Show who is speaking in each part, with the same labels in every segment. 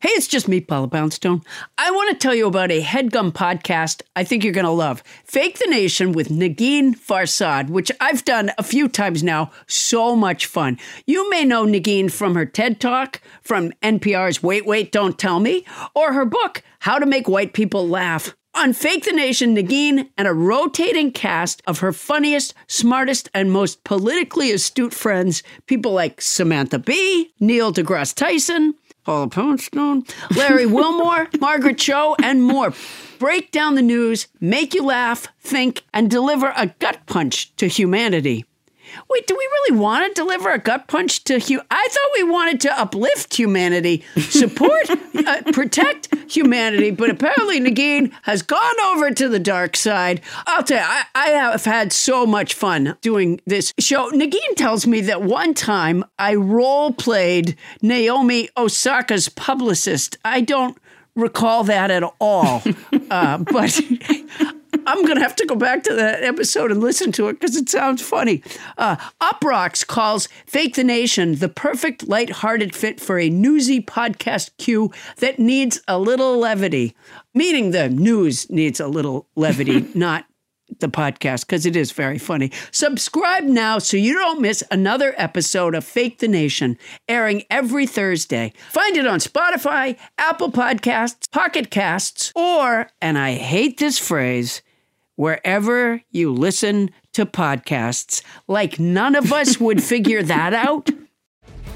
Speaker 1: Hey, it's just me, Paula Poundstone. I want to tell you about a headgum podcast I think you're going to love Fake the Nation with Nagin Farsad, which I've done a few times now. So much fun. You may know Nagin from her TED Talk, from NPR's Wait, Wait, Don't Tell Me, or her book, How to Make White People Laugh. On Fake the Nation, Nagin and a rotating cast of her funniest, smartest, and most politically astute friends, people like Samantha Bee, Neil deGrasse Tyson, Paula Poundstone, Larry Wilmore, Margaret Cho, and more. Break down the news, make you laugh, think, and deliver a gut punch to humanity. Wait, do we really want to deliver a gut punch to hu- I thought we wanted to uplift humanity, support, uh, protect humanity, but apparently Nagin has gone over to the dark side. I'll tell you, I, I have had so much fun doing this show. Nagin tells me that one time I role played Naomi Osaka's publicist. I don't recall that at all, uh, but. I'm going to have to go back to that episode and listen to it because it sounds funny. Uh, Uprocks calls Fake the Nation the perfect lighthearted fit for a newsy podcast cue that needs a little levity, meaning the news needs a little levity, not the podcast because it is very funny. Subscribe now so you don't miss another episode of Fake the Nation airing every Thursday. Find it on Spotify, Apple Podcasts, Pocket Casts, or, and I hate this phrase, wherever you listen to podcasts. Like none of us would figure that out.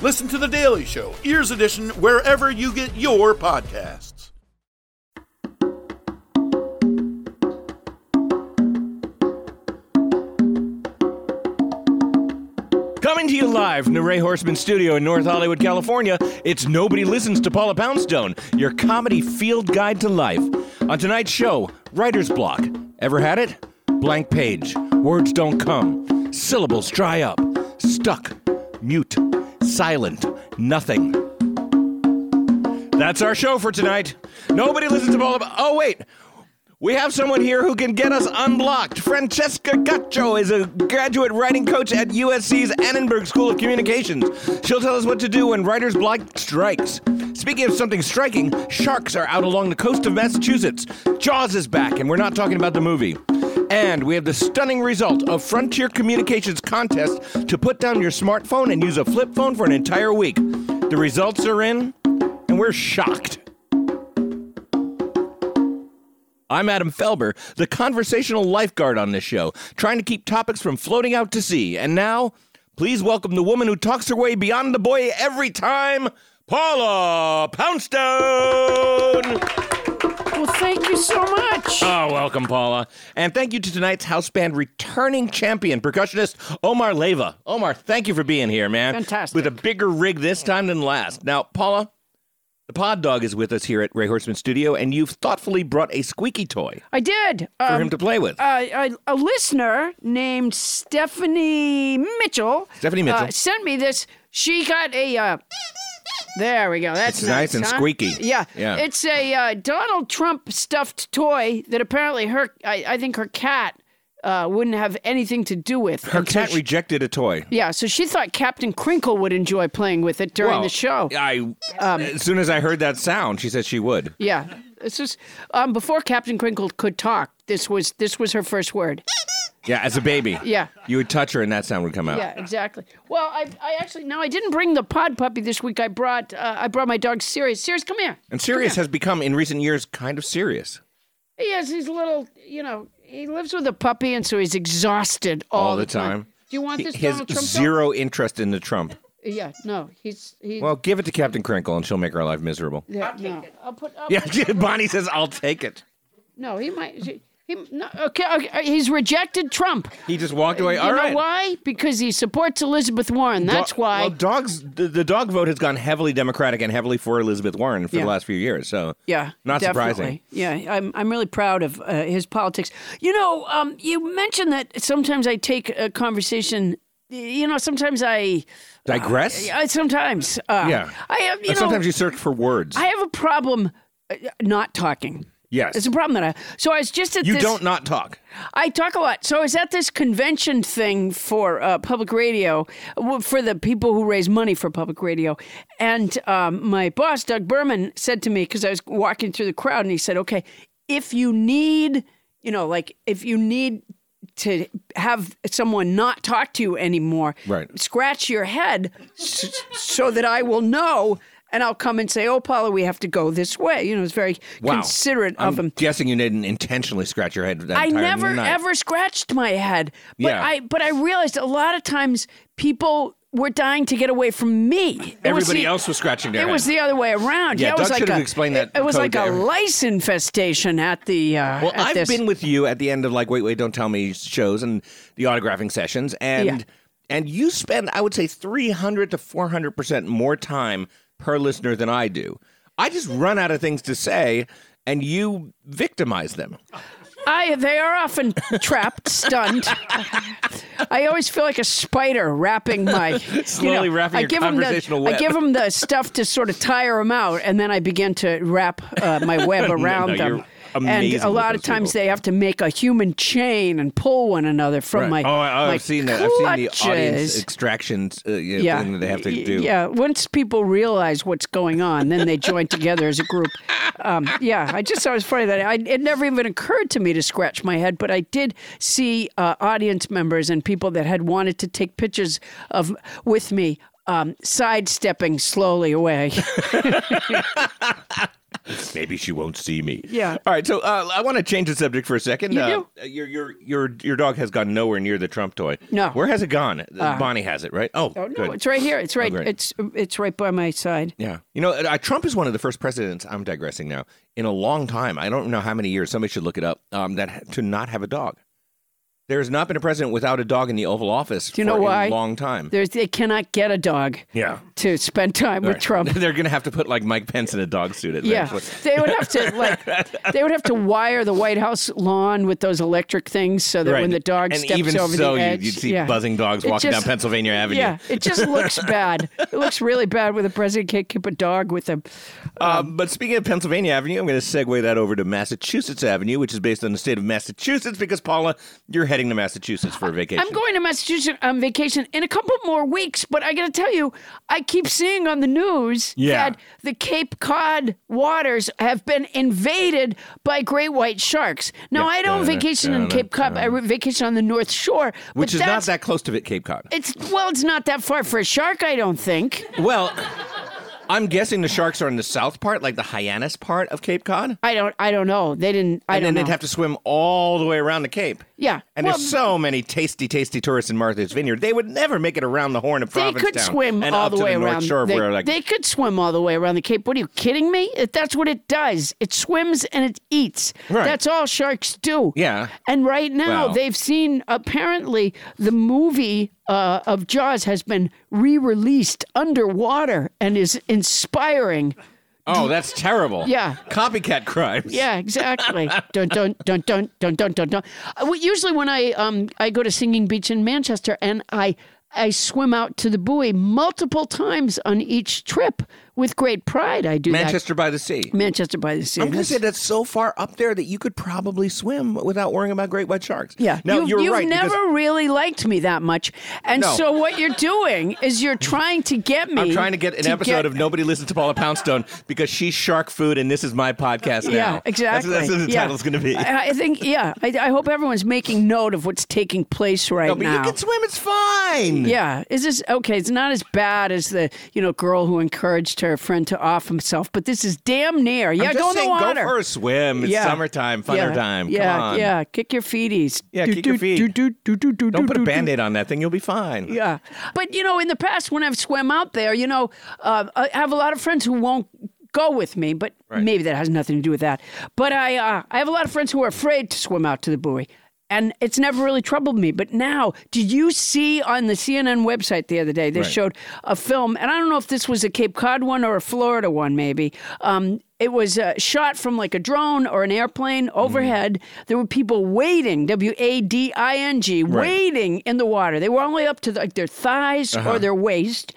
Speaker 2: Listen to The Daily Show, Ears Edition, wherever you get your podcasts.
Speaker 3: Coming to you live from the Ray Horseman Studio in North Hollywood, California, it's Nobody Listens to Paula Poundstone, your comedy field guide to life. On tonight's show, Writer's Block. Ever had it? Blank page. Words don't come. Syllables dry up. Stuck. Mute. Silent. Nothing. That's our show for tonight. Nobody listens to Paula. Oh, wait. We have someone here who can get us unblocked. Francesca Gaccio is a graduate writing coach at USC's Annenberg School of Communications. She'll tell us what to do when writer's block strikes. Speaking of something striking, sharks are out along the coast of Massachusetts. Jaws is back, and we're not talking about the movie. And we have the stunning result of Frontier Communications contest to put down your smartphone and use a flip phone for an entire week. The results are in, and we're shocked. I'm Adam Felber, the conversational lifeguard on this show, trying to keep topics from floating out to sea. And now, please welcome the woman who talks her way beyond the boy every time, Paula Poundstone.
Speaker 1: Well, thank you so much.
Speaker 3: Oh, welcome, Paula. And thank you to tonight's house band returning champion percussionist Omar Leva. Omar, thank you for being here, man.
Speaker 1: Fantastic.
Speaker 3: With a bigger rig this time than last. Now, Paula, the pod dog is with us here at Ray Horseman Studio, and you've thoughtfully brought a squeaky toy
Speaker 1: I did.
Speaker 3: for
Speaker 1: Um,
Speaker 3: him to play with.
Speaker 1: uh, a, a listener named Stephanie Mitchell.
Speaker 3: Stephanie Mitchell.
Speaker 1: uh, sent me this. She got a. Uh, there we go. That's
Speaker 3: It's nice and
Speaker 1: huh?
Speaker 3: squeaky.
Speaker 1: Yeah,
Speaker 3: Yeah.
Speaker 1: It's a uh, Donald Trump stuffed toy that apparently her. I, I think her cat uh, wouldn't have anything to do with.
Speaker 3: Her
Speaker 1: And so
Speaker 3: cat
Speaker 1: she-
Speaker 3: rejected a toy.
Speaker 1: yeah, so she thought Captain Crinkle would enjoy playing with it during
Speaker 3: Well,
Speaker 1: the show. Um,
Speaker 3: I as soon as I heard that sound, she said she would.
Speaker 1: Yeah, this is um, before Captain Crinkle could talk. This was this was her first word.
Speaker 3: Yeah, as a baby.
Speaker 1: Yeah.
Speaker 3: You would touch her and that sound would come out.
Speaker 1: Yeah, exactly. Well, I, I actually no, I didn't bring the pod puppy this week. I brought uh, I brought my dog Sirius. Sirius, come here.
Speaker 3: And Sirius has become in recent years kind of serious.
Speaker 1: He has his little, you know, he lives with a puppy, and so he's exhausted all,
Speaker 3: All the time.
Speaker 1: Do you want
Speaker 3: He
Speaker 1: this
Speaker 3: has
Speaker 1: Donald Trump? dog?
Speaker 3: zero interest in the Trump.
Speaker 1: Yeah, no, he's he.
Speaker 3: Well, give it to Captain Crinkle and she'll make our life miserable.
Speaker 1: yeah, no, I'll put. I'll
Speaker 3: Yeah,
Speaker 1: put-
Speaker 3: Bonnie says I'll take it.
Speaker 1: No, he might. she- He, no, okay, okay, he's rejected Trump.
Speaker 3: He just walked away.
Speaker 1: You
Speaker 3: All
Speaker 1: know
Speaker 3: right.
Speaker 1: why? Because he supports Elizabeth Warren.
Speaker 3: Do-
Speaker 1: That's why.
Speaker 3: Well, dogs. The, the dog vote has gone heavily Democratic and heavily for Elizabeth Warren for
Speaker 1: Yeah.
Speaker 3: the last few years. So
Speaker 1: Yeah,
Speaker 3: not
Speaker 1: definitely.
Speaker 3: surprising.
Speaker 1: Yeah, I'm I'm really proud of uh, his politics. You know, um, you mentioned that sometimes I take a conversation. You know, sometimes I,
Speaker 3: Digress.
Speaker 1: I sometimes uh,
Speaker 3: Yeah.
Speaker 1: I have you
Speaker 3: And
Speaker 1: know
Speaker 3: sometimes you search for words.
Speaker 1: I have a problem uh, not talking.
Speaker 3: Yes.
Speaker 1: it's a problem that I. So I was just at
Speaker 3: you
Speaker 1: this,
Speaker 3: don't not talk.
Speaker 1: I talk a lot. So I was at this convention thing for uh, public radio, w- for the people who raise money for public radio. And um, my boss, Doug Berman, said to me, because I was walking through the crowd, and he said, okay, if you need, you know, like if you need to have someone not talk to you anymore,
Speaker 3: Right.
Speaker 1: scratch your head s- so that I will know. And I'll come and say, "Oh, Paula, we have to go this way." You know, it's very
Speaker 3: Wow.
Speaker 1: considerate
Speaker 3: I'm
Speaker 1: of him.
Speaker 3: Guessing you didn't intentionally scratch your head. That
Speaker 1: I
Speaker 3: entire
Speaker 1: never
Speaker 3: night.
Speaker 1: ever scratched my head. But
Speaker 3: Yeah.
Speaker 1: I but I realized a lot of times people were dying to get away from me. It was
Speaker 3: Everybody
Speaker 1: the-
Speaker 3: else was scratching their
Speaker 1: It
Speaker 3: head.
Speaker 1: was the other way around. it
Speaker 3: Yeah,
Speaker 1: was
Speaker 3: Doug
Speaker 1: like
Speaker 3: should have
Speaker 1: a-
Speaker 3: explained that
Speaker 1: It, it was
Speaker 3: code
Speaker 1: like
Speaker 3: to
Speaker 1: a
Speaker 3: every-
Speaker 1: lice infestation at the. Uh,
Speaker 3: Well,
Speaker 1: at
Speaker 3: I've
Speaker 1: this.
Speaker 3: been with you at the end of like wait wait don't tell me shows and the autographing sessions and
Speaker 1: Yeah.
Speaker 3: and you spend I would say 300 to 400% more time per listener than I do. I just run out of things to say and you victimize them.
Speaker 1: I they are often trapped, stunned. I always feel like a spider wrapping my
Speaker 3: Slowly
Speaker 1: you know,
Speaker 3: wrapping
Speaker 1: I
Speaker 3: your
Speaker 1: give 'em
Speaker 3: conversational
Speaker 1: the,
Speaker 3: web.
Speaker 1: I give them the stuff to sort of tire them out, and then I begin to wrap uh, my web around
Speaker 3: no,
Speaker 1: them.
Speaker 3: you're
Speaker 1: and
Speaker 3: amazing
Speaker 1: a
Speaker 3: with
Speaker 1: lot of
Speaker 3: those
Speaker 1: times
Speaker 3: people.
Speaker 1: they have to make a human chain and pull one another from my.
Speaker 3: oh, I,
Speaker 1: my
Speaker 3: I've seen that. I've seen the
Speaker 1: clutches.
Speaker 3: audience extractions uh, you know,
Speaker 1: Yeah,
Speaker 3: thing that they have to
Speaker 1: Y-
Speaker 3: do.
Speaker 1: Yeah, once people realize what's going on, then they join together as a group. Um, yeah, I just thought it was funny that I, it never even occurred to me to scratch my head, but I did see uh, audience members and people that had wanted to take pictures of with me. Um, sidestepping slowly away.
Speaker 3: Maybe she won't see me.
Speaker 1: Yeah.
Speaker 3: All right. So uh, I want to change the subject for a second.
Speaker 1: You
Speaker 3: uh, Your your your your dog has gone nowhere near the Trump toy.
Speaker 1: No. Uh.
Speaker 3: Where has it gone? Bonnie has it, right? Oh,
Speaker 1: Oh no,
Speaker 3: good. Oh,
Speaker 1: it's right here. It's right.
Speaker 3: great.
Speaker 1: it's it's right by my side.
Speaker 3: Yeah. You know, uh, Trump is one of the first presidents. I'm digressing now. In a long time, I don't know how many years. Somebody should look it up. Um, that ha- to not have a dog. There has not been a president without a dog in the Oval Office.
Speaker 1: Do you know
Speaker 3: for
Speaker 1: why?
Speaker 3: A long time.
Speaker 1: There's they cannot get a dog.
Speaker 3: Yeah.
Speaker 1: To spend time with
Speaker 3: Right.
Speaker 1: Trump.
Speaker 3: They're going to have to put like Mike Pence in a dog suit.
Speaker 1: Yeah,
Speaker 3: Eventually.
Speaker 1: they would have to like they would have to wire the White House lawn with those electric things so that
Speaker 3: Right.
Speaker 1: when the dog
Speaker 3: and
Speaker 1: steps
Speaker 3: even
Speaker 1: over
Speaker 3: so,
Speaker 1: the
Speaker 3: you-
Speaker 1: edge,
Speaker 3: you'd see
Speaker 1: yeah.
Speaker 3: buzzing dogs
Speaker 1: It
Speaker 3: walking
Speaker 1: just-
Speaker 3: down Pennsylvania Avenue.
Speaker 1: Yeah, it just looks bad. It looks really bad when the president can't keep a dog with him.
Speaker 3: Um, but speaking of Pennsylvania Avenue, I'm going to segue that over to Massachusetts Avenue, which is based on the state of Massachusetts, because Paula, you're heading to Massachusetts for a vacation.
Speaker 1: I'm going to Massachusetts on vacation in a couple more weeks, but I got to tell you, I keep seeing on the news
Speaker 3: Yeah.
Speaker 1: that the Cape Cod waters have been invaded by great white sharks. Now, I don't
Speaker 3: Yeah.
Speaker 1: vacation in
Speaker 3: Yeah.
Speaker 1: Cape Cod, I vacation on the North Shore,
Speaker 3: which
Speaker 1: but
Speaker 3: is not
Speaker 1: that's
Speaker 3: that close to Cape Cod.
Speaker 1: It's well, it's not that far for a shark, I don't think.
Speaker 3: well, I'm guessing the sharks are in the south part, like the Hyannis part of Cape Cod.
Speaker 1: I don't, I don't know. They didn't. I don't
Speaker 3: And then
Speaker 1: know.
Speaker 3: they'd have to swim all the way around the Cape.
Speaker 1: Yeah.
Speaker 3: And
Speaker 1: Well,
Speaker 3: there's so many tasty, tasty tourists in Martha's Vineyard. They would never make it around the Horn of
Speaker 1: they
Speaker 3: Providence
Speaker 1: could swim
Speaker 3: and
Speaker 1: all
Speaker 3: up
Speaker 1: the
Speaker 3: to
Speaker 1: way
Speaker 3: the
Speaker 1: around.
Speaker 3: North Shore,
Speaker 1: they,
Speaker 3: where like
Speaker 1: they could swim all the way around the Cape. What are you kidding me? If That's what it does. It swims and it eats.
Speaker 3: Right.
Speaker 1: That's all sharks do.
Speaker 3: Yeah.
Speaker 1: And right now
Speaker 3: Well-
Speaker 1: they've seen apparently the movie uh, of Jaws has been re-released underwater and is inspiring.
Speaker 3: oh, that's terrible.
Speaker 1: Yeah.
Speaker 3: Copycat crimes.
Speaker 1: Yeah, exactly. dun dun dun dun dun dun dun dun. Uh, well, Usually, when I um I go to Singing Beach in Manchester, and I I swim out to the buoy multiple times on each trip with great pride. I do
Speaker 3: Manchester by the Sea.
Speaker 1: that. Manchester by the Sea.
Speaker 3: I'm going to
Speaker 1: That's-
Speaker 3: say that's so far up there that you could probably swim without worrying about great white sharks.
Speaker 1: Yeah,
Speaker 3: Now,
Speaker 1: you've,
Speaker 3: you're
Speaker 1: you've
Speaker 3: right. because
Speaker 1: never really liked me that much, and
Speaker 3: No.
Speaker 1: so what you're doing is you're trying to get me.
Speaker 3: I'm trying to get an episode
Speaker 1: get-
Speaker 3: of Nobody Listens to Paula Poundstone because she's shark food and this is my podcast now.
Speaker 1: Yeah, exactly.
Speaker 3: That's, that's what the
Speaker 1: yeah.
Speaker 3: title's going to be.
Speaker 1: I, I think. Yeah, I, I hope everyone's making note of what's taking place right
Speaker 3: No, but
Speaker 1: now.
Speaker 3: you can swim. It's fine.
Speaker 1: Yeah, is this okay? It's not as bad as the you know girl who encouraged her friend to off himself, but this is damn near. Yeah,
Speaker 3: I'm just
Speaker 1: go in
Speaker 3: saying,
Speaker 1: the water.
Speaker 3: Go for a swim. It's
Speaker 1: Yeah.
Speaker 3: summertime, funner
Speaker 1: yeah.
Speaker 3: time. Come
Speaker 1: Yeah,
Speaker 3: on.
Speaker 1: yeah. Kick your feeties.
Speaker 3: Yeah,
Speaker 1: Do,
Speaker 3: kick your
Speaker 1: do,
Speaker 3: feet.
Speaker 1: do, do, do, do, do,
Speaker 3: Don't
Speaker 1: do,
Speaker 3: put a
Speaker 1: do, do.
Speaker 3: band aid on that thing. You'll be fine.
Speaker 1: Yeah, but you know, in the past when I've swam out there, you know, uh, I have a lot of friends who won't go with me, but maybe that has nothing to do with that. But I, uh, I have a lot of friends who are afraid to swim out to the buoy, and it's never really troubled me. But now, did you see on the CNN website the other day? They showed a film, and I don't know if this was a Cape Cod one or a Florida one, maybe. Um, it was uh, shot from like a drone or an airplane overhead. There were people wading, W A D I N G, wading in the water. They were only up to like their thighs
Speaker 3: Uh-huh.
Speaker 1: or their waist,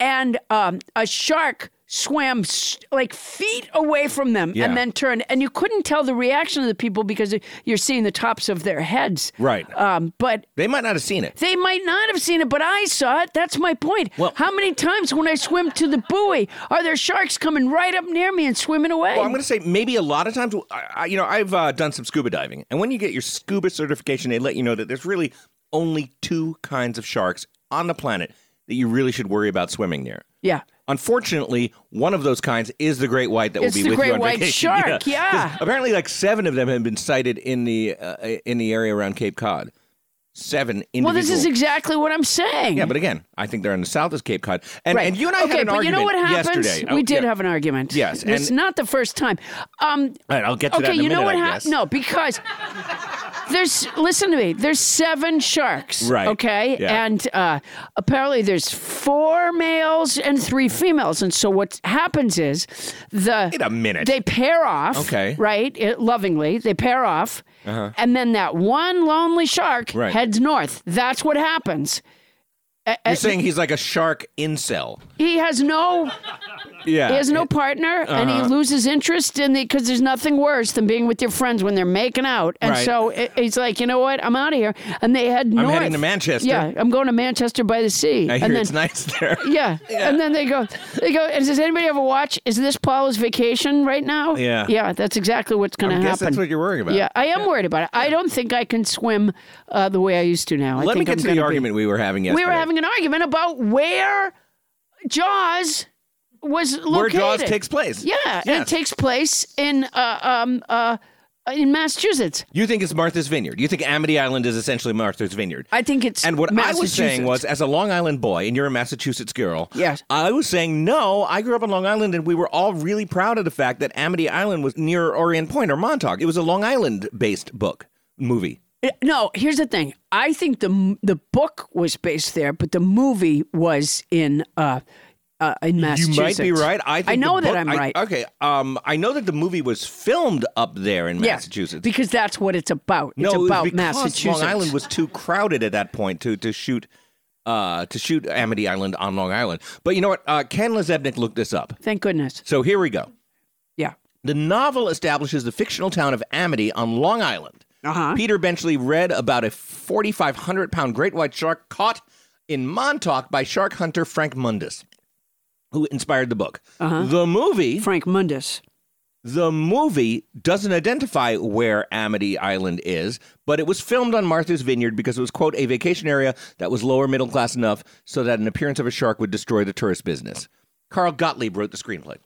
Speaker 1: and um, a shark swam s- like feet away from them
Speaker 3: Yeah.
Speaker 1: and then turned and you couldn't tell the reaction of the people because you're seeing the tops of their heads
Speaker 3: Right.
Speaker 1: um, but
Speaker 3: They might not have seen it.
Speaker 1: they might not have seen it, but I saw it. That's my point.
Speaker 3: Well-
Speaker 1: How many times when I swim to the buoy are there sharks coming right up near me and swimming away?
Speaker 3: Well, I'm going to say maybe a lot of times, I, I- you know, I've uh, done some scuba diving, and when you get your scuba certification, they let you know that there's really only two kinds of sharks on the planet that you really should worry about swimming near.
Speaker 1: yeah.
Speaker 3: Unfortunately, one of those kinds is the great white that
Speaker 1: It's
Speaker 3: will be
Speaker 1: the
Speaker 3: with
Speaker 1: great
Speaker 3: you on
Speaker 1: white
Speaker 3: vacation.
Speaker 1: shark,
Speaker 3: 'Cause
Speaker 1: yeah.
Speaker 3: Apparently, like seven of them have been sighted in the uh, in the area around Cape Cod. Seven individual.
Speaker 1: Well, this is exactly what I'm saying.
Speaker 3: yeah, but again, I think they're in the south of Cape Cod, and
Speaker 1: Right.
Speaker 3: and you and I
Speaker 1: okay,
Speaker 3: had an
Speaker 1: but
Speaker 3: argument
Speaker 1: you know what happens?
Speaker 3: yesterday.
Speaker 1: We
Speaker 3: Oh,
Speaker 1: did
Speaker 3: yeah.
Speaker 1: have an argument.
Speaker 3: Yes,
Speaker 1: it's
Speaker 3: and-
Speaker 1: not the first time. Um,
Speaker 3: All right, I'll get to
Speaker 1: okay,
Speaker 3: that in a
Speaker 1: you know
Speaker 3: minute,
Speaker 1: what
Speaker 3: I
Speaker 1: happened?
Speaker 3: guess.
Speaker 1: No, because there's listen to me. There's seven sharks.
Speaker 3: Right.
Speaker 1: Okay,
Speaker 3: Yeah.
Speaker 1: and uh, apparently there's four males and three females. And so what happens is the
Speaker 3: Wait a minute.
Speaker 1: they pair off.
Speaker 3: Okay. Uh-huh.
Speaker 1: right, it, lovingly they pair off, and then that one lonely shark
Speaker 3: Right.
Speaker 1: heads north. That's what happens. A- a-
Speaker 3: You're saying he's like a shark incel.
Speaker 1: he has no
Speaker 3: Yeah.
Speaker 1: He has no partner, and
Speaker 3: Uh-huh.
Speaker 1: he loses interest in the because there's nothing worse than being with your friends when they're making out. And
Speaker 3: Right.
Speaker 1: so it, he's like, you know what? I'm out of here. And they head north.
Speaker 3: heading to Manchester.
Speaker 1: Yeah, I'm going to Manchester by the sea.
Speaker 3: I hear
Speaker 1: and then,
Speaker 3: it's nice there.
Speaker 1: yeah. and then they go, they go. And does anybody ever watch? Is this Paula's vacation right now?
Speaker 3: Yeah.
Speaker 1: yeah. That's exactly what's going to
Speaker 3: I
Speaker 1: happen.
Speaker 3: guess that's what you're worried about.
Speaker 1: Yeah, I am worried about it. I don't think I can swim uh, the way I used to now. I
Speaker 3: Let
Speaker 1: think
Speaker 3: me get
Speaker 1: I'm
Speaker 3: to
Speaker 1: gonna
Speaker 3: the
Speaker 1: be-
Speaker 3: argument we were having yesterday.
Speaker 1: we were having an argument about where Jaws was located.
Speaker 3: where Jaws takes place.
Speaker 1: Yeah, and it
Speaker 3: Yes.
Speaker 1: takes place in uh, um, uh, in Massachusetts.
Speaker 3: You think it's Martha's Vineyard. You think Amity Island is essentially Martha's Vineyard.
Speaker 1: I think it's
Speaker 3: and what I was saying
Speaker 1: Massachusetts.
Speaker 3: was, as a Long Island boy, and you're a Massachusetts girl,
Speaker 1: Yes.
Speaker 3: I was saying, no, I grew up on Long Island, and we were all really proud of the fact that Amity Island was near Orient Point or Montauk. It was a Long Island based book, movie.
Speaker 1: Uh, no. Here's the thing. I think the m- the book was based there, but the movie was in uh, uh, in
Speaker 3: You
Speaker 1: Massachusetts.
Speaker 3: might be right. I, think
Speaker 1: I know
Speaker 3: the
Speaker 1: that
Speaker 3: book-
Speaker 1: I'm
Speaker 3: I-
Speaker 1: right.
Speaker 3: okay, um, I know that the movie was filmed up there in
Speaker 1: Yeah,
Speaker 3: Massachusetts.
Speaker 1: because that's what it's about.
Speaker 3: no,
Speaker 1: it's
Speaker 3: it was
Speaker 1: about
Speaker 3: because
Speaker 1: Massachusetts.
Speaker 3: Long Island was too crowded at that point to to shoot uh, to shoot Amity Island on Long Island. But you know what? Uh, Ken Lezebnik looked this up.
Speaker 1: Thank goodness.
Speaker 3: So here we go.
Speaker 1: Yeah.
Speaker 3: The novel establishes the fictional town of Amity on Long Island.
Speaker 1: Uh-huh.
Speaker 3: Peter Benchley read about a 4,500 pound great white shark caught in Montauk by shark hunter Frank Mundus, who inspired the book.
Speaker 1: Uh-huh.
Speaker 3: The movie
Speaker 1: Frank Mundus.
Speaker 3: the movie doesn't identify where Amity Island is, but it was filmed on Martha's Vineyard because it was, quote, a vacation area that was lower middle class enough so that an appearance of a shark would destroy the tourist business. Carl Gottlieb wrote the screenplay.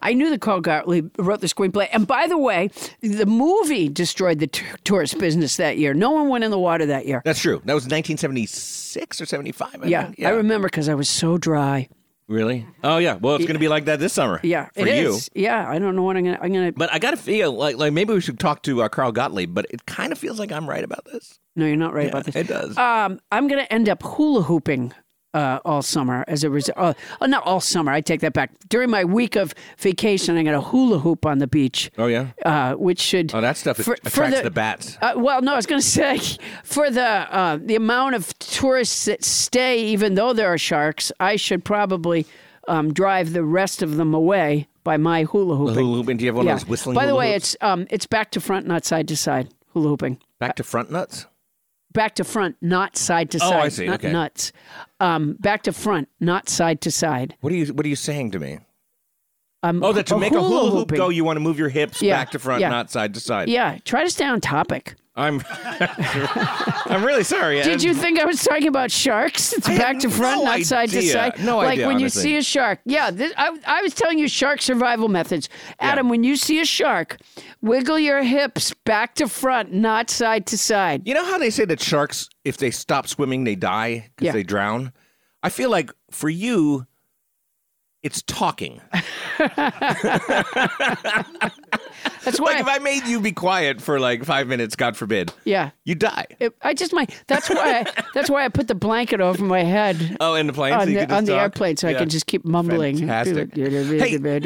Speaker 1: I knew that Carl Gottlieb wrote the screenplay. And by the way, the movie destroyed the t- tourist business that year. No one went in the water that year.
Speaker 3: That's true. That was 1976 or 75. I
Speaker 1: yeah,
Speaker 3: think.
Speaker 1: I remember because I was so dry.
Speaker 3: Really? Oh, yeah. Well, it's going to be like that this summer.
Speaker 1: Yeah,
Speaker 3: For
Speaker 1: it is.
Speaker 3: you.
Speaker 1: Yeah, I don't know what I'm gonna. I'm gonna.
Speaker 3: But I got to feel like like maybe we should talk to uh, Carl Gottlieb, but it kind of feels like I'm right about this.
Speaker 1: No, you're not right about this.
Speaker 3: It does.
Speaker 1: Um, I'm gonna end up hula hooping. Uh, all summer, as a result, uh, uh, not all summer. I take that back. During my week of vacation, I'm going to hula hoop on the beach.
Speaker 3: Oh, yeah?
Speaker 1: uh, which should
Speaker 3: Oh, that stuff
Speaker 1: for- for
Speaker 3: attracts the bats.
Speaker 1: Uh, well, no, I was going to say for the uh, the amount of tourists that stay, even though there are sharks, I should probably um, drive the rest of them away by my hula hooping.
Speaker 3: Hula hooping. Do you have one of those whistling
Speaker 1: By the
Speaker 3: hula
Speaker 1: way,
Speaker 3: hoops?
Speaker 1: it's um, it's back to front, not side to side hula hooping.
Speaker 3: Back to front nuts?
Speaker 1: Back to front, not side to side.
Speaker 3: Oh, I see.
Speaker 1: Not
Speaker 3: Okay.
Speaker 1: nuts. Um, back to front, not side to side.
Speaker 3: What are you What are you saying to me?
Speaker 1: Um,
Speaker 3: Oh, that to
Speaker 1: hu-
Speaker 3: make a hula hoop
Speaker 1: hooping.
Speaker 3: go, you want to move your hips
Speaker 1: Yeah,
Speaker 3: back to front,
Speaker 1: yeah.
Speaker 3: not side to side.
Speaker 1: Yeah, try to stay on topic.
Speaker 3: I'm I'm really sorry.
Speaker 1: Did you think I was talking about sharks? It's
Speaker 3: I had
Speaker 1: back to front,
Speaker 3: no
Speaker 1: not side to
Speaker 3: idea.
Speaker 1: side.
Speaker 3: No
Speaker 1: like
Speaker 3: idea,
Speaker 1: when
Speaker 3: honestly.
Speaker 1: you see a shark. Yeah, this, I, I was telling you shark survival methods. Adam, when you see a shark, wiggle your hips back to front, not side to side.
Speaker 3: You know how they say that sharks, if they stop swimming, they die because
Speaker 1: Yeah.
Speaker 3: they drown? I feel like for you, It's talking.
Speaker 1: That's why.
Speaker 3: Like if I made you be quiet for like five minutes, God forbid,
Speaker 1: yeah.
Speaker 3: you die.
Speaker 1: It- I just my that's why I, that's why I put the blanket over my head
Speaker 3: Oh, in the plane, so
Speaker 1: on
Speaker 3: you
Speaker 1: the
Speaker 3: could just
Speaker 1: on the
Speaker 3: talk?
Speaker 1: airplane so I
Speaker 3: Yeah.
Speaker 1: can just keep mumbling.
Speaker 3: Fantastic. You
Speaker 1: just
Speaker 3: just keep doing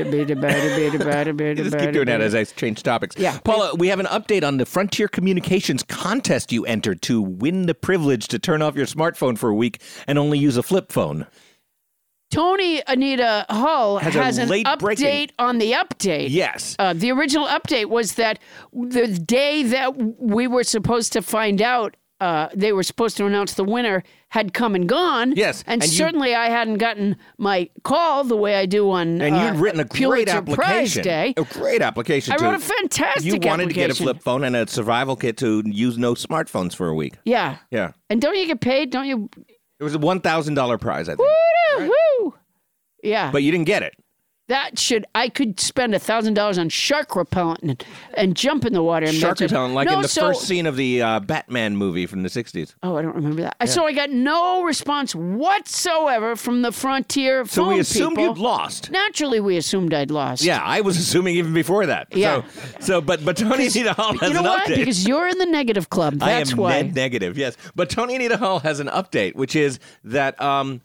Speaker 3: that as I change topics.
Speaker 1: Yeah.
Speaker 3: Paula, we have an update on the Frontier Communications contest you entered to win the privilege to turn off your smartphone for a week and only use a flip phone.
Speaker 1: Tony Anita Hull
Speaker 3: Has
Speaker 1: has,
Speaker 3: a
Speaker 1: an
Speaker 3: late
Speaker 1: update
Speaker 3: breaking.
Speaker 1: on the update.
Speaker 3: Yes.
Speaker 1: Uh, the original update was that the day that we were supposed to find out, uh, they were supposed to announce the winner had come and gone.
Speaker 3: Yes,
Speaker 1: and,
Speaker 3: and you-
Speaker 1: certainly I hadn't gotten my call the way I do on.
Speaker 3: And
Speaker 1: uh,
Speaker 3: you'd written a great
Speaker 1: Pulitzer
Speaker 3: application. Oh.
Speaker 1: Prize Day.
Speaker 3: A great application.
Speaker 1: I
Speaker 3: to-
Speaker 1: wrote a fantastic
Speaker 3: You wanted to get a
Speaker 1: application.
Speaker 3: flip phone and a survival kit to use no smartphones for a week.
Speaker 1: Yeah.
Speaker 3: Yeah.
Speaker 1: And don't you get paid? Don't you?
Speaker 3: It was a one thousand dollar prize, I think.
Speaker 1: Woo! Yeah.
Speaker 3: But you didn't get it.
Speaker 1: that should I could spend a thousand dollars on shark repellent and, and jump in the water and
Speaker 3: Shark
Speaker 1: that's it.
Speaker 3: repellent, like
Speaker 1: no,
Speaker 3: in the
Speaker 1: so,
Speaker 3: first scene of the uh, Batman movie from the sixties.
Speaker 1: Oh, I don't remember that. So I got no response whatsoever from the frontier
Speaker 3: So
Speaker 1: phone
Speaker 3: we assumed
Speaker 1: people.
Speaker 3: you'd lost.
Speaker 1: Naturally, we assumed I'd lost.
Speaker 3: Yeah, I was assuming even before that.
Speaker 1: Yeah.
Speaker 3: So, so but but Tony Anita Hall has
Speaker 1: You know
Speaker 3: an
Speaker 1: what?
Speaker 3: update.
Speaker 1: Because you're in the negative club.
Speaker 3: I
Speaker 1: That's
Speaker 3: am
Speaker 1: why.
Speaker 3: net negative, yes. But Tony Anita Hall has an update, which is that um,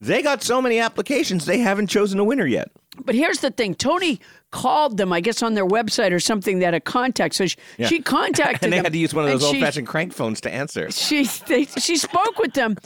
Speaker 3: they got so many applications they haven't chosen a winner yet.
Speaker 1: But here's the thing: Tony called them, I guess, on their website or something that a contact. So she, she contacted
Speaker 3: And they
Speaker 1: them,
Speaker 3: had to use one of
Speaker 1: and
Speaker 3: those old
Speaker 1: she-
Speaker 3: fashioned crank phones to answer.
Speaker 1: she they, she spoke with them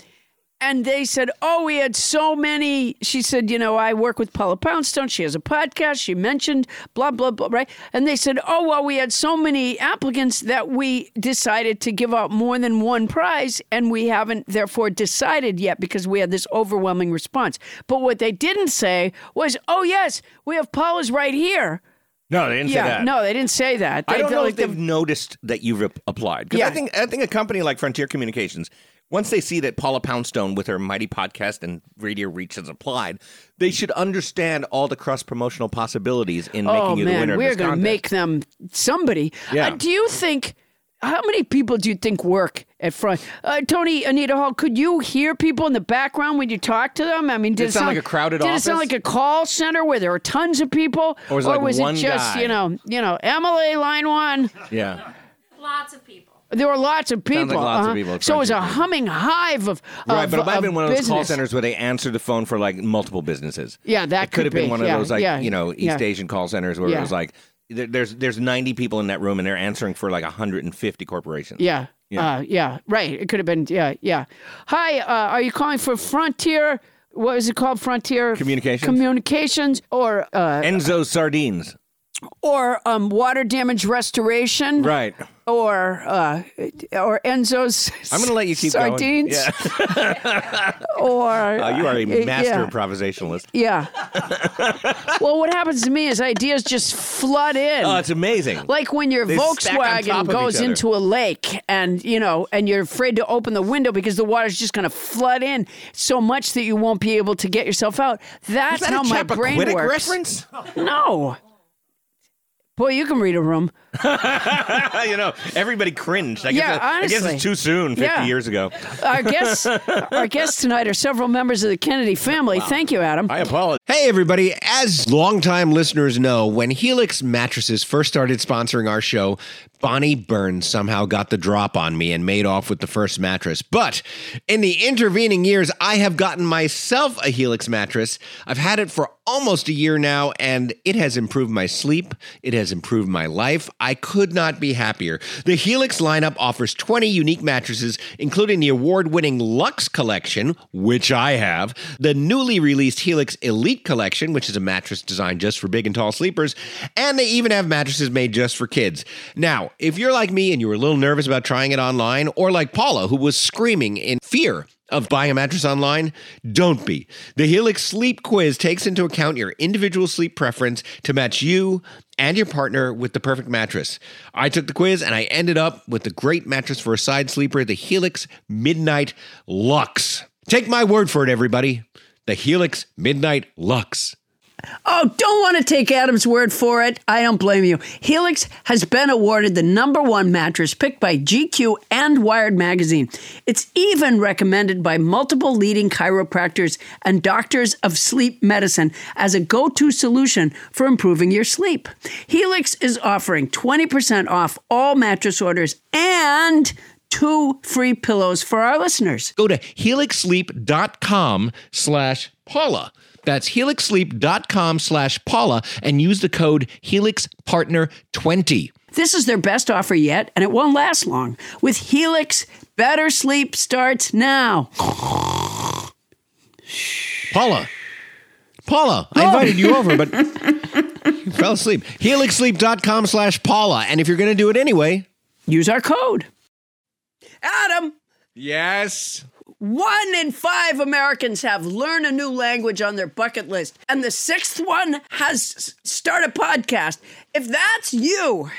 Speaker 1: and they said oh we had so many she said you know i work with paula poundstone she has a podcast she mentioned blah blah blah right and they said oh well we had so many applicants that we decided to give out more than one prize and we haven't therefore decided yet because we had this overwhelming response but what they didn't say was oh yes we have paula's right here
Speaker 3: No, they didn't say
Speaker 1: yeah
Speaker 3: that.
Speaker 1: no they didn't say that
Speaker 3: I
Speaker 1: They
Speaker 3: don't
Speaker 1: felt
Speaker 3: know
Speaker 1: like
Speaker 3: if they've
Speaker 1: the-
Speaker 3: noticed that you've ap- applied. 'Cause I
Speaker 1: Yeah.
Speaker 3: think I think a company like Frontier Communications, once they see that Paula Poundstone with her mighty podcast and radio reach has applied, they should understand all the cross promotional possibilities in making
Speaker 1: Oh, man,
Speaker 3: you the winner.
Speaker 1: We're
Speaker 3: of this
Speaker 1: gonna
Speaker 3: contest.
Speaker 1: make them somebody.
Speaker 3: Yeah.
Speaker 1: Uh, do you think? How many people do you think work at front? Uh, Tony, Anita Hall, could you hear people in the background when you talk to them? I mean, did,
Speaker 3: it sound like a crowded
Speaker 1: Did it sound
Speaker 3: office?
Speaker 1: like a call center where there were tons of people,
Speaker 3: Or was it like one
Speaker 1: just
Speaker 3: guy?
Speaker 1: you know, you know, Emily, line one?
Speaker 3: yeah.
Speaker 4: Lots of people.
Speaker 1: There were lots of people.
Speaker 3: like lots of
Speaker 1: uh-huh.
Speaker 3: people at
Speaker 1: So it was a
Speaker 3: front.
Speaker 1: humming hive of,
Speaker 3: Right,
Speaker 1: of-
Speaker 3: but it might have
Speaker 1: of
Speaker 3: been one of those call
Speaker 1: business.
Speaker 3: centers where they answer the phone for like multiple businesses.
Speaker 1: Yeah, that
Speaker 3: it could
Speaker 1: could
Speaker 3: have been
Speaker 1: be.
Speaker 3: one of
Speaker 1: Yeah,
Speaker 3: those like
Speaker 1: yeah,
Speaker 3: you know East
Speaker 1: yeah.
Speaker 3: Asian call centers where it
Speaker 1: Yeah.
Speaker 3: was like there, there's there's 90 people in that room and they're answering for like 150 corporations.
Speaker 1: Yeah.
Speaker 3: Yeah.
Speaker 1: Yeah. Uh, yeah. Right. It could have been. Yeah. Yeah. Hi. Uh, are you calling for Frontier? What is it called? Frontier
Speaker 3: Communications?
Speaker 1: Communications or uh,
Speaker 3: Enzo Sardines.
Speaker 1: or um, water damage restoration.
Speaker 3: Right.
Speaker 1: Or uh, or Enzo's.
Speaker 3: I'm going to let you keep
Speaker 1: sardines.
Speaker 3: going. Yeah.
Speaker 1: Or
Speaker 3: Uh, you are a master
Speaker 1: yeah.
Speaker 3: improvisationalist.
Speaker 1: Yeah. well, what happens to me is ideas just flood in.
Speaker 3: Oh, it's amazing.
Speaker 1: Like when your
Speaker 3: They stack on top
Speaker 1: Volkswagen
Speaker 3: of
Speaker 1: goes
Speaker 3: each other.
Speaker 1: into a lake and you know and you're afraid to open the window because the water's just going to flood in so much that you won't be able to get yourself out. That's
Speaker 3: Is that
Speaker 1: how
Speaker 3: a
Speaker 1: my brain
Speaker 3: Chappaquiddick
Speaker 1: works.
Speaker 3: reference?
Speaker 1: No. Boy, you can read a room.
Speaker 3: you know, everybody cringed. I guess,
Speaker 1: Yeah,
Speaker 3: I guess
Speaker 1: honestly.
Speaker 3: it's too soon, 50
Speaker 1: Yeah.
Speaker 3: years ago.
Speaker 1: Our guests, our guests tonight are several members of the Kennedy family. Thank you, Adam.
Speaker 3: apologize.
Speaker 5: Hey, everybody. As longtime listeners know, when Helix Mattresses first started sponsoring our show, Bonnie Burns somehow got the drop on me and made off with the first mattress. But in the intervening years, I have gotten myself a Helix mattress. I've had it for almost a year now, and it has improved my sleep. It has improved my life. I could not be happier. The Helix lineup offers 20 unique mattresses, including the award winning Lux Collection, which I have, the newly released Helix Elite Collection, which is a mattress designed just for big and tall sleepers, and they even have mattresses made just for kids. Now, if you're like me and you were a little nervous about trying it online, or like Paula, who was screaming in fear of buying a mattress online? Don't be. The Helix Sleep Quiz takes into account your individual sleep preference to match you and your partner with the perfect mattress. I took the quiz and I ended up with the great mattress for a side sleeper, the Helix Midnight Lux. Take my word for it, everybody. The Helix Midnight Lux.
Speaker 1: Oh, don't want to take Adam's word for it. I don't blame you. Helix has been awarded the number one mattress picked by GQ and Wired Magazine. It's even recommended by multiple leading chiropractors and doctors of sleep medicine as a go to solution for improving your sleep. Helix is offering 20% off all mattress orders and two free pillows for our listeners.
Speaker 5: Go to helixsleep.com slash Paula. That's helixsleep.com slash Paula and use the code HelixPartner20.
Speaker 1: This is their best offer yet, and it won't last long. With Helix, better sleep starts now.
Speaker 5: Paula. Paula, I invited you over, but you fell asleep. Helixsleep.com slash Paula. And if you're going to do it anyway,
Speaker 1: Use our code. Adam,
Speaker 5: yes.
Speaker 1: one in five Americans have learn a new language on their bucket list, and the sixth one has s- start a podcast. If that's you,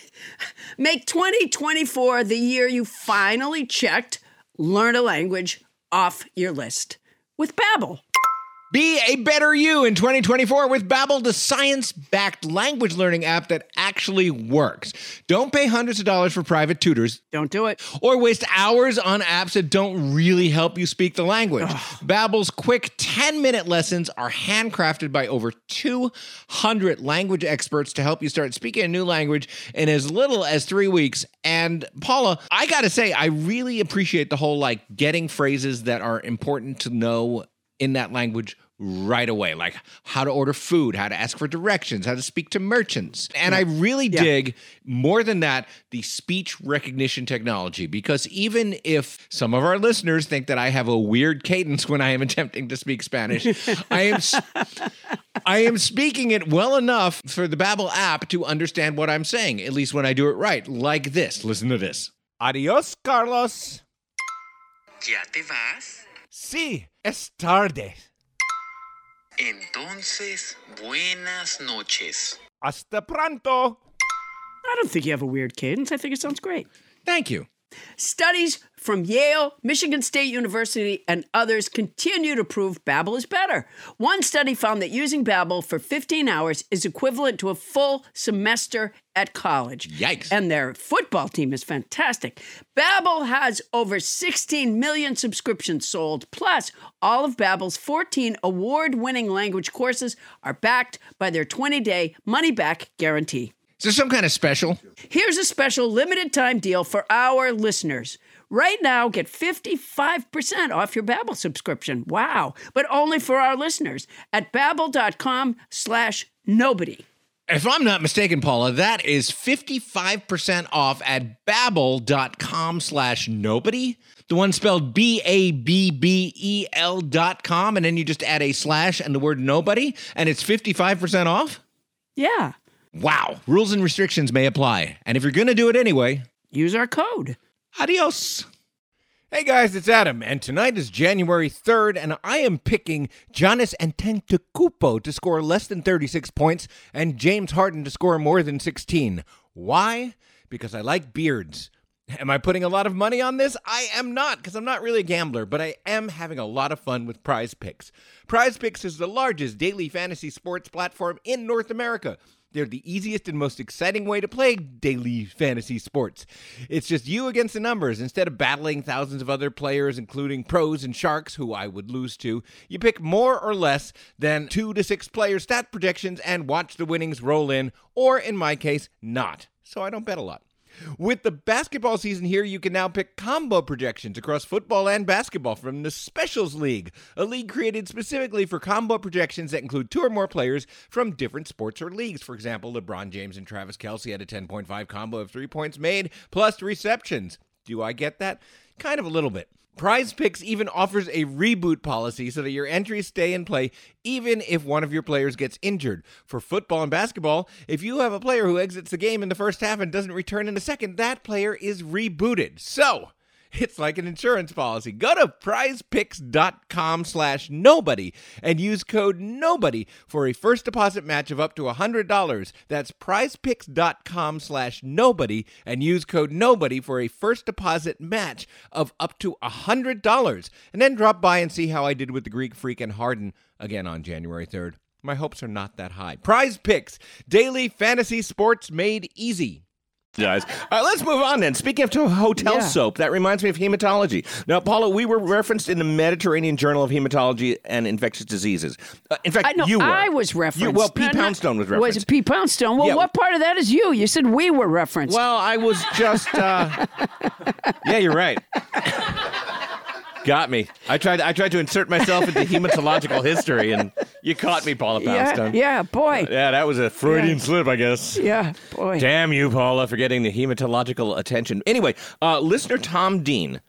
Speaker 1: make 2024 the year you finally checked learn a language off your list with Babbel.
Speaker 5: Be a better you in 2024 with Babbel, the science-backed language learning app that actually works. Don't pay hundreds of dollars for private tutors.
Speaker 1: Don't do it.
Speaker 5: or waste hours on apps that don't really help you speak the language. Babbel's quick 10-minute lessons are handcrafted by over 200 language experts to help you start speaking a new language in as little as 3 weeks. And Paula, I got to say I really appreciate the whole like getting phrases that are important to know in that language right away like how to order food how to ask for directions how to speak to merchants and i really dig more than that the speech recognition technology because even if some of our listeners think that i have a weird cadence when i am attempting to speak spanish i am s- I am speaking it well enough for the Babbel app to understand what I'm saying at least when I do it right like this listen to this
Speaker 4: Adiós, Carlos.
Speaker 6: ¿Ya te vas?
Speaker 4: Sí, es tarde.
Speaker 6: Entonces, buenas noches.
Speaker 4: Hasta pronto.
Speaker 1: I don't think you have a weird cadence. I think it sounds great.
Speaker 5: thank you
Speaker 1: Studies from Yale, Michigan State University, and others continue to prove Babbel is better. One study found that using Babbel for 15 hours is equivalent to a full semester at college.
Speaker 5: Yikes.
Speaker 1: And their football team is fantastic. Babbel has over 16 million subscriptions sold, plus all of Babbel's 14 award-winning language courses are backed by their 20-day money-back guarantee.
Speaker 5: is there some kind of special
Speaker 1: Here's a special limited time deal for our listeners. Right now, get 55% off your Babbel subscription. Wow. But only for our listeners at babbel.com slash nobody.
Speaker 5: If I'm not mistaken, Paula, that is 55% off at babbel.com slash nobody. The one spelled B-A-B-B-E-L E dot com. And then you just add a slash and the word nobody, and it's 55% off?
Speaker 1: Yeah.
Speaker 5: Wow. Rules and restrictions may apply. And if you're going to do it anyway,
Speaker 1: Use our code.
Speaker 5: adios.
Speaker 4: Hey guys, it's Adam, and tonight is January 3rd, and I am picking Giannis Antetokounmpo to score less than 36 points and James Harden to score more than 16. Why? Because I like beards. Am I putting a lot of money on this? I am not, because I'm not really a gambler, but I am having a lot of fun with Prize Picks. Prize Picks is the largest daily fantasy sports platform in North America. They're the easiest and most exciting way to play daily fantasy sports. It's just you against the numbers. Instead of battling thousands of other players, including pros and sharks, who I would lose to, you pick more or less than two to six player stat projections and watch the winnings roll in, or in my case, not. So I don't bet a lot. With the basketball season here, you can now pick combo projections across football and basketball from the Specials League, a league created specifically for combo projections that include two or more players from different sports or leagues. For example, LeBron James and Travis Kelsey had a 10.5 combo of three points made plus receptions. Do I get that? Kind of a little bit. Prize Picks even offers a reboot policy so that your entries stay in play even if one of your players gets injured. For football and basketball, if you have a player who exits the game in the first half and doesn't return in the second, that player is rebooted. So, it's like an insurance policy. Go to prizepicks.com slash nobody and use code nobody for a first deposit match of up to $100. That's prizepicks.com slash nobody and use code nobody for a first deposit match of up to $100. And then drop by and see how I did with the Greek Freak and Harden again on January 3rd. My hopes are not that high. Prize picks, daily fantasy sports made easy.
Speaker 3: Guys. All right, let's move on then. Speaking of to hotel
Speaker 1: Yeah.
Speaker 3: soap, that reminds me of hematology. Now, Paula, we were referenced in the Mediterranean Journal of Hematology and Infectious Diseases. Uh, in fact,
Speaker 1: I know
Speaker 3: you were.
Speaker 1: I was referenced.
Speaker 3: You- well, P.
Speaker 1: No, no,
Speaker 3: Poundstone was
Speaker 1: Was
Speaker 3: referenced.
Speaker 1: it P. Poundstone? Well,
Speaker 3: Yeah.
Speaker 1: what part of that is you? You said we were referenced.
Speaker 3: Well, I was just. Uh, yeah, you're right. Got me. I tried. I tried to insert myself into hematological history, and you caught me, Paula
Speaker 1: yeah,
Speaker 3: Poundstone.
Speaker 1: yeah, boy.
Speaker 3: Yeah, that was a Freudian
Speaker 1: Yeah.
Speaker 3: slip, I guess.
Speaker 1: Yeah, boy.
Speaker 3: Damn you, Paula, for getting the hematological attention. Anyway, uh, listener Tom Dean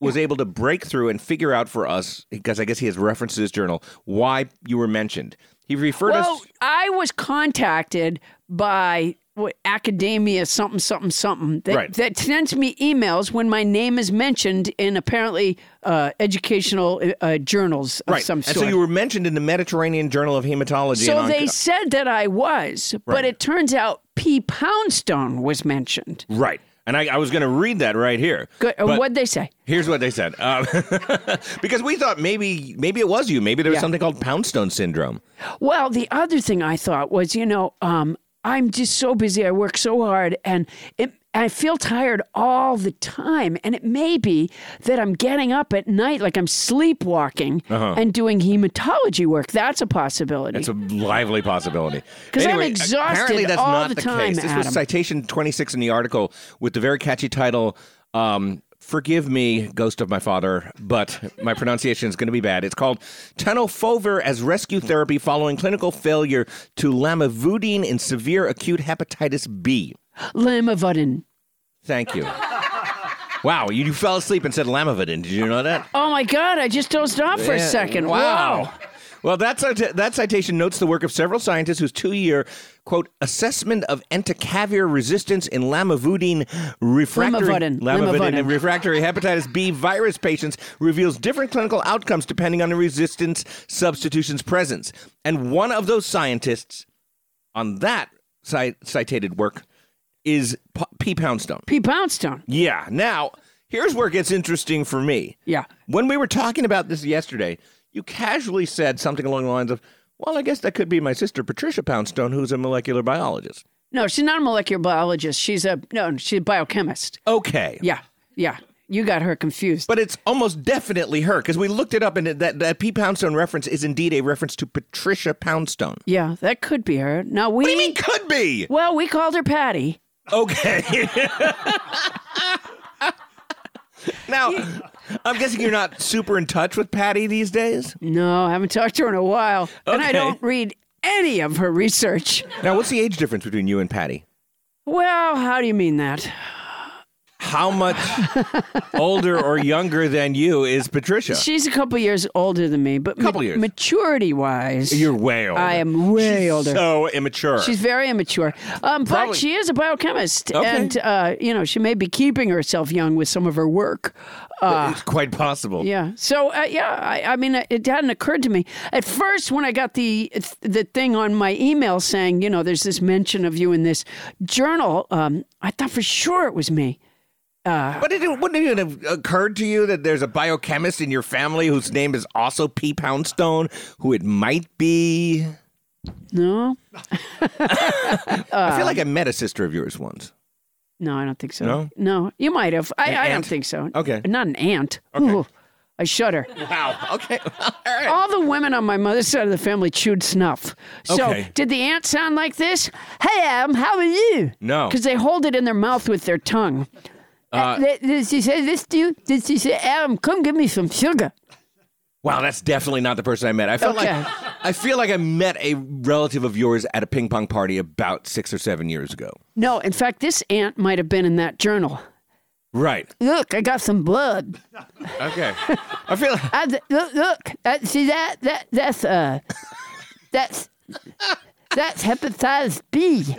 Speaker 3: was able to break through and figure out for us, because I guess he has referenced to this journal, why you were mentioned. He referred
Speaker 1: Well,
Speaker 3: us.
Speaker 1: I was contacted by what, academia something something something that,
Speaker 3: Right.
Speaker 1: that sends me emails when my name is mentioned in apparently uh, educational uh, journals of
Speaker 3: Right.
Speaker 1: some
Speaker 3: and
Speaker 1: sort.
Speaker 3: so you were mentioned in the Mediterranean Journal of Hematology.
Speaker 1: So
Speaker 3: and
Speaker 1: they
Speaker 3: Onco-
Speaker 1: said that I was, but
Speaker 3: Right.
Speaker 1: it turns out P. Poundstone was mentioned.
Speaker 3: Right. And I, I was going to read that right here.
Speaker 1: Good. uh,
Speaker 3: But
Speaker 1: What'd they say?
Speaker 3: Here's what they said. Uh, because we thought maybe maybe it was you. Maybe there was
Speaker 1: Yeah.
Speaker 3: something called Poundstone syndrome.
Speaker 1: Well, the other thing I thought was, you know, um, I'm just so busy. I work so hard, and it, I feel tired all the time. And it may be that I'm getting up at night, like I'm sleepwalking, and doing hematology work. That's a possibility.
Speaker 3: It's Uh-huh. a lively possibility.
Speaker 1: 'Cause I'm exhausted
Speaker 3: apparently that's
Speaker 1: all
Speaker 3: not
Speaker 1: the
Speaker 3: the,
Speaker 1: time,
Speaker 3: case. This was
Speaker 1: Adam.
Speaker 3: citation 26 in the article with the very catchy title. Um, Forgive me, ghost of my father, but my pronunciation is going to be bad. It's called Tenofovir as rescue therapy following clinical failure to lamivudine in severe acute hepatitis B.
Speaker 1: Lamivudin.
Speaker 3: Thank you. wow, you, you fell asleep and said lamivudine. Did you know that?
Speaker 1: Oh my God! I just dozed off for a
Speaker 3: Yeah,
Speaker 1: second. Wow.
Speaker 3: Wow. Well, that, cita- that citation notes the work of several scientists whose two year, quote, assessment of entecavir resistance in lamivudine refractory,
Speaker 1: Lamivudin.
Speaker 3: lamivudin
Speaker 1: Lamivudin.
Speaker 3: and refractory hepatitis B virus patients reveals different clinical outcomes depending on the resistance substitution's presence. And one of those scientists on that ci- cited work is P. P. Poundstone.
Speaker 1: P. Poundstone.
Speaker 3: Yeah. Now, here's where it gets interesting for me.
Speaker 1: Yeah.
Speaker 3: When we were talking about this yesterday, you casually said something along the lines of, well, I guess that could be my sister, Patricia Poundstone, who's a molecular biologist.
Speaker 1: No, she's not a molecular biologist. She's a no. She's a biochemist.
Speaker 3: Okay.
Speaker 1: Yeah. Yeah. You got her confused.
Speaker 3: But it's almost definitely her because we looked it up, and it- that, that P. Poundstone reference is indeed a reference to Patricia Poundstone.
Speaker 1: Yeah, that could be her. Now we
Speaker 3: What do you mean could be?
Speaker 1: well, we called her Patty.
Speaker 3: Okay. now, I'm guessing you're not super in touch with Patty these days.
Speaker 1: No, I haven't talked to her in a while, and I
Speaker 3: Okay.
Speaker 1: don't read any of her research.
Speaker 3: Now, what's the age difference between you and Patty?
Speaker 1: Well, how do you mean that?
Speaker 3: how much older or younger than you is Patricia?
Speaker 1: She's a couple years older than me, but
Speaker 3: Couple years.
Speaker 1: maturity wise,
Speaker 3: You're way older.
Speaker 1: I am way older.
Speaker 3: So immature.
Speaker 1: She's very immature, um, but
Speaker 3: Probably-
Speaker 1: she is a biochemist,
Speaker 3: Okay.
Speaker 1: and uh, you know she may be keeping herself young with some of her work.
Speaker 3: it's quite possible.
Speaker 1: Ah. Yeah. So uh, yeah, I, I mean, it hadn't occurred to me at first when I got the the thing on my email saying, you know, there's this mention of you in this journal. Um, I thought for sure it was me.
Speaker 3: But it wouldn't it even have occurred to you that there's a biochemist in your family whose name is also P. Poundstone, who it might be.
Speaker 1: No,
Speaker 3: I
Speaker 1: Uh.
Speaker 3: feel like I met a sister of yours once.
Speaker 1: no, I don't think so.
Speaker 3: No?
Speaker 1: you might have. I, I don't
Speaker 3: aunt?
Speaker 1: think so.
Speaker 3: Okay.
Speaker 1: Not an aunt. Ooh, I shudder.
Speaker 3: Wow. Okay. All right.
Speaker 1: All the women on my mother's side of the family chewed snuff. So
Speaker 3: Okay.
Speaker 1: did the aunt sound like this? Hey, Adam, how are you?
Speaker 3: No.
Speaker 1: Because they hold it in their mouth with their tongue. Uh, th- did she say this to you? Did she say, Adam, come give me some sugar?
Speaker 3: Wow, that's definitely not the person I met. I felt
Speaker 1: Okay.
Speaker 3: like I feel like I met a relative of yours at a ping pong party about six or seven years ago.
Speaker 1: No, in fact, this aunt might have been in that journal.
Speaker 3: Right.
Speaker 1: Look, I got some blood.
Speaker 3: Okay. I feel like
Speaker 1: I, th- look, look, uh, see that? That that's uh, that's that's hepatitis B.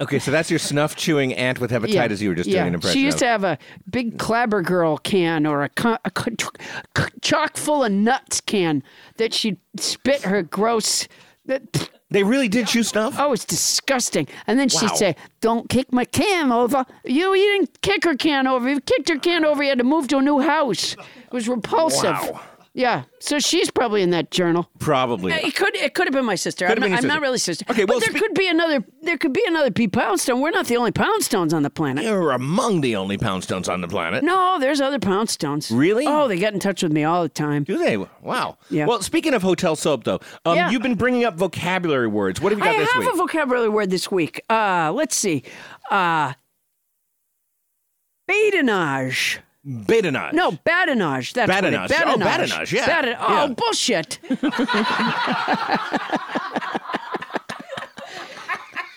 Speaker 3: Okay, so that's your snuff chewing aunt with hepatitis you were just doing an impression
Speaker 1: She used
Speaker 3: of.
Speaker 1: to have a big Clabber Girl can or a, co- a co- tr- c- chock full of nuts can that she'd spit her gross. That,
Speaker 3: they really did chew snuff?
Speaker 1: oh, it's disgusting. And then she'd
Speaker 3: Wow.
Speaker 1: say, Don't kick my can over. You, you didn't kick her can over. You kicked her can over. You had to move to a new house. It was repulsive.
Speaker 3: Wow.
Speaker 1: Yeah. So she's probably in that journal.
Speaker 3: Probably.
Speaker 1: Uh, It could it could have been my sister.
Speaker 3: Could have
Speaker 1: I'm, not,
Speaker 3: been your
Speaker 1: I'm
Speaker 3: sister.
Speaker 1: not really sister.
Speaker 3: Okay, well,
Speaker 1: but there
Speaker 3: spe-
Speaker 1: could be another there could be another P Poundstone. We're not the only Poundstones on the planet.
Speaker 3: You're among the only Poundstones on the planet.
Speaker 1: No, there's other Poundstones.
Speaker 3: Really?
Speaker 1: Oh, they get in touch with me all the time.
Speaker 3: Do they? Wow.
Speaker 1: Yeah.
Speaker 3: Well, speaking of hotel soap, though, um,
Speaker 1: Yeah.
Speaker 3: you've been bringing up vocabulary words. What have you
Speaker 1: I
Speaker 3: got this
Speaker 1: have
Speaker 3: week?
Speaker 1: a vocabulary word this week. Uh, let's see. Uh Badinage.
Speaker 3: Badinage.
Speaker 1: No, badinage. That's what it-
Speaker 3: Badinage. Oh, badinage, yeah.
Speaker 1: Badin-
Speaker 3: Yeah.
Speaker 1: Oh, bullshit.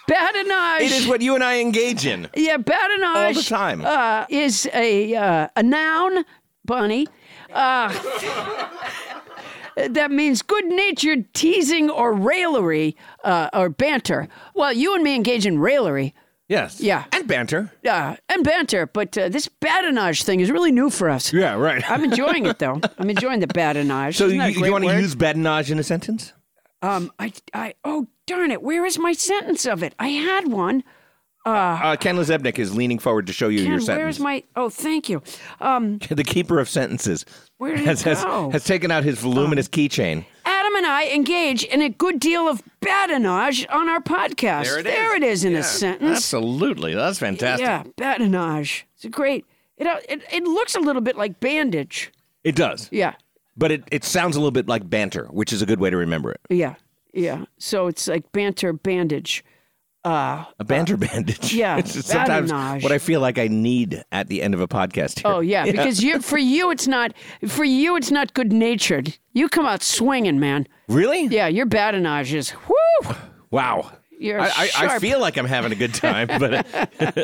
Speaker 1: badinage.
Speaker 3: It is what you and I engage in.
Speaker 1: Yeah, badinage.
Speaker 3: All the time.
Speaker 1: Uh, is a uh, a noun, Bunny. Uh, that means good-natured teasing or raillery uh, or banter. Well, you and me engage in raillery.
Speaker 3: Yes.
Speaker 1: Yeah.
Speaker 3: And banter.
Speaker 1: Uh, and banter, but uh, this badinage thing is really new for us.
Speaker 3: Yeah, right.
Speaker 1: I'm enjoying it though. I'm enjoying the badinage.
Speaker 3: So
Speaker 1: Isn't
Speaker 3: you,
Speaker 1: that a
Speaker 3: you
Speaker 1: great
Speaker 3: want to
Speaker 1: word?
Speaker 3: use badinage in a sentence?
Speaker 1: Um, I, I, oh darn it! Where is my sentence of it? I had one.
Speaker 3: Uh, Ken Lezebnik is leaning forward to show you your
Speaker 1: Ah. Ken,
Speaker 3: sentence.
Speaker 1: where is my? Oh, thank you. Um,
Speaker 3: the keeper of sentences
Speaker 1: Where did it
Speaker 3: has, has,
Speaker 1: go?
Speaker 3: has taken out his voluminous keychain.
Speaker 1: Adam and I engage in a good deal of badinage on our podcast. There
Speaker 3: it
Speaker 1: it is in a sentence.
Speaker 3: Absolutely. That's fantastic.
Speaker 1: Yeah, badinage. It's a great. It, uh, it it looks a little bit like bandage.
Speaker 3: It does.
Speaker 1: Yeah,
Speaker 3: But it, it sounds a little bit like banter, which is a good way to remember it.
Speaker 1: yeah, yeah. So it's like banter bandage.
Speaker 3: A banter bandage.
Speaker 1: yeah,
Speaker 3: It's just sometimes
Speaker 1: badinage.
Speaker 3: what I feel like I need at the end of a podcast here.
Speaker 1: Oh yeah, because you for you it's not for you it's not good natured. You come out swinging, man.
Speaker 3: Really?
Speaker 1: Yeah, your badinage is whoo.
Speaker 3: Wow.
Speaker 1: You're
Speaker 3: I, I, I
Speaker 1: sharp.
Speaker 3: feel like I'm having a good time, but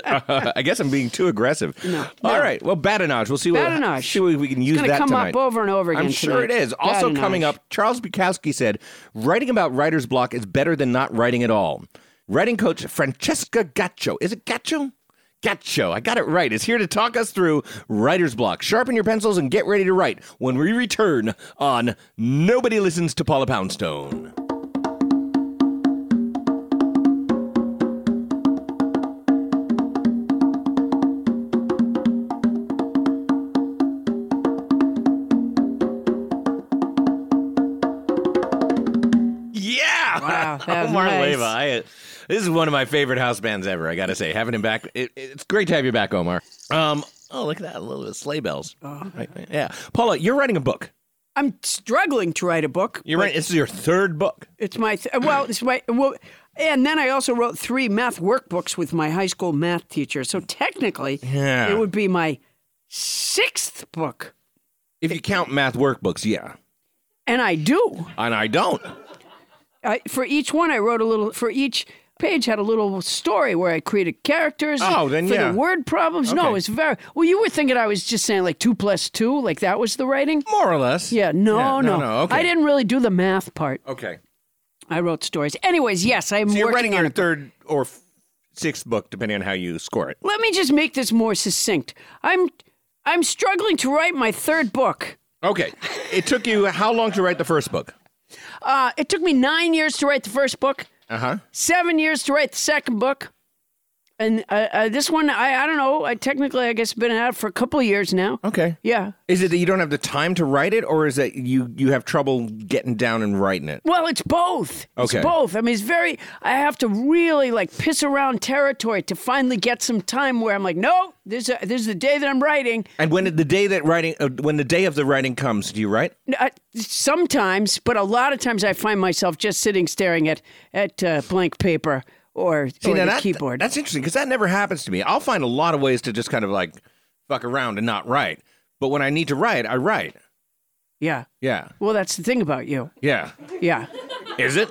Speaker 3: uh, I guess I'm being too aggressive. All right. Well, badinage. We'll see what
Speaker 1: Badinage.
Speaker 3: see what we can use
Speaker 1: It's gonna
Speaker 3: that
Speaker 1: come
Speaker 3: tonight.
Speaker 1: up over and over again.
Speaker 3: I'm sure it
Speaker 1: tonight.
Speaker 3: is. Also
Speaker 1: Badinage.
Speaker 3: coming up, Charles Bukowski said, "Writing about writer's block is better than not writing at all." Writing coach Francesca Gaccio. Is it Gaccio? Gaccio, I got it right, is here to talk us through writer's block. Sharpen your pencils and get ready to write when we return on Nobody Listens to Paula Poundstone. Yeah.
Speaker 1: Wow, that was
Speaker 3: Omar
Speaker 1: nice.
Speaker 3: Leyva. I, uh, this is one of my favorite house bands ever, I got to say. Having him back, it, it's great to have you back, Omar. Um, oh, look at that. A little bit of sleigh bells.
Speaker 1: Oh.
Speaker 3: Right, right, yeah. Paula, you're writing a book.
Speaker 1: I'm struggling to write a book.
Speaker 3: You're right. This is your third book.
Speaker 1: It's my th- well, it's my well, and then I also wrote three math workbooks with my high school math teacher. So technically,
Speaker 3: Yeah.
Speaker 1: it would be my sixth book,
Speaker 3: If you count math workbooks, yeah.
Speaker 1: and I do.
Speaker 3: And I don't.
Speaker 1: I, for each one, I wrote a little. For each page, had a little story where I created characters.
Speaker 3: Oh, then
Speaker 1: for
Speaker 3: yeah.
Speaker 1: the word problems. No,
Speaker 3: Okay.
Speaker 1: it's very well. You were thinking I was just saying like two plus two, like that was the writing.
Speaker 3: More or less.
Speaker 1: Yeah, no,
Speaker 3: Yeah,
Speaker 1: no,
Speaker 3: okay.
Speaker 1: I didn't really do the math part.
Speaker 3: Okay.
Speaker 1: I wrote stories. Anyways, yes, I'm
Speaker 3: So you're
Speaker 1: working
Speaker 3: writing
Speaker 1: on
Speaker 3: your
Speaker 1: a
Speaker 3: third or f- sixth book, depending on how you score it.
Speaker 1: Let me just make this more succinct. I'm I'm struggling to write my third book.
Speaker 3: Okay. it took you how long to write the first book?
Speaker 1: Uh, it took me nine years to write the first book,
Speaker 3: Uh huh.
Speaker 1: seven years to write the second book, and uh, uh, this one I I don't know. I technically I guess been out for a couple of years now.
Speaker 3: Okay.
Speaker 1: Yeah.
Speaker 3: Is it that you don't have the time to write it, or is that you you have trouble getting down and writing it?
Speaker 1: Well, it's both.
Speaker 3: Okay.
Speaker 1: It's both. I mean, it's very. I have to really like piss around territory to finally get some time where I'm like, no, this is, this is the day that I'm writing.
Speaker 3: And when the day that writing, uh, when the day of the writing comes, do you write?
Speaker 1: Uh, sometimes, but a lot of times I find myself just sitting staring at at uh, blank paper or, or
Speaker 3: now
Speaker 1: the
Speaker 3: that-
Speaker 1: keyboard.
Speaker 3: That's interesting because that never happens to me. I'll find a lot of ways to just kind of like fuck around and not write. But when I need to write, I write.
Speaker 1: yeah.
Speaker 3: Yeah,
Speaker 1: Well, that's the thing about you.
Speaker 3: yeah.
Speaker 1: Yeah.
Speaker 3: Is it?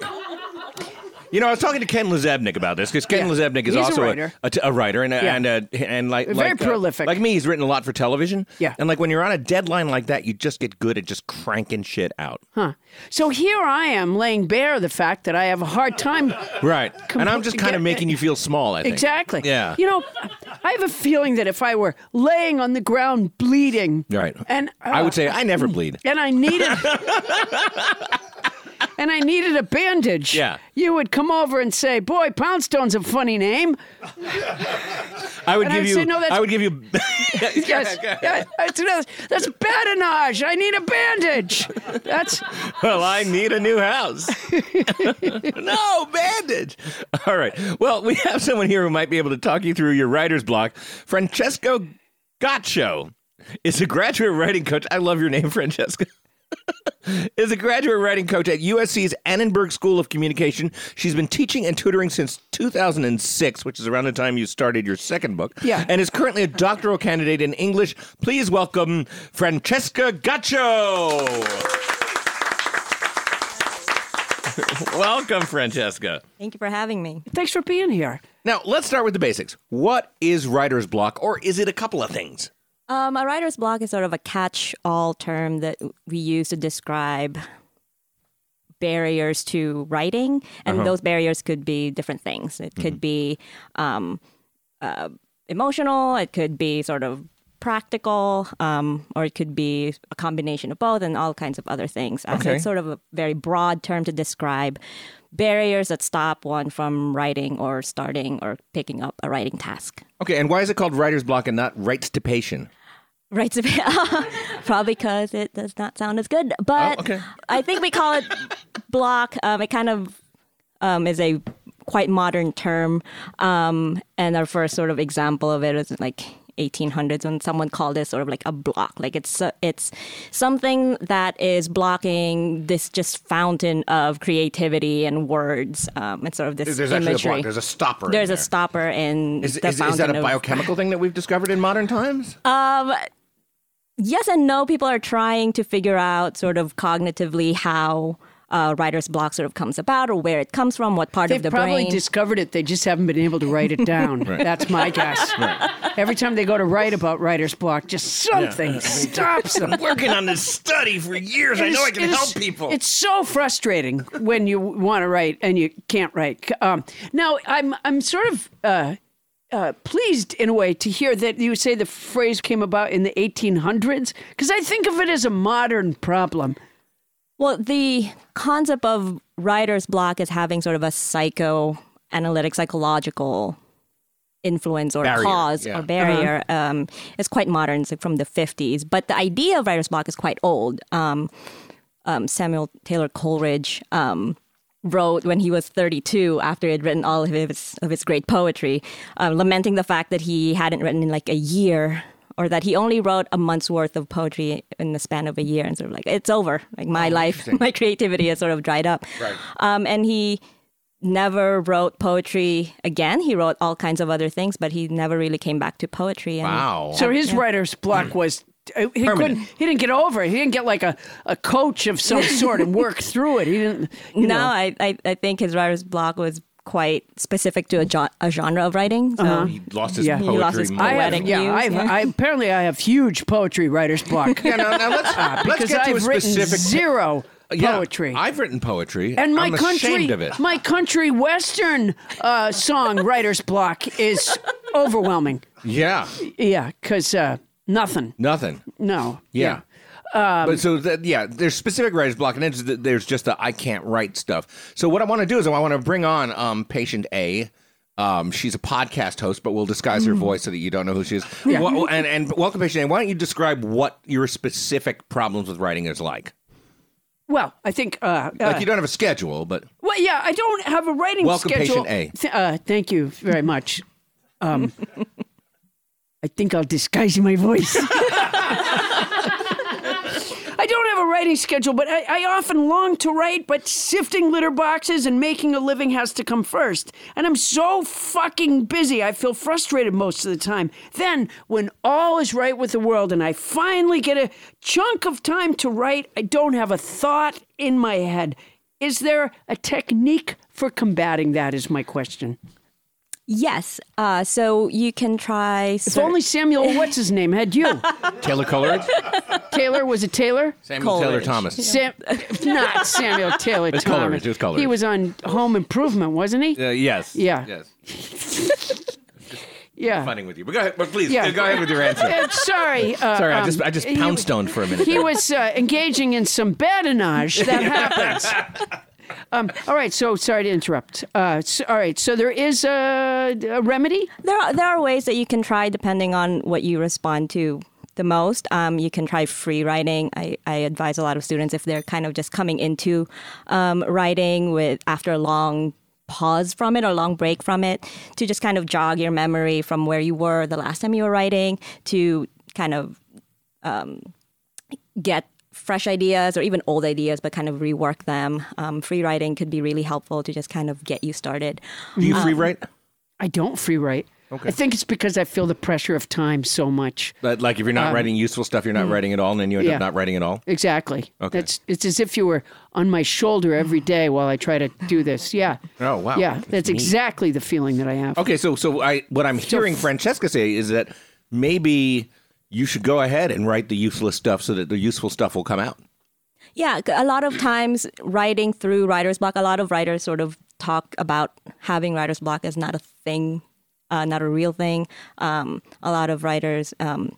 Speaker 3: You know, I was talking to Ken Lezebnik about this because Ken
Speaker 1: Yeah.
Speaker 3: Lezebnik is
Speaker 1: He's a
Speaker 3: also
Speaker 1: writer.
Speaker 3: a, t- a writer and a,
Speaker 1: Yeah.
Speaker 3: and, a, and like
Speaker 1: Very
Speaker 3: like, uh,
Speaker 1: prolific.
Speaker 3: like me, he's written a lot for television.
Speaker 1: Yeah.
Speaker 3: and like when you're on a deadline like that, you just get good at just cranking shit out.
Speaker 1: Huh. So here I am laying bare the fact that I have a hard time.
Speaker 3: Right, and I'm
Speaker 1: Compo-
Speaker 3: just kind
Speaker 1: get-
Speaker 3: of making you feel small. I think
Speaker 1: Exactly.
Speaker 3: Yeah.
Speaker 1: You know, I have a feeling that if I were laying on the ground bleeding,
Speaker 3: Right.
Speaker 1: and uh,
Speaker 3: I would say I never bleed.
Speaker 1: and I needed, and I needed a bandage,
Speaker 3: Yeah.
Speaker 1: you would come over and say, "Boy, Poundstone's a funny name."
Speaker 3: I would
Speaker 1: And I
Speaker 3: give
Speaker 1: would
Speaker 3: you.
Speaker 1: say, "No, that's-
Speaker 3: I would give you.
Speaker 1: Yes, yes. That's, another- that's badinage. I need a bandage. That's
Speaker 3: well, I need a new house. no, bandage. All right. Well, we have someone here who might be able to talk you through your writer's block. Francesco Gaccio is a graduate writing coach. I love your name, Francesco. is a graduate writing coach at USC's Annenberg School of Communication. She's been teaching and tutoring since 2006, which is around the time you started your second book.
Speaker 1: Yeah.
Speaker 3: And is currently a doctoral candidate in English. Please welcome Francesca Gaccio. Welcome, Francesca.
Speaker 7: Thank you for having me.
Speaker 1: thanks for being here.
Speaker 3: Now, let's start with the basics. What is writer's block, or is it a couple of things?
Speaker 7: Um, a writer's block is sort of a catch all term that we use to describe barriers to writing. And those barriers could be different things. It could be um, uh, emotional, it could be sort of practical, um, or it could be a combination of both and all kinds of other things. Uh, So
Speaker 3: Okay.
Speaker 7: it's sort of a very broad term to describe barriers that stop one from writing or starting or picking up a writing task.
Speaker 3: Okay, and why is it called writer's block and not rights to patient?
Speaker 7: Right, to be- probably because it does not sound as good. But
Speaker 3: Oh, okay.
Speaker 7: I think we call it block. Um, it kind of um, is a quite modern term, um, and our first sort of example of it is like 1800s when someone called it sort of like a block. Like it's so- it's something that is blocking this just fountain of creativity and words. Um, it's sort of this
Speaker 3: There's actually
Speaker 7: imagery.
Speaker 3: a block. There's a stopper. in
Speaker 7: There's a
Speaker 3: there.
Speaker 7: stopper in
Speaker 3: Is,
Speaker 7: the
Speaker 3: is,
Speaker 7: fountain
Speaker 3: is that a
Speaker 7: of-
Speaker 3: biochemical thing that we've discovered in modern times?
Speaker 7: yes and no people are trying to figure out sort of cognitively how uh, writer's block sort of comes about or where it comes from what part
Speaker 1: They've
Speaker 7: of the
Speaker 1: probably
Speaker 7: brain
Speaker 1: discovered it. They just haven't been able to write it down. That's my guess. Every time they go to write about writer's block, just something stops them.
Speaker 3: Working on this study for years. I
Speaker 1: It
Speaker 3: know
Speaker 1: is-
Speaker 3: I can
Speaker 1: it is-
Speaker 3: help people.
Speaker 1: It's so frustrating when you want to write and you can't write. Um, now, I'm I'm sort of uh, uh, pleased in a way to hear that you say the phrase came about in the 1800s because I think of it as a modern problem.
Speaker 7: well the concept of writer's block is having sort of a psychoanalytic psychological influence or
Speaker 3: Barrier,
Speaker 7: cause
Speaker 3: yeah.
Speaker 7: or barrier
Speaker 1: Uh-huh.
Speaker 7: um, is quite modern it's like from the 50s but the idea of writer's block is quite old um, um, Samuel Taylor Coleridge um, wrote when he was 32 after he had written all of his of his great poetry, uh, lamenting the fact that he hadn't written in like a year. Or that he only wrote a month's worth of poetry in the span of a year, and sort of like it's over. Like my life, my creativity has sort of dried up. Right. Um, and he never wrote poetry again. He wrote all kinds of other things, but he never really came back to poetry. And
Speaker 4: Wow.
Speaker 1: So his writer's
Speaker 3: Mm.
Speaker 1: block was. uh, He couldn't. He didn't get over it. He didn't get like a, a coach of some sort and work through it. He didn't. You
Speaker 7: no,
Speaker 1: know.
Speaker 7: I, I I think his writer's block was quite specific to a, jo- a genre of writing. So
Speaker 3: he lost his
Speaker 1: Yeah. He
Speaker 3: poetry.
Speaker 7: lost his
Speaker 3: moment.
Speaker 1: have-
Speaker 7: poetic
Speaker 1: yeah,
Speaker 7: views,
Speaker 1: I've,
Speaker 7: yeah.
Speaker 1: I apparently I have huge poetry writer's block.
Speaker 4: Yeah, now, now let's, let's
Speaker 1: Uh, because
Speaker 4: get to
Speaker 1: I've
Speaker 4: a
Speaker 1: written
Speaker 4: specific uh,
Speaker 1: zero
Speaker 4: Yeah,
Speaker 1: poetry.
Speaker 4: I've written poetry.
Speaker 1: and my
Speaker 4: I'm
Speaker 1: country,
Speaker 4: ashamed of it.
Speaker 1: my country western uh, song writer's block is overwhelming.
Speaker 4: yeah,
Speaker 1: Yeah, because uh, nothing.
Speaker 4: nothing.
Speaker 1: No.
Speaker 4: Yeah.
Speaker 1: Um,
Speaker 4: but so that, yeah, there's specific writer's block, and then there's the- there's just the I can't write stuff. So what I want to do is I want to bring on um, patient A. Um, she's a podcast host, but we'll disguise
Speaker 1: Mm.
Speaker 4: her voice so that you don't know who she is. Wha- and, and welcome, patient A. Why don't you describe what your specific problems with writing is like?
Speaker 1: Well, I think. Uh,
Speaker 4: Like
Speaker 1: uh,
Speaker 4: you don't have a schedule, but
Speaker 1: well, yeah, I don't have a writing
Speaker 4: Welcome,
Speaker 1: schedule.
Speaker 4: patient A.
Speaker 1: Th- uh, thank you very much. Um, I think I'll disguise my voice. I don't have a writing schedule, but I, I often long to write, but sifting litter boxes and making a living has to come first. And I'm so fucking busy, I feel frustrated most of the time. Then, when all is right with the world and I finally get a chunk of time to write, I don't have a thought in my head. Is there a technique for combating that? Is my question.
Speaker 7: yes, uh, so you can try.
Speaker 1: If only Samuel, what's his name, had you.
Speaker 4: Taylor Coleridge,
Speaker 1: Taylor, was it Taylor?
Speaker 4: Samuel Taylor Thomas.
Speaker 1: Sam, not Samuel Taylor
Speaker 4: It's
Speaker 1: Thomas.
Speaker 4: Coleridge, it's Coleridge.
Speaker 1: He was on Home Improvement, wasn't he?
Speaker 4: Uh, yes.
Speaker 1: Yeah.
Speaker 4: Yes.
Speaker 1: Yeah.
Speaker 4: Fighting with you, but go ahead. But please,
Speaker 1: Yeah.
Speaker 4: go ahead with your answer.
Speaker 1: Uh, sorry. Uh,
Speaker 4: Sorry, I
Speaker 1: um,
Speaker 4: just I just
Speaker 1: he-
Speaker 4: pound stoned for a minute.
Speaker 1: He
Speaker 4: there.
Speaker 1: was uh, engaging in some badinage that happens. Um, all right. So sorry to interrupt. Uh, so, all right. So there is a, a remedy.
Speaker 7: There are, there are ways that you can try depending on what you respond to the most. Um, you can try free writing. I, I advise a lot of students if they're kind of just coming into um, writing with after a long pause from it or long break from it to just kind of jog your memory from where you were the last time you were writing to kind of um, get fresh ideas or even old ideas but kind of rework them um, free writing could be really helpful to just kind of get you started
Speaker 3: Do you free write?
Speaker 1: I don't free write. Okay. I think it's because I feel the pressure of time so much.
Speaker 3: But like, if you're not writing useful stuff, you're not writing at all, and then you
Speaker 1: Um,
Speaker 3: end
Speaker 1: mm. yeah.
Speaker 3: up not writing at all.
Speaker 1: Exactly. Okay. That's it's as if you were on my shoulder every day while I try to do this. Yeah.
Speaker 3: Oh, wow.
Speaker 1: Yeah,
Speaker 3: That's
Speaker 1: that's, exactly the feeling that I have.
Speaker 3: Okay, so so I what I'm hearing Francesca say is that maybe you should go ahead and write the useless stuff so that the useful stuff will come out.
Speaker 7: Yeah, c- a lot of times writing through writer's block, a lot of writers sort of talk about having writer's block as not a thing, uh, not a real thing. Um, a lot of writers um,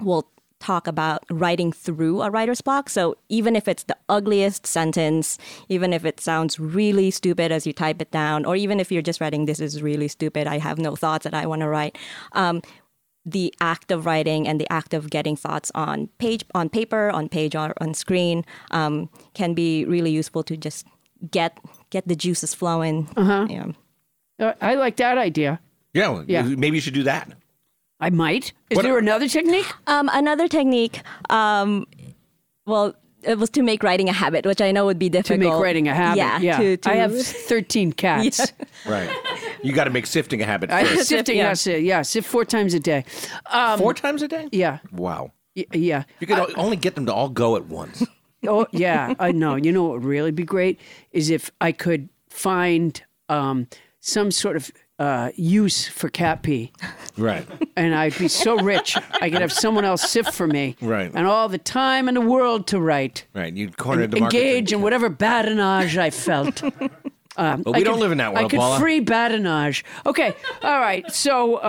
Speaker 7: will talk about writing through a writer's block. So even if it's the ugliest sentence, even if it sounds really stupid as you type it down, or even if you're just writing, this is really stupid, I have no thoughts that I want to write. Um, the act of writing and the act of getting thoughts on page on paper on page or on screen um, can be really useful to just get get the juices flowing
Speaker 1: Uh-huh.
Speaker 7: yeah.
Speaker 1: Uh, I like that idea.
Speaker 3: Yeah, well,
Speaker 1: Yeah.
Speaker 3: maybe you should do that.
Speaker 1: I might. Is there another technique?
Speaker 7: um, another technique um, well it was to make writing a habit which i know would be
Speaker 1: To
Speaker 7: difficult
Speaker 1: make writing a habit.
Speaker 7: yeah, to- to-
Speaker 1: I have 13 cats.
Speaker 3: Right. you got to make sifting a habit
Speaker 1: I
Speaker 3: first.
Speaker 1: sifting
Speaker 7: yeah.
Speaker 1: acid. Yeah, sift four times a day. Um,
Speaker 3: Four times a day?
Speaker 1: yeah,
Speaker 3: Wow.
Speaker 1: y- yeah.
Speaker 3: You could only get them to all go at once.
Speaker 1: Oh, yeah. I know. You know what would really be great is if I could find um, some sort of uh, use for cat pee,
Speaker 3: right.
Speaker 1: and I'd be so rich. I could have someone else sift for me,
Speaker 3: Right.
Speaker 1: And all the time in the world to write,
Speaker 3: Right. You cornered the market.
Speaker 1: engage in whatever badinage I felt. Um,
Speaker 3: But we
Speaker 1: I
Speaker 3: don't
Speaker 1: could-
Speaker 3: live in
Speaker 1: I
Speaker 3: that world,
Speaker 1: could
Speaker 3: Paula.
Speaker 1: free badinage. Okay. All right. So. uh,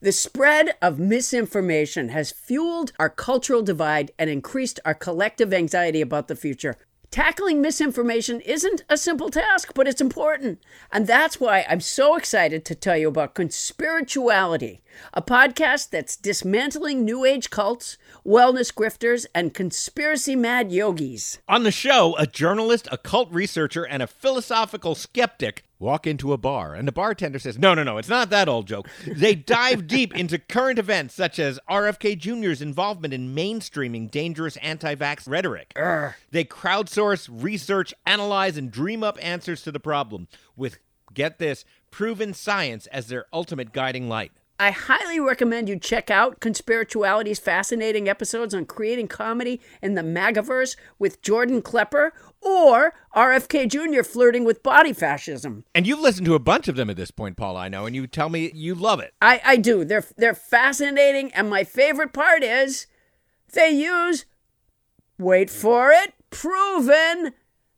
Speaker 1: The spread of misinformation has fueled our cultural divide and increased our collective anxiety about the future. Tackling misinformation isn't a simple task, but it's important. And that's why I'm so excited to tell you about Conspirituality, a podcast that's dismantling New Age cults, wellness grifters, and conspiracy mad yogis.
Speaker 4: On the show, a journalist, a cult researcher, and a philosophical skeptic walk into a bar, and the bartender says, No, no, no, it's not that old joke. They dive deep into current events such as RFK Jr.'s involvement in mainstreaming dangerous anti vax rhetoric. They crowdsource, research, analyze, and dream up answers to the problem with, get this, proven science as their ultimate guiding light.
Speaker 1: I highly recommend you check out Conspirituality's fascinating episodes on creating comedy in the MAGAverse with Jordan Klepper or RFK Jr. flirting with body fascism.
Speaker 4: And you've listened to a bunch of them at this point, Paul, I know, and you tell me you love it.
Speaker 1: I, I do. They're they're fascinating, and my favorite part is they use wait for it proven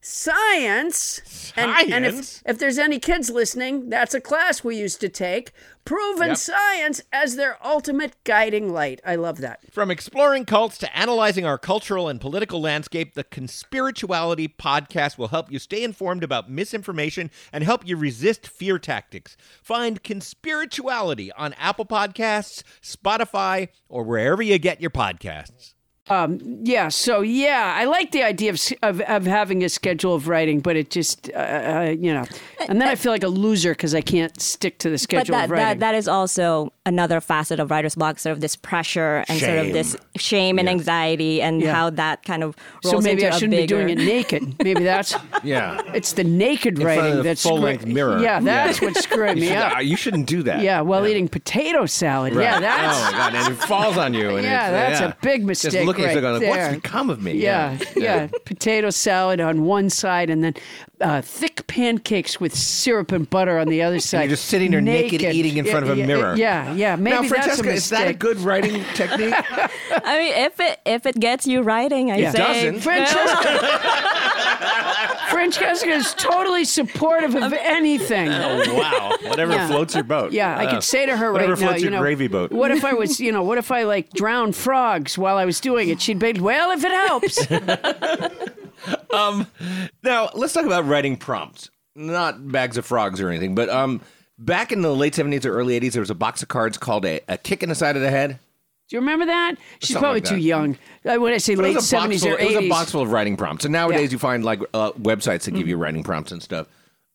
Speaker 1: Science. And, and if, if there's any kids listening, that's a class we used to take. Proven
Speaker 4: Yep.
Speaker 1: science as their ultimate guiding light. I love that.
Speaker 4: From exploring cults to analyzing our cultural and political landscape, the Conspirituality podcast will help you stay informed about misinformation and help you resist fear tactics. Find Conspirituality on Apple Podcasts, Spotify, or wherever you get your podcasts.
Speaker 1: Um, yeah. So yeah, I like the idea of of, of having a schedule of writing, but it just uh, uh, you know, and then I feel like a loser because I can't stick to the schedule
Speaker 7: but that,
Speaker 1: of writing.
Speaker 7: that that is also another facet of writer's block, sort of this pressure and sort of this shame and anxiety, and
Speaker 1: Yeah.
Speaker 7: how that kind of rolls
Speaker 1: so maybe
Speaker 7: into
Speaker 1: I
Speaker 7: a
Speaker 1: shouldn't be doing it
Speaker 7: bigger-
Speaker 1: naked. Maybe that's
Speaker 3: Yeah.
Speaker 1: It's the naked
Speaker 3: In front
Speaker 1: writing
Speaker 3: of the
Speaker 1: that's
Speaker 3: full-length
Speaker 1: screw-
Speaker 3: mirror.
Speaker 1: Yeah,
Speaker 3: Yeah.
Speaker 1: that's what's screwing
Speaker 3: You
Speaker 1: me
Speaker 3: should-
Speaker 1: up.
Speaker 3: uh, You shouldn't do that.
Speaker 1: Yeah, while eating potato salad.
Speaker 3: Right.
Speaker 1: Yeah, that's
Speaker 3: Oh my god, and it falls on you. And
Speaker 1: Yeah,
Speaker 3: it's-
Speaker 1: that's a big
Speaker 3: Just
Speaker 1: mistake
Speaker 3: looking at
Speaker 1: right
Speaker 3: it, going,
Speaker 1: there.
Speaker 3: what's become of me?
Speaker 1: Yeah, yeah. Potato salad on one side, and then uh, thick pancakes with syrup and butter on the other side.
Speaker 3: you're just sitting there naked eating in
Speaker 1: Yeah,
Speaker 3: front of a
Speaker 1: yeah,
Speaker 3: mirror.
Speaker 1: Yeah, yeah. Maybe
Speaker 3: now,
Speaker 1: that's
Speaker 3: Francesca,
Speaker 1: a mistake.
Speaker 3: is that a good writing technique?
Speaker 7: I mean, if it if it gets you writing, I
Speaker 1: Yeah.
Speaker 7: say
Speaker 1: Doesn't. Francesca is totally supportive of anything.
Speaker 3: oh wow, whatever
Speaker 1: Yeah.
Speaker 3: floats your boat.
Speaker 1: Yeah, I
Speaker 3: Uh,
Speaker 1: could say to her
Speaker 3: whatever
Speaker 1: right now,
Speaker 3: floats
Speaker 1: you
Speaker 3: your
Speaker 1: know,
Speaker 3: gravy boat.
Speaker 1: what if I was, you know, what if I like drowned frogs while I was doing it? She'd be, well, if it helps.
Speaker 3: um, now let's talk about writing prompts, not bags of frogs or anything, but um, back in the late seventies or early eighties, there was a box of cards called a, a kick in the side of the head.
Speaker 1: Do you remember that? She's
Speaker 3: Something
Speaker 1: probably
Speaker 3: like
Speaker 1: too
Speaker 3: that.
Speaker 1: young. Uh, When I say
Speaker 3: But it
Speaker 1: late
Speaker 3: was a box
Speaker 1: seventies
Speaker 3: full-
Speaker 1: or
Speaker 3: It was a
Speaker 1: eighties,
Speaker 3: box full of writing prompts, and nowadays
Speaker 1: Yeah. Mm-hmm.
Speaker 3: you find like uh, websites that give you writing prompts and stuff.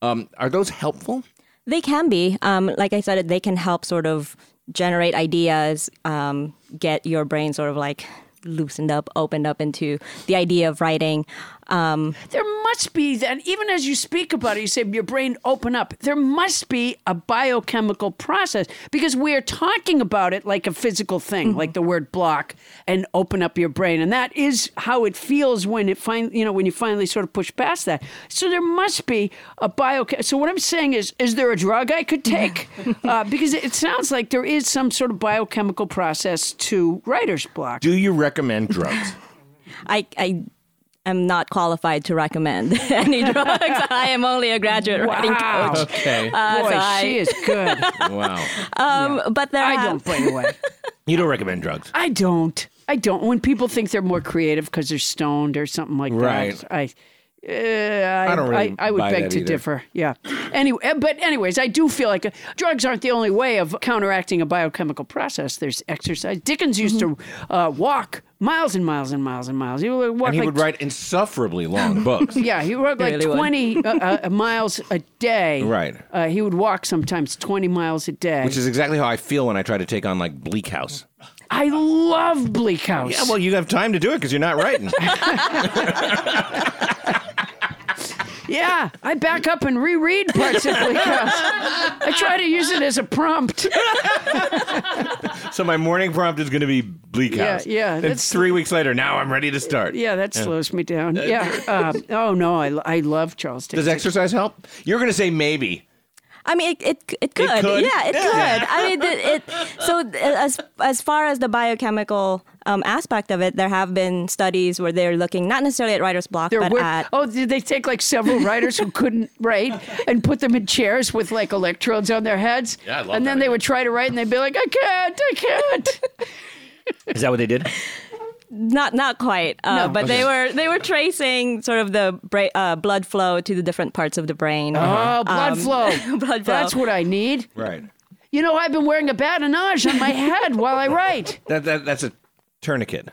Speaker 3: Um, are those helpful?
Speaker 7: They can be. Um, like I said, they can help sort of generate ideas, um, get your brain sort of like loosened up, opened up into the idea of writing. Um,
Speaker 1: there must be that. Even as you speak about it, you say your brain open up. There must be a biochemical process because we are talking about it like a physical thing, like the word block and open up your brain, and that is how it feels when it find you know when you finally sort of push past that. So there must be a bio. So what I'm saying is, is there a drug I could take? uh, because it sounds like there is some sort of biochemical process to writer's block.
Speaker 3: Do you recommend drugs?
Speaker 7: I, I am not qualified to recommend any drugs. I am only a graduate writing
Speaker 1: Wow.
Speaker 7: coach.
Speaker 3: Okay.
Speaker 7: Uh,
Speaker 1: Boy,
Speaker 7: so I-
Speaker 1: she is good.
Speaker 3: wow.
Speaker 7: Um, But there
Speaker 1: I
Speaker 7: have-
Speaker 1: don't play away.
Speaker 3: You don't recommend drugs.
Speaker 1: I don't. I don't. When people think they're more creative because they're stoned or something like
Speaker 3: Right.
Speaker 1: that, I, uh, I,
Speaker 3: I don't really
Speaker 1: I, I would
Speaker 3: buy
Speaker 1: beg
Speaker 3: that
Speaker 1: to
Speaker 3: either.
Speaker 1: differ. Yeah. Anyway, uh, but anyways, I do feel like uh, drugs aren't the only way of counteracting a biochemical process. There's exercise. Dickens used to uh, walk miles and miles and miles and miles. He would walk
Speaker 3: and he
Speaker 1: like
Speaker 3: would write insufferably long books.
Speaker 1: yeah, he walked like
Speaker 3: Really would.
Speaker 1: 20 uh, uh, miles a day.
Speaker 3: Right.
Speaker 1: Uh, he would walk sometimes 20 miles a day.
Speaker 3: Which is exactly how I feel when I try to take on like Bleak House.
Speaker 1: I love Bleak House.
Speaker 3: Yeah, well, you have time to do it because you're not writing.
Speaker 1: Yeah, I back up and reread parts of Bleak House. I try to use it as a prompt.
Speaker 3: so my morning prompt is going to be Bleak
Speaker 1: Yeah,
Speaker 3: House.
Speaker 1: yeah,
Speaker 3: Then
Speaker 1: that's-
Speaker 3: three weeks later, now I'm ready to start.
Speaker 1: Yeah, that slows me down. Yeah. Um, oh no, I, I love Charles Dickens.
Speaker 3: Does exercise help? You're going to say maybe.
Speaker 7: I mean, it it, it could.
Speaker 3: could.
Speaker 7: Yeah, it
Speaker 3: Yeah.
Speaker 7: could. I mean, it, it so uh, as as far as the biochemical um, aspect of it, there have been studies where they're looking not necessarily at writer's block,
Speaker 1: There
Speaker 7: but
Speaker 1: were,
Speaker 7: at
Speaker 1: oh, did they take like several writers who couldn't write and put them in chairs with like electrodes on their heads?
Speaker 3: Yeah, I love
Speaker 1: And then
Speaker 3: that
Speaker 1: they would try to write and they'd be like, I can't, I can't.
Speaker 3: Is that what they did?
Speaker 7: not not quite, uh,
Speaker 1: No.
Speaker 7: but they
Speaker 1: Okay.
Speaker 7: were they were tracing sort of the bra- uh, blood flow to the different parts of the brain.
Speaker 1: Oh, blood
Speaker 7: Um,
Speaker 1: flow.
Speaker 7: blood flow.
Speaker 1: That's what I need.
Speaker 3: Right.
Speaker 1: You know, I've been wearing a badinage on my head while I write.
Speaker 3: That, that That's a tourniquet.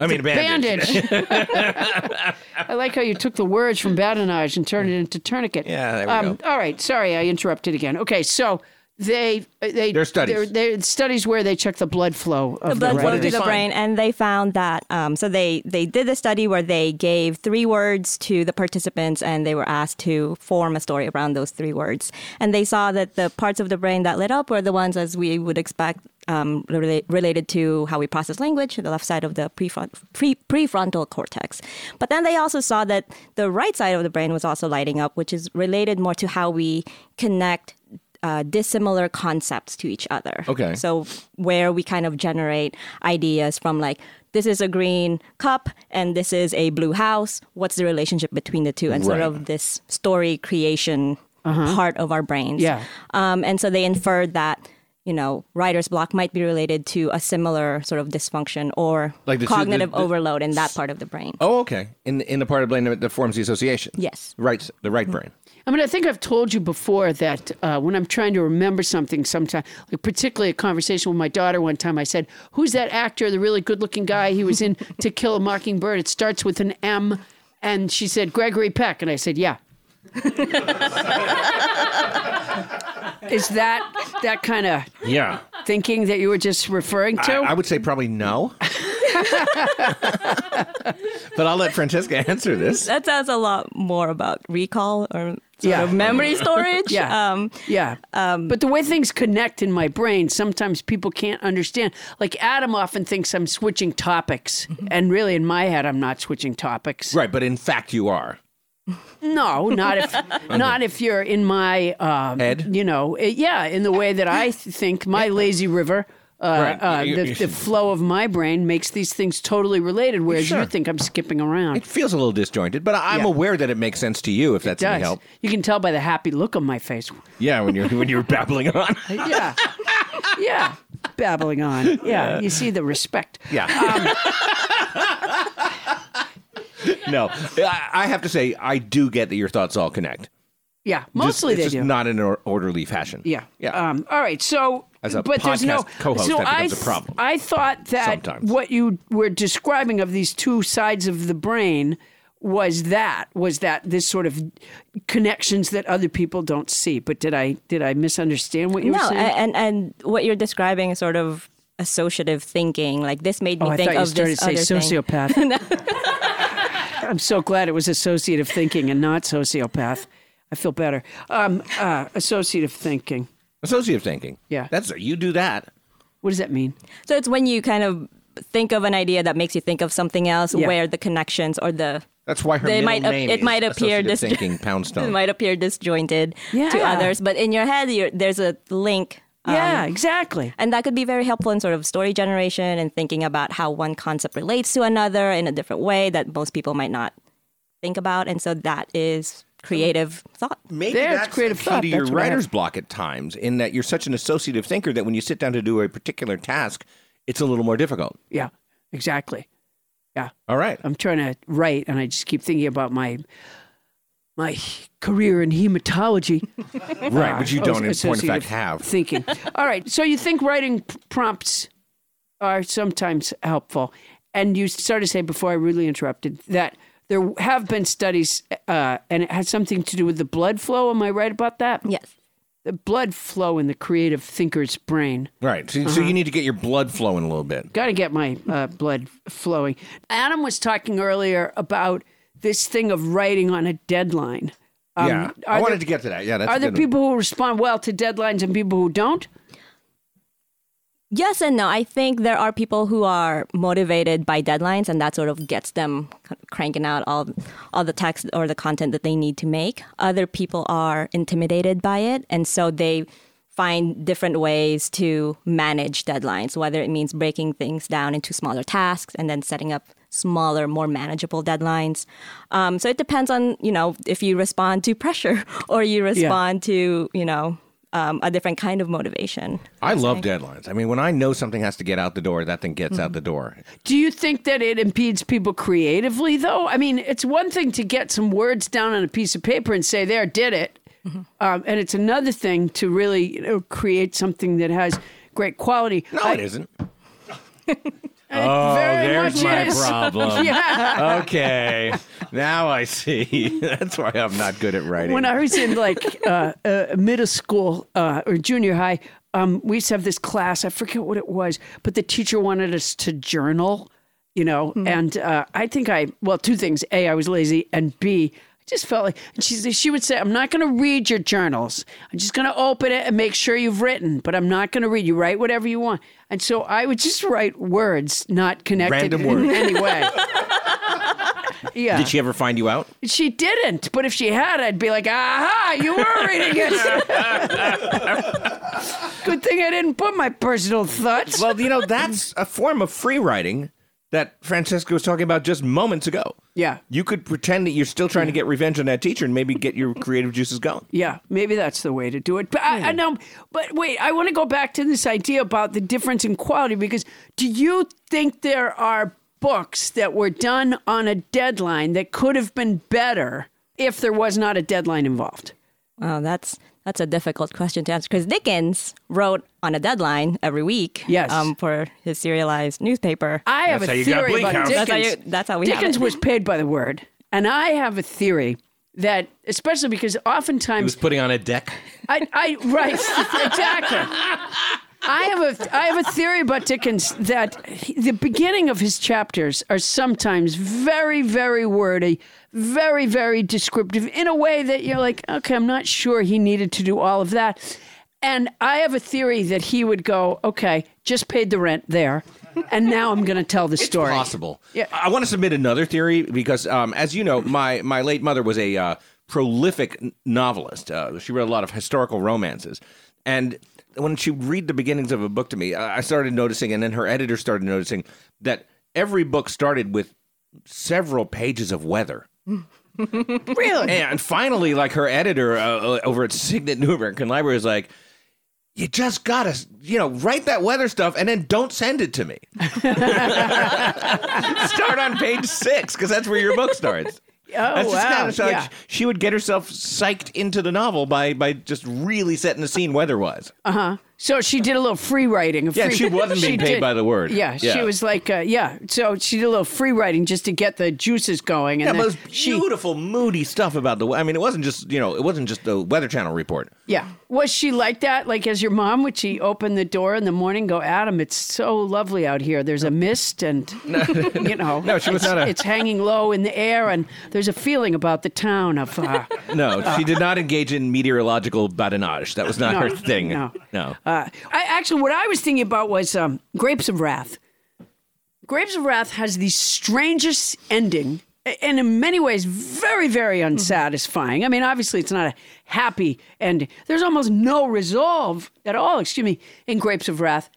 Speaker 3: I mean, a bandage.
Speaker 1: bandage. I like how you took the words from badinage and turned it into tourniquet. Um,
Speaker 3: Yeah, there we go.
Speaker 1: All right, sorry, I interrupted again. Okay, so they uh, they
Speaker 3: There are studies.
Speaker 1: there- there are studies where they check the blood flow
Speaker 7: the
Speaker 1: of the,
Speaker 7: blood
Speaker 1: brain.
Speaker 7: flow to the brain, and they found that. Um, so they they did a study where they gave three words to the participants, and they were asked to form a story around those three words. And they saw that the parts of the brain that lit up were the ones as we would expect. Um, rela- related to how we process language, the left side of the prefront- pre- prefrontal cortex. But then they also saw that the right side of the brain was also lighting up, which is related more to how we connect uh, dissimilar concepts to each other.
Speaker 3: Okay.
Speaker 7: So where we kind of generate ideas from like this is a green cup and this is a blue house. What's the relationship between the two? And sort
Speaker 8: Right.
Speaker 7: of this story creation
Speaker 3: Uh-huh.
Speaker 7: part of our brains.
Speaker 8: Yeah.
Speaker 7: Um, and so they inferred that you know writer's block might be related to a similar sort of dysfunction or
Speaker 3: Like the two- the-
Speaker 7: cognitive
Speaker 3: the-
Speaker 7: overload in that part of the brain.
Speaker 3: Oh, okay. In the, in the part of brain that forms the association.
Speaker 7: Yes.
Speaker 3: Right. The right brain.
Speaker 1: I mean, I think I've told you before that uh, when I'm trying to remember something, sometimes, like particularly a conversation with my daughter one time, I said, "Who's that actor? The really good-looking guy? He was in To Kill a Mockingbird. It starts with an M." And she said, "Gregory Peck." And I said, "Yeah." Is that that kind of
Speaker 3: Yeah.
Speaker 1: thinking that you were just referring
Speaker 3: I,
Speaker 1: to?
Speaker 3: I would say probably no. but I'll let Francesca answer this.
Speaker 7: That sounds a lot more about recall or sort
Speaker 1: Yeah.
Speaker 7: of memory storage.
Speaker 1: Yeah.
Speaker 7: Um,
Speaker 1: yeah. but the way things connect in my brain, sometimes people can't understand. Like Adam often thinks I'm switching topics, and really in my head, I'm not switching topics.
Speaker 3: Mm-hmm. Right. But in fact, you are.
Speaker 1: No, not if not if you're in my um,
Speaker 3: Head?
Speaker 1: You know, eh, yeah, in the way that I think my lazy river. Uh,
Speaker 3: Right.
Speaker 1: uh,
Speaker 3: You-
Speaker 1: the,
Speaker 3: you-
Speaker 1: the flow of my brain makes these things totally related, whereas
Speaker 3: Sure.
Speaker 1: you think I'm skipping around.
Speaker 3: It feels a little disjointed, but I- I'm
Speaker 1: Yeah.
Speaker 3: aware that it makes sense to you if that's any
Speaker 1: Does.
Speaker 3: help.
Speaker 1: You can tell by the happy look on my face.
Speaker 3: Yeah, when you're when you're babbling on.
Speaker 1: Yeah. Yeah. Babbling on. Yeah.
Speaker 3: Yeah.
Speaker 1: You see the respect.
Speaker 3: Yeah.
Speaker 1: Um,
Speaker 3: no, I, I have to say I do get that your thoughts all connect.
Speaker 1: Yeah.
Speaker 3: Just-
Speaker 1: Mostly
Speaker 3: it's
Speaker 1: they
Speaker 3: just
Speaker 1: do.
Speaker 3: Not in an or- orderly fashion.
Speaker 1: yeah.
Speaker 3: Yeah.
Speaker 1: Um, all right. So,
Speaker 3: As a
Speaker 1: but there's no
Speaker 3: podcast co-host,
Speaker 1: so
Speaker 3: that
Speaker 1: I
Speaker 3: becomes a
Speaker 1: th-
Speaker 3: problem.
Speaker 1: I thought that
Speaker 3: Sometimes.
Speaker 1: what you were describing of these two sides of the brain was that was that this sort of connections that other people don't see. But did I did I misunderstand what you were
Speaker 7: no, a-
Speaker 1: saying?
Speaker 7: and and what you're describing is sort of associative thinking. Like this made me
Speaker 1: Oh, I
Speaker 7: think
Speaker 1: thought you
Speaker 7: of
Speaker 1: started
Speaker 7: this
Speaker 1: to say
Speaker 7: other thing.
Speaker 1: sociopath. I'm so glad it was associative thinking and not sociopath. I feel better. Um, uh, associative thinking.
Speaker 3: Associative thinking.
Speaker 1: Yeah.
Speaker 3: That's you do that.
Speaker 1: What does that mean?
Speaker 7: So it's when you kind of think of an idea that makes you think of something else,
Speaker 3: Yeah.
Speaker 7: where the connections or the
Speaker 3: That's why her
Speaker 7: they
Speaker 3: middle
Speaker 7: might ap-
Speaker 3: name
Speaker 7: it
Speaker 3: is
Speaker 7: might appear
Speaker 3: associative
Speaker 7: dis-
Speaker 3: thinking
Speaker 7: it
Speaker 3: Poundstone.
Speaker 7: might appear disjointed to
Speaker 1: Yeah.
Speaker 7: others, but in your head you're, there's a link.
Speaker 1: Yeah, exactly.
Speaker 7: And that could be very helpful in sort of story generation and thinking about how one concept relates to another in a different way that most people might not think about. And so that is creative thought.
Speaker 3: Maybe that's the key to your writer's block at times, in that you're such an associative thinker that when you sit down to do a particular task, it's a little more difficult.
Speaker 1: Yeah, exactly. Yeah.
Speaker 3: All right.
Speaker 1: I'm trying to write, and I just keep thinking about my my career in hematology.
Speaker 3: Right, which you
Speaker 1: Uh,
Speaker 3: don't, in point of
Speaker 1: associative
Speaker 3: fact, have.
Speaker 1: thinking. All right, so you think writing p- prompts are sometimes helpful, and you started to say before I rudely interrupted that there have been studies, uh, and it has something to do with the blood flow. Am I right about that?
Speaker 7: Yes.
Speaker 1: The blood flow in the creative thinker's brain.
Speaker 3: Right. So, so
Speaker 1: Uh-huh.
Speaker 3: you need to get your blood flowing a little bit.
Speaker 1: Got to get my uh, blood flowing. Adam was talking earlier about this thing of writing on a deadline. Um,
Speaker 3: yeah.
Speaker 1: are
Speaker 3: I wanted
Speaker 1: there-
Speaker 3: to get to that. Yeah. That's a
Speaker 1: are there
Speaker 3: good one.
Speaker 1: people who respond well to deadlines and people who don't?
Speaker 7: Yes and no. I think there are people who are motivated by deadlines, and that sort of gets them cranking out all all the text or the content that they need to make. Other people are intimidated by it, and so they find different ways to manage deadlines. Whether it means breaking things down into smaller tasks and then setting up smaller, more manageable deadlines. Um, so it depends on you know if you respond to pressure or you respond to you know um, a different kind of motivation.
Speaker 3: I love deadlines. I mean, when I know something has to get out the door, that thing gets out the door.
Speaker 1: Do you think that it impedes people creatively, though? I mean, it's one thing to get some words down on a piece of paper and say, there, did it.
Speaker 3: Mm-hmm.
Speaker 1: Um, and it's another thing to really you know, create something that has great quality.
Speaker 3: No,
Speaker 1: I-
Speaker 3: it isn't.
Speaker 1: Oh, very there's much my is. problem.
Speaker 3: problem.
Speaker 1: Yeah.
Speaker 3: Okay. Now I see. That's why I'm not good at writing.
Speaker 1: When I was in like uh, uh, middle school uh, or junior high, um, we used to have this class. I forget what it was, but the teacher wanted us to journal, you know.
Speaker 3: Mm-hmm.
Speaker 1: And uh, I think I well, two things: a, I was lazy, and b, I just felt like. And she she would say, "I'm not going to read your journals. I'm just going to open it and make sure you've written, but I'm not going to read. You write whatever you want." And so I would just write words not connected
Speaker 3: Random
Speaker 1: in
Speaker 3: words.
Speaker 1: any way. Yeah.
Speaker 3: Did she ever find you out?
Speaker 1: She didn't, but if she had, I'd be like, aha, you were reading it. Good thing I didn't put my personal thoughts.
Speaker 3: Well, you know, that's a form of free writing that Francesca was talking about just moments ago.
Speaker 1: Yeah.
Speaker 3: You could pretend that you're still trying to get revenge on that teacher and maybe get your creative juices going.
Speaker 1: Yeah, maybe that's the way to do it. But I, I know, but wait, I want to go back to this idea about the difference in quality because do you think there are books that were done on a deadline that could have been better if there was not a deadline involved?
Speaker 7: Wow, that's that's a difficult question to answer because Dickens wrote on a deadline every week.
Speaker 1: Yes.
Speaker 7: Um, for his serialized newspaper.
Speaker 1: I have a theory about Dickens.
Speaker 7: That's how, you, that's how we have
Speaker 1: Dickens
Speaker 7: it.
Speaker 1: was paid by the word, and I have a theory that, especially because
Speaker 3: He
Speaker 1: oftentimes
Speaker 3: was putting on a deck.
Speaker 1: I, I right exactly. I have a I have a theory about Dickens that he- the beginning of his chapters are sometimes very very wordy, very very descriptive in a way that you're like, okay, I'm not sure he needed to do all of that. And I have a theory that he would go, okay, just paid the rent there, and now I'm going to tell the story.
Speaker 3: Possible.
Speaker 1: Yeah.
Speaker 3: I want to submit another theory because, um, as you know, my my late mother was a uh, prolific n- novelist. Uh, she wrote a lot of historical romances, and when she would read the beginnings of a book to me, I I started noticing, and then her editor started noticing that every book started with several pages of weather.
Speaker 1: Really?
Speaker 3: And finally, like her editor uh, over at Signet New American Library is like, you just gotta, you know, write that weather stuff and then don't send it to me. Start on page six because that's where your book starts.
Speaker 1: Oh
Speaker 3: That's just
Speaker 1: wow!
Speaker 3: kind of so, like,
Speaker 1: yeah.
Speaker 3: she would get herself psyched into the novel by by just really setting the scene weather-wise.
Speaker 1: Uh huh. So she did a little free writing. a
Speaker 3: Yeah,
Speaker 1: free-
Speaker 3: she wasn't being paid
Speaker 1: did-
Speaker 3: by the word.
Speaker 1: Yeah, she
Speaker 3: Yeah.
Speaker 1: was like, uh, yeah. So she did a little free writing just to get the juices going. And
Speaker 3: yeah, but it
Speaker 1: then
Speaker 3: was beautiful, moody stuff about the. we- I mean, it wasn't just you know, it wasn't just the Weather Channel report.
Speaker 1: yeah. Was she like that? Like as your mom, would she open the door in the morning, go, Adam, it's so lovely out here. There's a mist and, you know,
Speaker 3: No, she was
Speaker 1: it's,
Speaker 3: not a-
Speaker 1: it's hanging low in the air and there's a feeling about the town of. Uh,
Speaker 3: No, she did not engage in meteorological badinage. That was not
Speaker 1: No,
Speaker 3: her thing.
Speaker 1: no.
Speaker 3: no.
Speaker 1: Uh, I actually, what I was thinking about was um, Grapes of Wrath. Grapes of Wrath has the strangest ending, a- and in many ways, very, very unsatisfying. I mean, obviously, it's not a happy ending. There's almost no resolve at all. Excuse me, in Grapes of Wrath.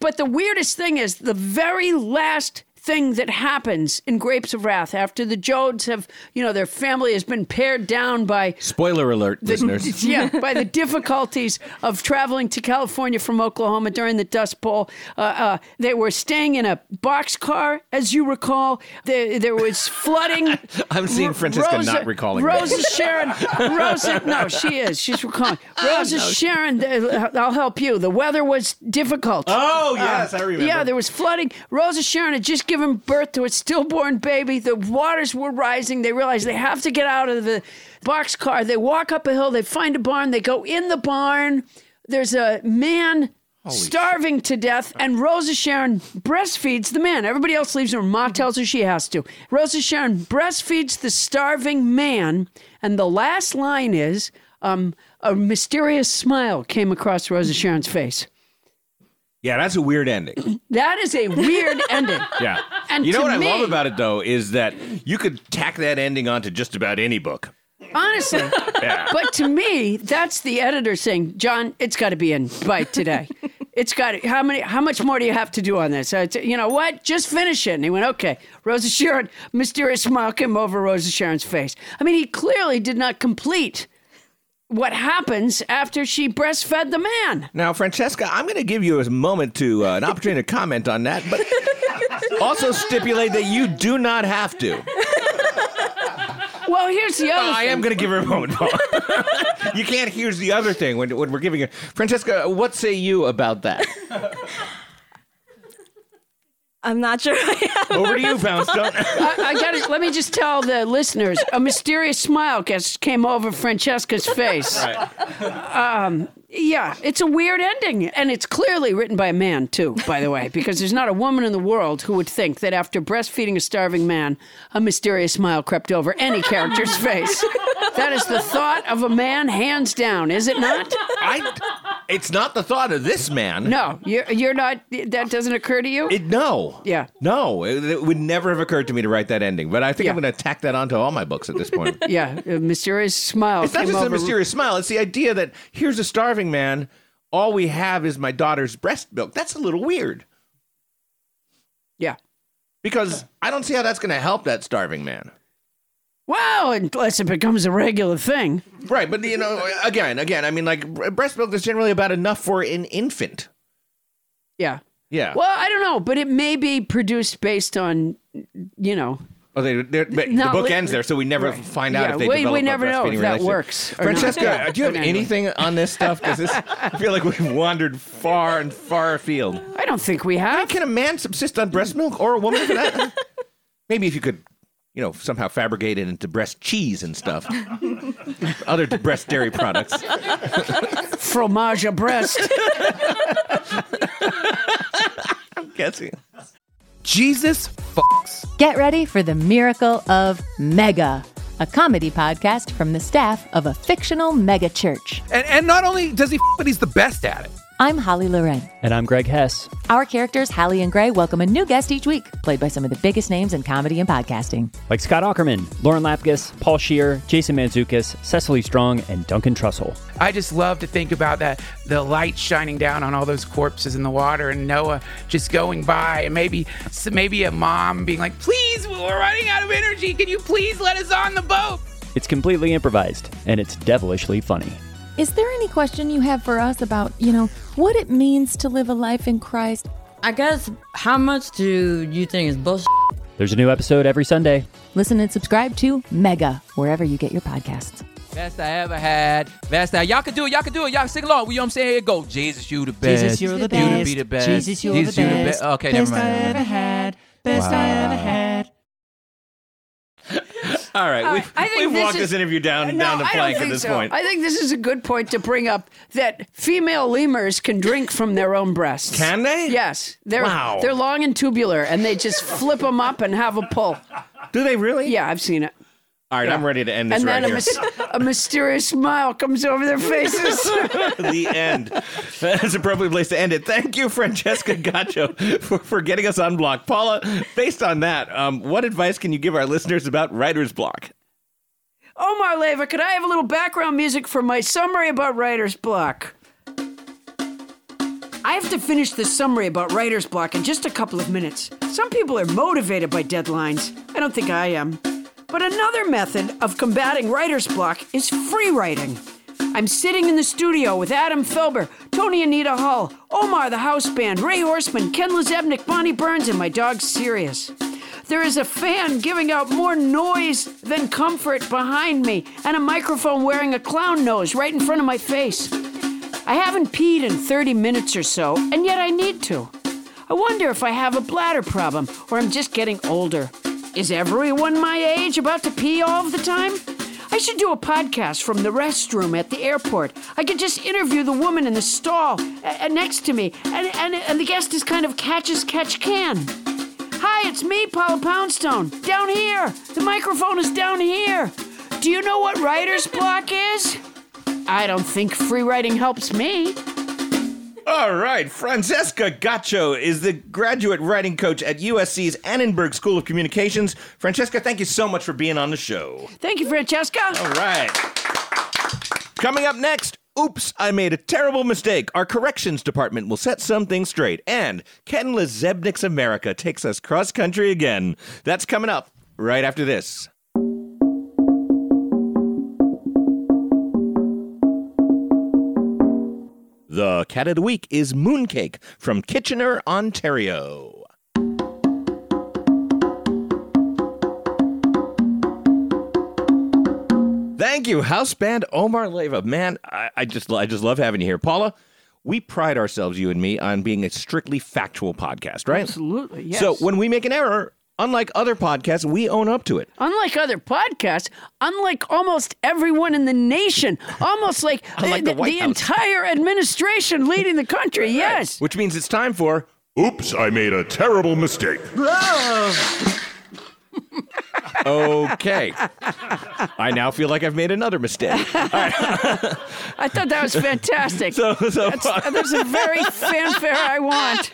Speaker 1: But the weirdest thing is the very last thing that happens in Grapes of Wrath after the Jodes have, you know, their family has been pared down by
Speaker 3: Spoiler alert,
Speaker 1: the-
Speaker 3: listeners.
Speaker 1: yeah, by the difficulties of traveling to California from Oklahoma during the Dust Bowl. Uh, uh, they were staying in a boxcar, as you recall. There, there was flooding.
Speaker 3: I'm seeing
Speaker 1: Ro-
Speaker 3: Francesca not recalling that.
Speaker 1: Rosa Sharon. Rosa, no, she is. She's recalling.
Speaker 3: Oh,
Speaker 1: Rosa Sharon, th- I'll help you. The weather was difficult.
Speaker 3: Oh, yes, I remember.
Speaker 1: Yeah, there was flooding. Rosa Sharon had just given birth to a stillborn baby. The waters were rising. They realized they have to get out of the boxcar. They walk up a hill. They find a barn. They go in the barn. There's a man starving to death, and Rosa Sharon breastfeeds the man. Everybody else leaves her. Ma tells her she has to. Rosa Sharon breastfeeds the starving man, and the last line is um, a mysterious smile came across Rosa Sharon's face.
Speaker 3: Yeah, that's a weird ending.
Speaker 1: That is a weird ending.
Speaker 3: Yeah.
Speaker 1: And
Speaker 3: you know
Speaker 1: to
Speaker 3: what
Speaker 1: me-
Speaker 3: I love about it though is that you could tack that ending onto just about any book.
Speaker 1: Honestly.
Speaker 3: Yeah.
Speaker 1: But to me, that's the editor saying, John, it's got to be in by today. It's got to, how many how much more do you have to do on this? I said, you know what? Just finish it. And he went, okay. Rosa Sharon, mysterious smile came over Rosa Sharon's face. I mean, he clearly did not complete what happens after she breastfed the man.
Speaker 3: Now, Francesca, I'm going to give you a moment to uh, an opportunity to comment on that, but also stipulate that you do not have to.
Speaker 1: Well, here's the other
Speaker 3: I
Speaker 1: thing.
Speaker 3: am going to give her a moment. Paul. you can't. Here's the other thing when, when we're giving it. Francesca, what say you about that?
Speaker 7: I'm not sure.
Speaker 3: Over to you, Poundstone.
Speaker 1: I, I got it. Let me just tell the listeners a mysterious smile gets, came over Francesca's face.
Speaker 3: Right.
Speaker 1: Um, Yeah, it's a weird ending. And it's clearly written by a man, too, by the way, because there's not a woman in the world who would think that after breastfeeding a starving man, a mysterious smile crept over any character's face. That is the thought of a man, hands down, is it not?
Speaker 3: I, it's not the thought of this man.
Speaker 1: No, you're, you're not, that doesn't occur to you?
Speaker 3: It, no.
Speaker 1: Yeah.
Speaker 3: No, it, it would never have occurred to me to write that ending, but I think I'm going to tack that onto all my books at this point.
Speaker 1: yeah, a mysterious smile.
Speaker 3: It's not
Speaker 1: came
Speaker 3: just a
Speaker 1: over-
Speaker 3: mysterious smile. It's the idea that here's a starving man. All we have is my daughter's breast milk. That's a little weird.
Speaker 1: Yeah.
Speaker 3: Because I don't see how that's going to help that starving man.
Speaker 1: Wow, unless it becomes a regular thing.
Speaker 3: Right. But, you know, again, again, I mean, like bre- breast milk is generally about enough for an infant.
Speaker 1: Yeah.
Speaker 3: Yeah.
Speaker 1: Well, I don't know, but it may be produced based on, you know,
Speaker 3: Oh, they, they're, but the
Speaker 1: Not
Speaker 3: book
Speaker 1: li-
Speaker 3: ends there, so we never find out
Speaker 1: Yeah,
Speaker 3: if they
Speaker 1: we- we
Speaker 3: develop a
Speaker 1: never know if
Speaker 3: breastfeeding
Speaker 1: that
Speaker 3: relationship.
Speaker 1: works or not.
Speaker 3: Francesca,
Speaker 1: Yeah.
Speaker 3: do you have
Speaker 1: But anyway.
Speaker 3: anything on this stuff? Because this, I feel like we've wandered far and far afield.
Speaker 1: I don't think we have.
Speaker 3: can a man subsist on breast milk or a woman for that? Maybe if you could, you know, somehow fabricate it into breast cheese and stuff, other breast dairy products.
Speaker 1: fromage à breast.
Speaker 3: I'm guessing.
Speaker 8: Jesus fucks. Get ready for the miracle of mega, a comedy podcast from the staff of a fictional mega church.
Speaker 9: And, and not only does he, f- but he's the best at it.
Speaker 8: I'm Holly Loren.
Speaker 10: And I'm Greg Hess.
Speaker 8: Our characters, Hallie and Gray, welcome a new guest each week, played by some of the biggest names in comedy and podcasting.
Speaker 10: Like Scott Ackerman, Lauren Lapkus, Paul Shear, Jason Manzukis, Cecily Strong, and Duncan Trussell.
Speaker 11: I just love to think about that the light shining down on all those corpses in the water and Noah just going by and maybe s- maybe a mom being like, "Please, we're running out of energy. Can you please let us on the boat?"
Speaker 10: It's completely improvised, and it's devilishly funny.
Speaker 12: Is there any question you have for us about, you know, what it means to live a life in Christ?
Speaker 13: I guess how much do you think is bullshit?
Speaker 10: There's a new episode every Sunday.
Speaker 8: Listen and subscribe to Mega, wherever you get your podcasts.
Speaker 9: Best I ever had. Best I. Y'all can do it. Y'all can do it. Y'all sing along. You know what I'm saying? Here it go. Jesus, you the best.
Speaker 14: Jesus, you're the
Speaker 9: You
Speaker 14: best.
Speaker 9: be the best.
Speaker 14: Jesus, you're the best.
Speaker 9: be- uh, oh, Okay,
Speaker 14: Best
Speaker 9: never mind.
Speaker 14: I ever had. Best I ever had.
Speaker 3: All right,
Speaker 1: All
Speaker 3: we've,
Speaker 1: right, I think
Speaker 3: we've
Speaker 1: this
Speaker 3: walked
Speaker 1: is-
Speaker 3: this interview down down the
Speaker 1: I don't
Speaker 3: plank at
Speaker 1: think
Speaker 3: this
Speaker 1: so.
Speaker 3: point.
Speaker 1: I think this is a good point to bring up that female lemurs can drink from their own breasts. Can
Speaker 3: they?
Speaker 1: Yes. They're
Speaker 3: Wow.
Speaker 1: they're long and tubular, and they just flip them up and have a pull.
Speaker 3: Do they really?
Speaker 1: Yeah, I've seen it.
Speaker 3: All right, I'm ready to end this
Speaker 1: and
Speaker 3: right
Speaker 1: then a,
Speaker 3: here.
Speaker 1: mys- a mysterious smile comes over their faces.
Speaker 3: the end. That's a appropriate place to end it. Thank you, Francesca Gaccio, for, for getting us unblocked. Paula, based on that, um, what advice can you give our listeners about writer's block?
Speaker 1: Omar Leva, could I have a little background music for my summary about writer's block? I have to finish this summary about writer's block in just a couple of minutes. Some people are motivated by deadlines. I don't think I am. But another method of combating writer's block is free writing. I'm sitting in the studio with Adam Felber, Tony Anita Hull, Omar the House Band, Ray Horseman, Ken Lezebnik, Bonnie Burns, and my dog Sirius. There is a fan giving out more noise than comfort behind me, and a microphone wearing a clown nose right in front of my face. I haven't peed in 30 minutes or so, and yet I need to. I wonder if I have a bladder problem or I'm just getting older. Is everyone my age about to pee all of the time? I should do a podcast from the restroom at the airport. I could just interview the woman in the stall a- a- next to me, and, and, and the guest is kind of catch as catch can. Hi, it's me, Paula Poundstone. Down here. The microphone is down here. Do you know what writer's block is? I don't think free writing helps me.
Speaker 3: All right, Francesca Gaccio is the graduate writing coach at USC's Annenberg School of Communications. Francesca, thank you so much for being on the show.
Speaker 1: Thank you, Francesca.
Speaker 3: All right. Coming up next, oops, I made a terrible mistake. Our corrections department will set something straight. And Ken Lezebnik's America takes us cross country again. That's coming up right after this. The cat of the week is Mooncake from Kitchener, Ontario. Thank you, house band Omar Leva. Man, I, I just I just love having you here, Paula. We pride ourselves, you and me, on being a strictly factual podcast, right?
Speaker 1: Absolutely, yes.
Speaker 3: So when we make an error, Unlike other podcasts, we own up to it.
Speaker 1: Unlike other podcasts, unlike almost everyone in the nation, almost like
Speaker 3: Unlike the
Speaker 1: uh,
Speaker 3: White House.
Speaker 1: entire administration leading the country. Yes.
Speaker 3: Which means it's time for
Speaker 15: Oops, I made a terrible mistake.
Speaker 3: okay. I now feel like I've made another mistake.
Speaker 1: I thought that was fantastic.
Speaker 3: So- so-
Speaker 1: that's, that's a very fanfare I want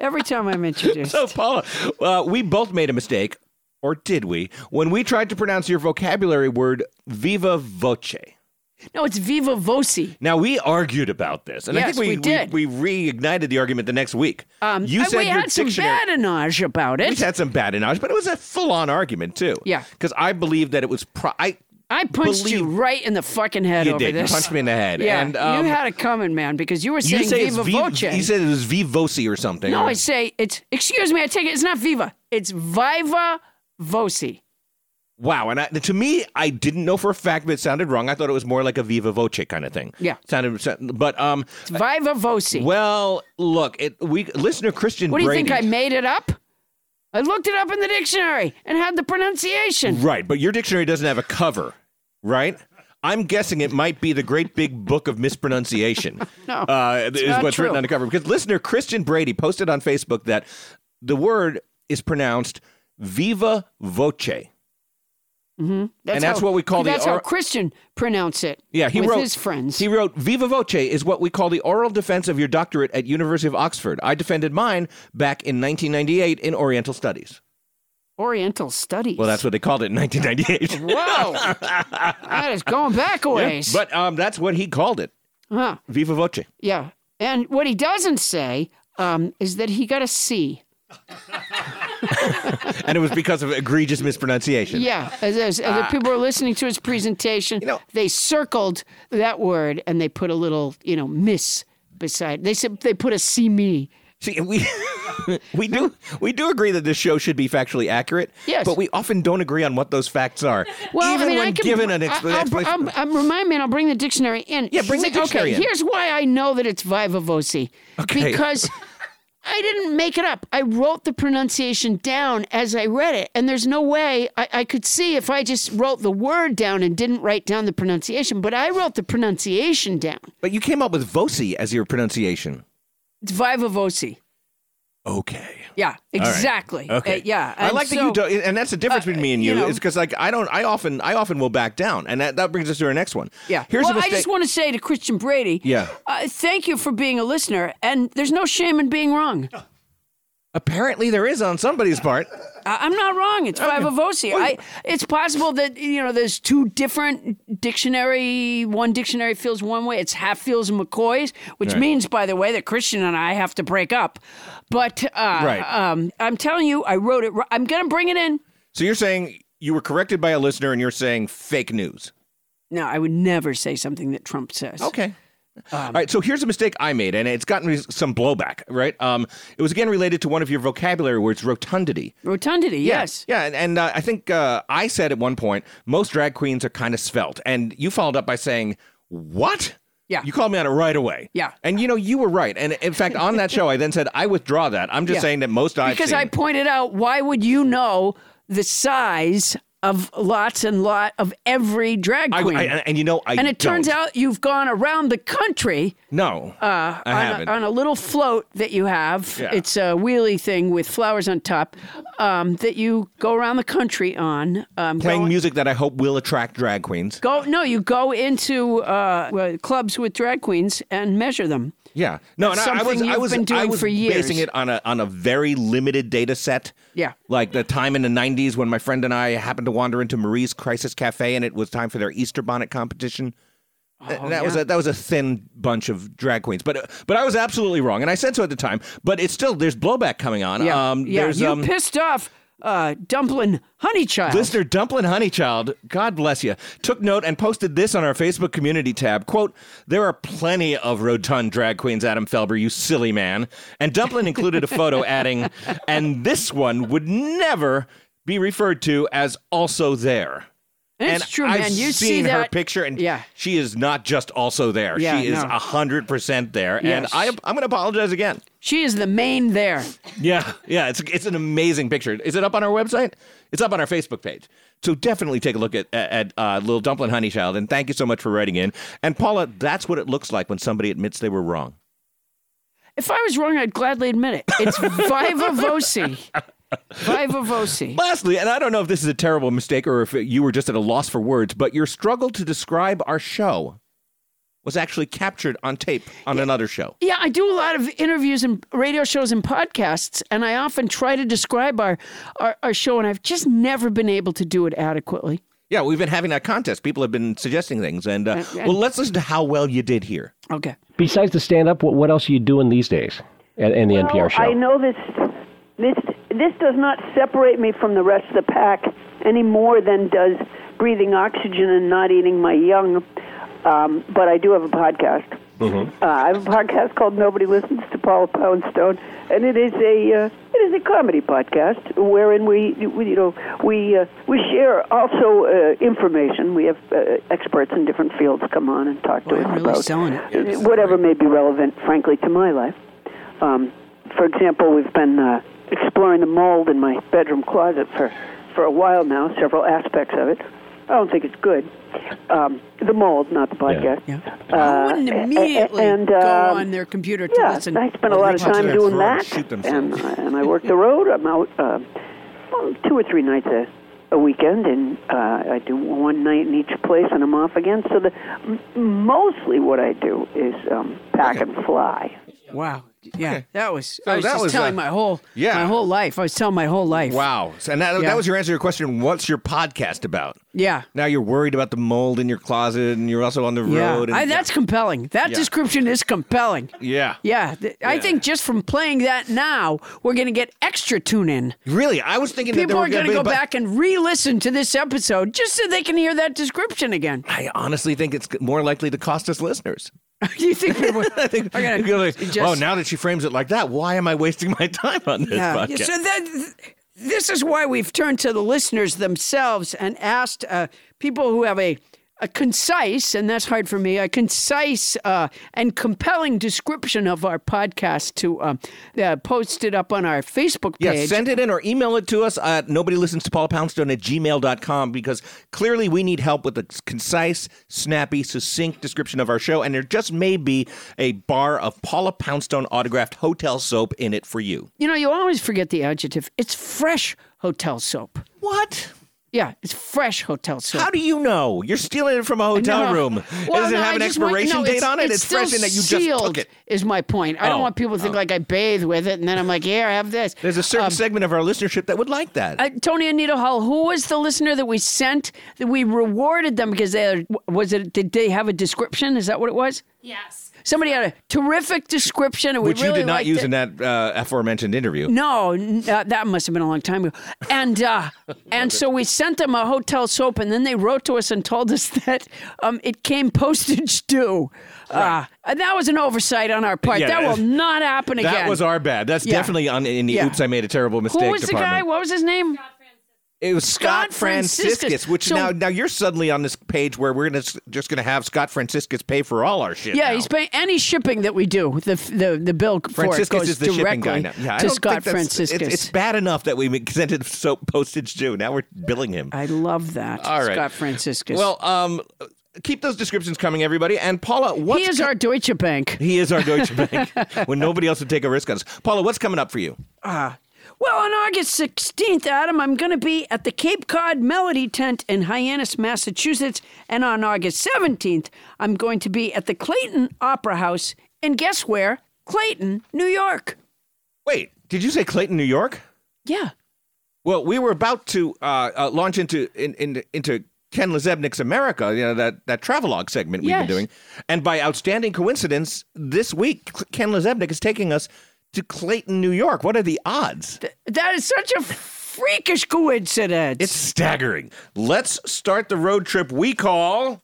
Speaker 1: every time I'm introduced.
Speaker 3: So, Paula, uh, we both made a mistake, or did we, when we tried to pronounce your vocabulary word viva voce.
Speaker 1: No, it's viva voce.
Speaker 3: Now, we argued about this, and I
Speaker 1: Yes,
Speaker 3: think we,
Speaker 1: we did.
Speaker 3: We, reignited the argument the next week.
Speaker 1: Um,
Speaker 3: you
Speaker 1: and
Speaker 3: said
Speaker 1: we
Speaker 3: your
Speaker 1: had some
Speaker 3: dictionary-
Speaker 1: badinage about
Speaker 3: We
Speaker 1: it.
Speaker 3: had some badinage, but it was a full-on argument, too.
Speaker 1: Yeah.
Speaker 3: Because I believe that it was... Pro- I,
Speaker 1: I punched you right in the fucking head
Speaker 3: You
Speaker 1: over
Speaker 3: did. You
Speaker 1: this.
Speaker 3: punched me in the head.
Speaker 1: Yeah,
Speaker 3: And, um,
Speaker 1: you had it coming, man, because you were saying
Speaker 3: you say it's
Speaker 1: viva
Speaker 3: vi-
Speaker 1: voce.
Speaker 3: You said it was vivosi or something.
Speaker 1: no,
Speaker 3: or-
Speaker 1: I say it's. Excuse me, I take it. It's not viva. It's viva voce.
Speaker 3: Wow, and I, to me, I didn't know for a fact, but it sounded wrong. I thought it was more like a viva voce kind of thing.
Speaker 1: Yeah.
Speaker 3: sounded, sound- but um, it's
Speaker 1: viva voce.
Speaker 3: Well, look, it we listener Christian.
Speaker 1: What do you
Speaker 3: Brady,
Speaker 1: think? I made it up. I looked it up in the dictionary and had the pronunciation.
Speaker 3: Right, but your dictionary doesn't have a cover, right? I'm guessing it might be the great big book of mispronunciation.
Speaker 1: No,
Speaker 3: uh,
Speaker 1: it's
Speaker 3: is
Speaker 1: not
Speaker 3: what's written
Speaker 1: true.
Speaker 3: on the cover. Because listener Christian Brady posted on Facebook that the word is pronounced viva voce.
Speaker 1: Mm-hmm.
Speaker 3: And that's what we call the
Speaker 1: That's how
Speaker 3: or-
Speaker 1: Christian pronounce it.
Speaker 3: Yeah, he
Speaker 1: with
Speaker 3: wrote
Speaker 1: his friends.
Speaker 3: He wrote "Viva voce" is what we call the oral defense of your doctorate at University of Oxford. I defended mine back in 1998 in Oriental Studies.
Speaker 1: Oriental studies.
Speaker 3: Well, that's what they called it in 1998.
Speaker 1: Whoa, that is going back a
Speaker 3: Yeah,
Speaker 1: ways.
Speaker 3: but um, that's what he called it.
Speaker 1: huh.
Speaker 3: Viva voce.
Speaker 1: Yeah. And what he doesn't say um, is that he got a C.
Speaker 3: and it was because of egregious mispronunciation.
Speaker 1: Yeah. As, as, as
Speaker 3: Ah.
Speaker 1: people were listening to his presentation, they circled that word and they put a little, you know, miss beside. They said they put a see me.
Speaker 3: See, we we do we do agree that this show should be factually accurate.
Speaker 1: Yes.
Speaker 3: But we often don't agree on what those facts are.
Speaker 1: Well,
Speaker 3: even
Speaker 1: I mean,
Speaker 3: when
Speaker 1: I can,
Speaker 3: given an
Speaker 1: I-
Speaker 3: expla-
Speaker 1: I'll- I'm,
Speaker 3: explanation.
Speaker 1: I'm, remind me, and I'll bring the dictionary in.
Speaker 3: Yeah, bring the
Speaker 1: Say,
Speaker 3: dictionary
Speaker 1: okay,
Speaker 3: in.
Speaker 1: here's why I know that it's viva voce.
Speaker 3: Okay.
Speaker 1: Because I didn't make it up. I wrote the pronunciation down as I read it, and there's no way I, I could see if I just wrote the word down and didn't write down the pronunciation. But I wrote the pronunciation down.
Speaker 3: but you came up with voce as your pronunciation.
Speaker 1: It's viva voce.
Speaker 3: Okay.
Speaker 1: Yeah,
Speaker 3: All right.
Speaker 1: exactly.
Speaker 3: Okay.
Speaker 1: Uh, yeah.
Speaker 3: I
Speaker 1: and
Speaker 3: like that
Speaker 1: so- uh,
Speaker 3: you don't, and that's the difference between me and you,
Speaker 1: you know-
Speaker 3: is because like I don't, I often, I often will back down, and that, that brings us to our next one.
Speaker 1: Yeah.
Speaker 3: Here's
Speaker 1: well,
Speaker 3: a
Speaker 1: I
Speaker 3: mistake.
Speaker 1: just want to say to Christian Brady,
Speaker 3: Yeah.
Speaker 1: uh, thank you for being a listener, and there's no shame in being wrong.
Speaker 3: Apparently, there is on somebody's part.
Speaker 1: I- I'm not wrong.
Speaker 3: Oh,
Speaker 1: It's Viva Voce. I, it's possible that you know there's two different dictionary. One dictionary feels one way. It's Hatfields and McCoys, which
Speaker 3: Right.
Speaker 1: means, by the way, that Christian and I have to break up. But uh,
Speaker 3: Right.
Speaker 1: um, I'm telling you, I wrote it. ri- I'm going to bring it in.
Speaker 3: So you're saying you were corrected by a listener, and you're saying fake news.
Speaker 1: No, I would never say something that Trump says.
Speaker 3: Okay.
Speaker 1: Um,
Speaker 3: All right, so here's a mistake I made, and it's gotten me some blowback. Right? Um, it was again related to one of your vocabulary words, rotundity.
Speaker 1: Rotundity.
Speaker 3: Yeah,
Speaker 1: Yes.
Speaker 3: Yeah, and, and uh, I think uh, I said at one point most drag queens are kind of svelte, and you followed up by saying what?
Speaker 1: Yeah.
Speaker 3: You called me on it right away.
Speaker 1: Yeah.
Speaker 3: And you know you were right, and in fact on that show I then said I withdraw that. I'm just
Speaker 1: Yeah.
Speaker 3: saying that most I've
Speaker 1: because
Speaker 3: seen-
Speaker 1: I pointed out why would you know the size of lots and lot of every drag
Speaker 3: I-
Speaker 1: queen?
Speaker 3: I- and- and you know, I
Speaker 1: and it turns
Speaker 3: don't.
Speaker 1: out you've gone around the country.
Speaker 3: no.
Speaker 1: Uh,
Speaker 3: I
Speaker 1: on,
Speaker 3: haven't.
Speaker 1: a, on a little float that you have,
Speaker 3: Yeah.
Speaker 1: it's a wheelie thing with flowers on top um, that you go around the country on. Um,
Speaker 3: Playing
Speaker 1: go,
Speaker 3: music that I hope will attract drag queens.
Speaker 1: go no, you go into uh, well, clubs with drag queens and measure them.
Speaker 3: Yeah. No,
Speaker 1: That's
Speaker 3: and I, I was
Speaker 1: something
Speaker 3: I
Speaker 1: you've
Speaker 3: was
Speaker 1: been doing
Speaker 3: I was
Speaker 1: for years.
Speaker 3: basing it on a on a very limited data set.
Speaker 1: Yeah.
Speaker 3: Like the time in the 90s when my friend and I happened to wander into Marie's Crisis Cafe and it was time for their Easter bonnet competition. And that was
Speaker 1: Oh, yeah.
Speaker 3: a that was a thin bunch of drag queens, but but I was absolutely wrong, and I said so at the time. But it's still there's blowback coming on.
Speaker 1: Yeah,
Speaker 3: um,
Speaker 1: yeah.
Speaker 3: There's,
Speaker 1: you
Speaker 3: um,
Speaker 1: pissed off uh, Dumpling Honeychild.
Speaker 3: Listener Dumplin' Honeychild, God bless you, took note and posted this on our Facebook community tab. Quote, there are plenty of rotund drag queens, Adam Felber, you silly man. And Dumplin included a photo adding, and this one would never be referred to as also there.
Speaker 1: It's
Speaker 3: and
Speaker 1: true,
Speaker 3: I've
Speaker 1: man. You see
Speaker 3: seen her
Speaker 1: that-
Speaker 3: picture, and
Speaker 1: yeah.
Speaker 3: she is not just also there.
Speaker 1: Yeah,
Speaker 3: she is
Speaker 1: no.
Speaker 3: hundred percent there, and
Speaker 1: Yes.
Speaker 3: I, I'm going to apologize again.
Speaker 1: She is the main there.
Speaker 3: Yeah, yeah, it's it's an amazing picture. Is it up on our website? It's up on our Facebook page. So definitely take a look at at uh, Little Dumpling Honeychild, and thank you so much for writing in. And Paula, that's what it looks like when somebody admits they were wrong.
Speaker 1: If I was wrong, I'd gladly admit it. It's viva voce. Viva voce.
Speaker 3: Lastly, and I don't know if this is a terrible mistake or if you were just at a loss for words, but your struggle to describe our show was actually captured on tape on another show.
Speaker 1: Yeah, I do a lot of interviews and radio shows and podcasts, and I often try to describe our, our, our show, and I've just never been able to do it adequately.
Speaker 3: Yeah, we've been having that contest. People have been suggesting things, and uh,
Speaker 1: And- and-
Speaker 3: well, let's listen to how well you did here.
Speaker 1: Okay.
Speaker 16: Besides the stand up, what, what else are you doing these days at, in the NPR show?
Speaker 17: I know this. This this does not separate me from the rest of the pack any more than does breathing oxygen and not eating my young. Um, but I do have a podcast. Uh, I have a podcast called Nobody Listens to Paula Poundstone, and it is a uh, it is a comedy podcast wherein we, we you know we uh, we share also uh, information. We have uh, experts in different fields come on and talk to us about whatever may be relevant, frankly, to my life. Um, for example, we've been uh, exploring the mold in my bedroom closet for for a while now, several aspects of it. I don't think it's good. Um, the mold, not the podcast.
Speaker 1: I wouldn't
Speaker 17: Uh, a- a-
Speaker 1: immediately
Speaker 17: and,
Speaker 1: go
Speaker 17: um,
Speaker 1: on their computer to
Speaker 17: yeah,
Speaker 1: listen.
Speaker 17: I spent a lot of time doing that, and, uh, and I work the road. I'm out uh, well, two or three nights a, a weekend, and uh, I do one night in each place, and I'm off again. So the m- mostly what I do is um, pack and fly.
Speaker 1: Wow. Yeah, that was.
Speaker 17: So
Speaker 1: I was
Speaker 17: that
Speaker 1: just
Speaker 17: was,
Speaker 1: telling
Speaker 17: uh,
Speaker 1: my whole yeah. my whole life. I was telling my whole life.
Speaker 3: Wow. So, and that,
Speaker 1: Yeah.
Speaker 3: that was your answer to your question. What's your podcast about?
Speaker 1: Yeah.
Speaker 3: Now you're worried about the mold in your closet, and you're also on the
Speaker 1: Yeah,
Speaker 3: road. And,
Speaker 1: I, that's compelling. That
Speaker 3: Yeah.
Speaker 1: description is compelling.
Speaker 3: yeah.
Speaker 1: Yeah, th- I think just from playing that now, we're going to get extra tune in.
Speaker 3: Really, I was thinking that
Speaker 1: people
Speaker 3: there were
Speaker 1: are going to go
Speaker 3: gonna be- but-
Speaker 1: back and re-listen to this episode just so they can hear that description again.
Speaker 3: I honestly think it's more likely to cost us listeners.
Speaker 1: you think people
Speaker 3: I think
Speaker 1: are going
Speaker 3: You're like,
Speaker 1: to
Speaker 3: oh, now that she frames it like that, why am I wasting my time on this
Speaker 1: Yeah.
Speaker 3: podcast?
Speaker 1: So that this is why we've turned to the listeners themselves and asked uh, people who have a a concise, and that's hard for me, a concise uh, and compelling description of our podcast to um, uh, post it up on our Facebook
Speaker 3: Yeah,
Speaker 1: page.
Speaker 3: send it in or email it to us at nobody listens to Paula Poundstone at gmail.com because clearly we need help with a concise, snappy, succinct description of our show. And there just may be a bar of Paula Poundstone autographed hotel soap in it for you.
Speaker 1: You know, you always forget the adjective. It's fresh hotel soap.
Speaker 3: What?
Speaker 1: Yeah, it's fresh hotel soap.
Speaker 3: How do you know? You're stealing it from a hotel
Speaker 1: No.
Speaker 3: room.
Speaker 1: Well,
Speaker 3: Does it
Speaker 1: no,
Speaker 3: have
Speaker 1: I
Speaker 3: an
Speaker 1: just want-
Speaker 3: expiration
Speaker 1: no,
Speaker 3: date on it? It's,
Speaker 1: still
Speaker 3: fresh in that you just
Speaker 1: sealed,
Speaker 3: took it.
Speaker 1: Is my point. I don't
Speaker 3: Oh.
Speaker 1: want people to think like I bathe with it and then I'm like, here, I have this.
Speaker 3: There's a
Speaker 1: Um,
Speaker 3: certain segment of our listenership that would like that.
Speaker 1: Uh, Tony Anita Hall, who was the listener that we sent that we rewarded them because they had, was it did they have a description? Is that what it was?
Speaker 18: Yes.
Speaker 1: Somebody had a terrific description, and we
Speaker 3: which you
Speaker 1: really
Speaker 3: did not
Speaker 1: liked
Speaker 3: use
Speaker 1: it.
Speaker 3: in that uh, aforementioned interview.
Speaker 1: No, n- uh, that must have been a long time ago. And uh, and so we sent them a hotel soap, and then they wrote to us and told us that um, it came postage due. Uh, and that was an oversight on our part.
Speaker 3: Yeah.
Speaker 1: that will not happen again.
Speaker 3: That was our bad. That's
Speaker 1: Yeah.
Speaker 3: definitely on in the
Speaker 1: Yeah.
Speaker 3: oops, I made a terrible
Speaker 1: Who
Speaker 3: mistake
Speaker 1: was the
Speaker 3: department.
Speaker 1: guy? What was his name?
Speaker 3: It was Scott,
Speaker 1: Scott
Speaker 3: Franciscus,
Speaker 1: Franciscus.
Speaker 3: which
Speaker 1: So-
Speaker 3: now now you're suddenly on this page where we're gonna, just going to have Scott Franciscus pay for all our shit.
Speaker 1: yeah,
Speaker 3: now.
Speaker 1: he's paying any shipping that we do. The the the bill for it
Speaker 3: Franciscus
Speaker 1: goes
Speaker 3: is the shipping
Speaker 1: directly
Speaker 3: guy now. Yeah, I
Speaker 1: to
Speaker 3: don't
Speaker 1: Scott
Speaker 3: think that's- it's-
Speaker 1: Franciscus.
Speaker 3: It's, bad enough that we presented soap postage due. Now we're billing him.
Speaker 1: I love that.
Speaker 3: All right.
Speaker 1: Scott Franciscus.
Speaker 3: Well, um, keep those descriptions coming, everybody. And Paula, what
Speaker 1: he is our Deutsche Bank.
Speaker 3: He is our Deutsche Bank when nobody else would take a risk on us. Paula, what's coming up for you?
Speaker 1: Ah. Well, on August 16th, Adam, I'm going to be at the Cape Cod Melody Tent in Hyannis, Massachusetts. And on August 17th, I'm going to be at the Clayton Opera House. And guess where? Clayton, New York.
Speaker 3: Wait, did you say Clayton, New York?
Speaker 1: Yeah.
Speaker 3: Well, we were about to uh, uh, launch into in, in, into Ken Lezebnik's America, you know that that travelogue segment we've
Speaker 1: Yes.
Speaker 3: been doing, and by outstanding coincidence, this week Ken Lezebnik is taking us to Clayton, New York. What are the odds?
Speaker 1: That is such a freakish coincidence.
Speaker 3: It's staggering. Let's start the road trip we call.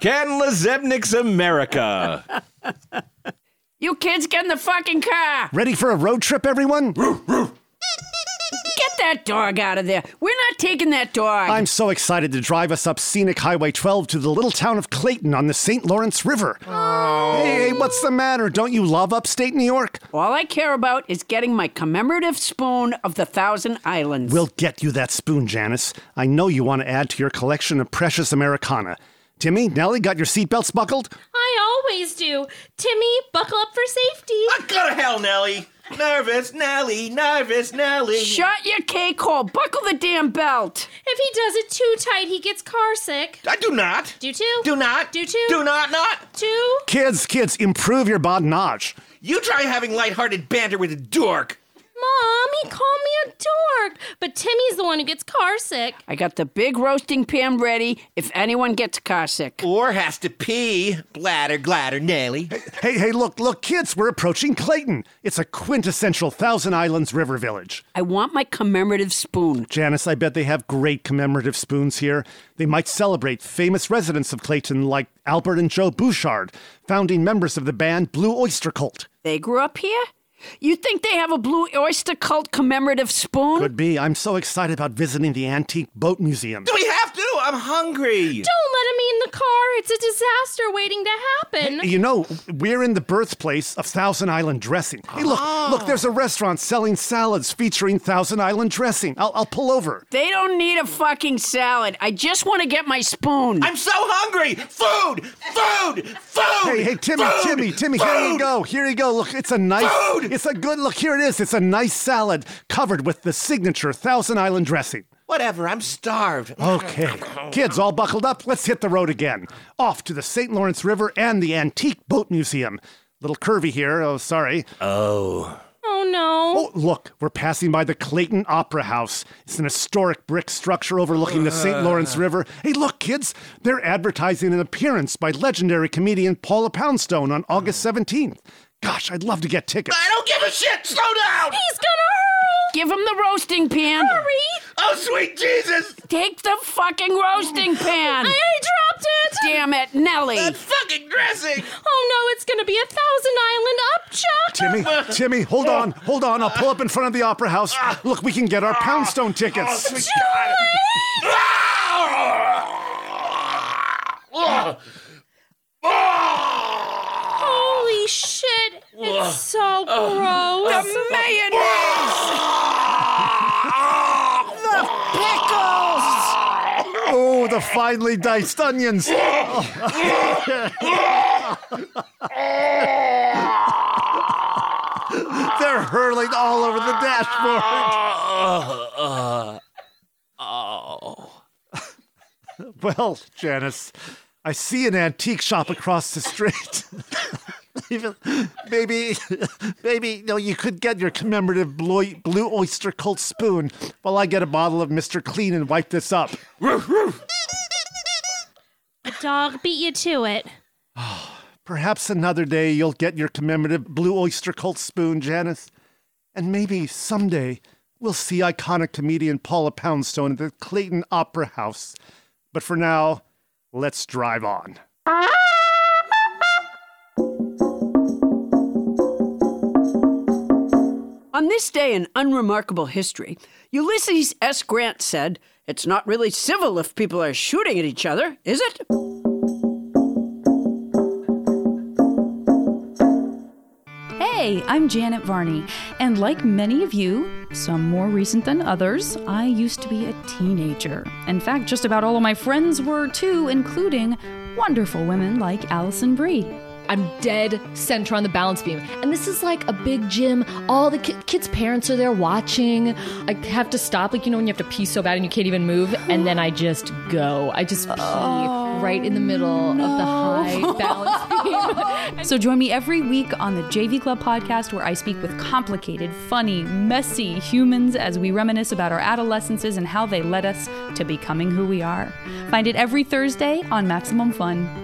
Speaker 3: Ken Lezebnik's America.
Speaker 1: You kids get in the fucking car.
Speaker 19: Ready for a road trip, everyone?
Speaker 1: that dog out of there. We're not taking that dog.
Speaker 5: I'm so excited to drive us up scenic Highway 12 to the little town of Clayton on the St. Lawrence River.
Speaker 15: Oh.
Speaker 5: Hey, hey, what's the matter? Don't you love upstate New York?
Speaker 1: All I care about is getting my commemorative spoon of the Thousand Islands.
Speaker 5: We'll get you that spoon, Janice. I know you want to add to your collection of precious Americana. Timmy, Nellie, got your seatbelts buckled?
Speaker 6: I always do. Timmy, buckle up for safety. I
Speaker 1: gotta hell, Nelly. Nervous Nelly, nervous Nelly. Shut your cake hole. Buckle the damn belt.
Speaker 6: If he does it too tight, he gets car sick.
Speaker 1: I do not.
Speaker 6: Do two. Do not. Do two.
Speaker 5: Do
Speaker 6: not not. Two.
Speaker 5: Kids, kids, improve your badinage.
Speaker 3: You try having lighthearted banter with a dork.
Speaker 6: Mom, he called me a dork, but Timmy's the one who gets car sick.
Speaker 1: I got the big roasting pan ready if anyone gets car sick.
Speaker 3: Or has to pee. Bladder, gladder, Nelly.
Speaker 5: Hey, hey, look, look, kids, we're approaching Clayton. It's a quintessential Thousand Islands River Village.
Speaker 1: I want my commemorative spoon.
Speaker 5: Janice, I bet they have great commemorative spoons here. They might celebrate famous residents of Clayton like Albert and Joe Bouchard, founding members of the band Blue Oyster Cult.
Speaker 1: They grew up here? You think they have a Blue Oyster Cult commemorative spoon?
Speaker 5: Could be. I'm so excited about visiting the Antique Boat Museum.
Speaker 3: We have to. I'm hungry.
Speaker 6: Don't let him in the car. It's a disaster waiting to happen.
Speaker 5: You know, we're in the birthplace of Thousand Island dressing. Hey, look,
Speaker 1: Oh.
Speaker 5: look, there's a restaurant selling salads featuring Thousand Island dressing. I'll, I'll pull over.
Speaker 1: They don't need a fucking salad. I just want to get my spoon. I'm so hungry. Food! Food! Food!
Speaker 5: Hey, hey, Timmy, Timmy, Timmy, here you go. Here you go. Look, it's a nice, it's a good, look, here it is. It's a nice salad covered with the signature Thousand Island dressing.
Speaker 3: Whatever, I'm starved.
Speaker 5: Okay. Kids, all buckled up. Let's hit the road again. Off to the St. Lawrence River and the Antique Boat Museum. Little curvy here. Oh, sorry.
Speaker 3: Oh.
Speaker 6: Oh no.
Speaker 5: Oh, look, we're passing by the Clayton Opera House. It's an historic brick structure overlooking the St. Lawrence River. Hey, look, kids, they're advertising an appearance by legendary comedian Paula Poundstone on August 17th. Gosh, I'd love to get tickets.
Speaker 3: I don't give a shit. Slow down.
Speaker 6: He's gonna hurl.
Speaker 1: Give him the roasting pan.
Speaker 6: Hurry.
Speaker 3: Oh, sweet Jesus.
Speaker 1: Take the fucking roasting pan.
Speaker 6: I dropped it.
Speaker 1: Damn it, Nellie.
Speaker 3: That fucking dressing.
Speaker 6: Oh no, it's gonna be a Thousand Island upchuck.
Speaker 5: Timmy, Timmy, hold on, hold on. I'll pull up in front of the Opera House. Look, we can get our Poundstone tickets.
Speaker 6: Too late. Holy shit. It's so gross.
Speaker 1: The mayonnaise. the pickles.
Speaker 5: Oh, the finely diced onions. They're hurling all over the dashboard.
Speaker 3: Oh.
Speaker 5: Well, Janice, I see an antique shop across the street. Even- maybe, maybe, no, you could get your commemorative blue, blue oyster cult spoon while I get a bottle of Mr. Clean and wipe this up.
Speaker 6: The dog beat you to it.
Speaker 5: Perhaps another day you'll get your commemorative blue oyster cult spoon, Janice. And maybe someday we'll see iconic comedian Paula Poundstone at the Clayton Opera House. But for now, let's drive on.
Speaker 1: On this day in unremarkable history, Ulysses S. Grant said, It's not really civil if people are shooting at each other, is it?
Speaker 20: Hey, I'm Janet Varney, and like many of you, some more recent than others, I used to be a teenager. In fact, just about all of my friends were too, including wonderful women like Allison Brie.
Speaker 7: I'm dead center on the balance beam. And this is like a big gym. All the ki- kids' parents are there watching. I have to stop, like, you know, when you have to pee so bad and you can't even move. And then I just go. I just pee Oh, right in the middle of the high balance beam.
Speaker 20: So join me every week on the JV Club podcast where I speak with complicated, funny, messy humans as we reminisce about our adolescences and how they led us to becoming who we are. Find it every Thursday on Maximum Fun.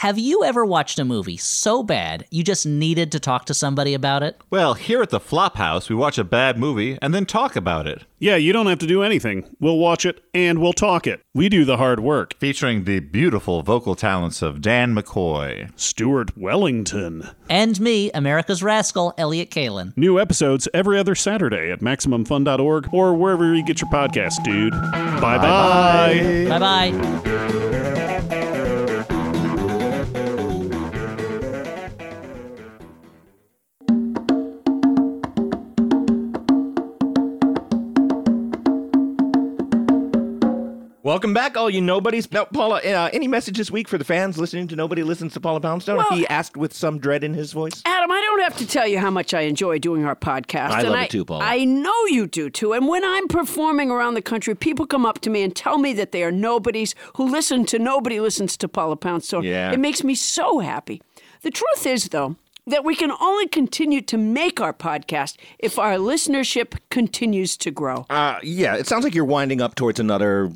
Speaker 5: Have you ever watched a movie so bad you just needed to talk to somebody about it?
Speaker 21: Well, here at the Flop House, we watch a bad movie and then talk about it.
Speaker 22: Yeah, you don't have to do anything. We'll watch it and we'll talk it. We do the hard work.
Speaker 21: Featuring the beautiful vocal talents of Dan McCoy,
Speaker 22: Stuart Wellington.
Speaker 5: And me, America's Rascal, Elliot Kalin.
Speaker 22: New episodes every other Saturday at MaximumFun.org or wherever you get your podcast, dude. Bye bye.
Speaker 5: Bye bye.
Speaker 3: Welcome back, all you nobodies. Now, Paula, uh, any message this week for the fans listening to Nobody Listens to Paula Poundstone?
Speaker 1: Well-
Speaker 3: if he asked with some dread in his voice.
Speaker 1: Adam, I don't have to tell you how much I enjoy doing our podcast.
Speaker 3: I
Speaker 1: and
Speaker 3: love it too, Paula.
Speaker 1: I know you do too. And when I'm performing around the country, people come up to me and tell me that they are nobodies who listen to nobody listens to Paula Poundstone.
Speaker 23: Yeah.
Speaker 1: It makes me so happy. The truth is, though, that we can only continue to make our podcast if our listenership continues to grow.
Speaker 3: Uh, yeah, it sounds like you're winding up towards another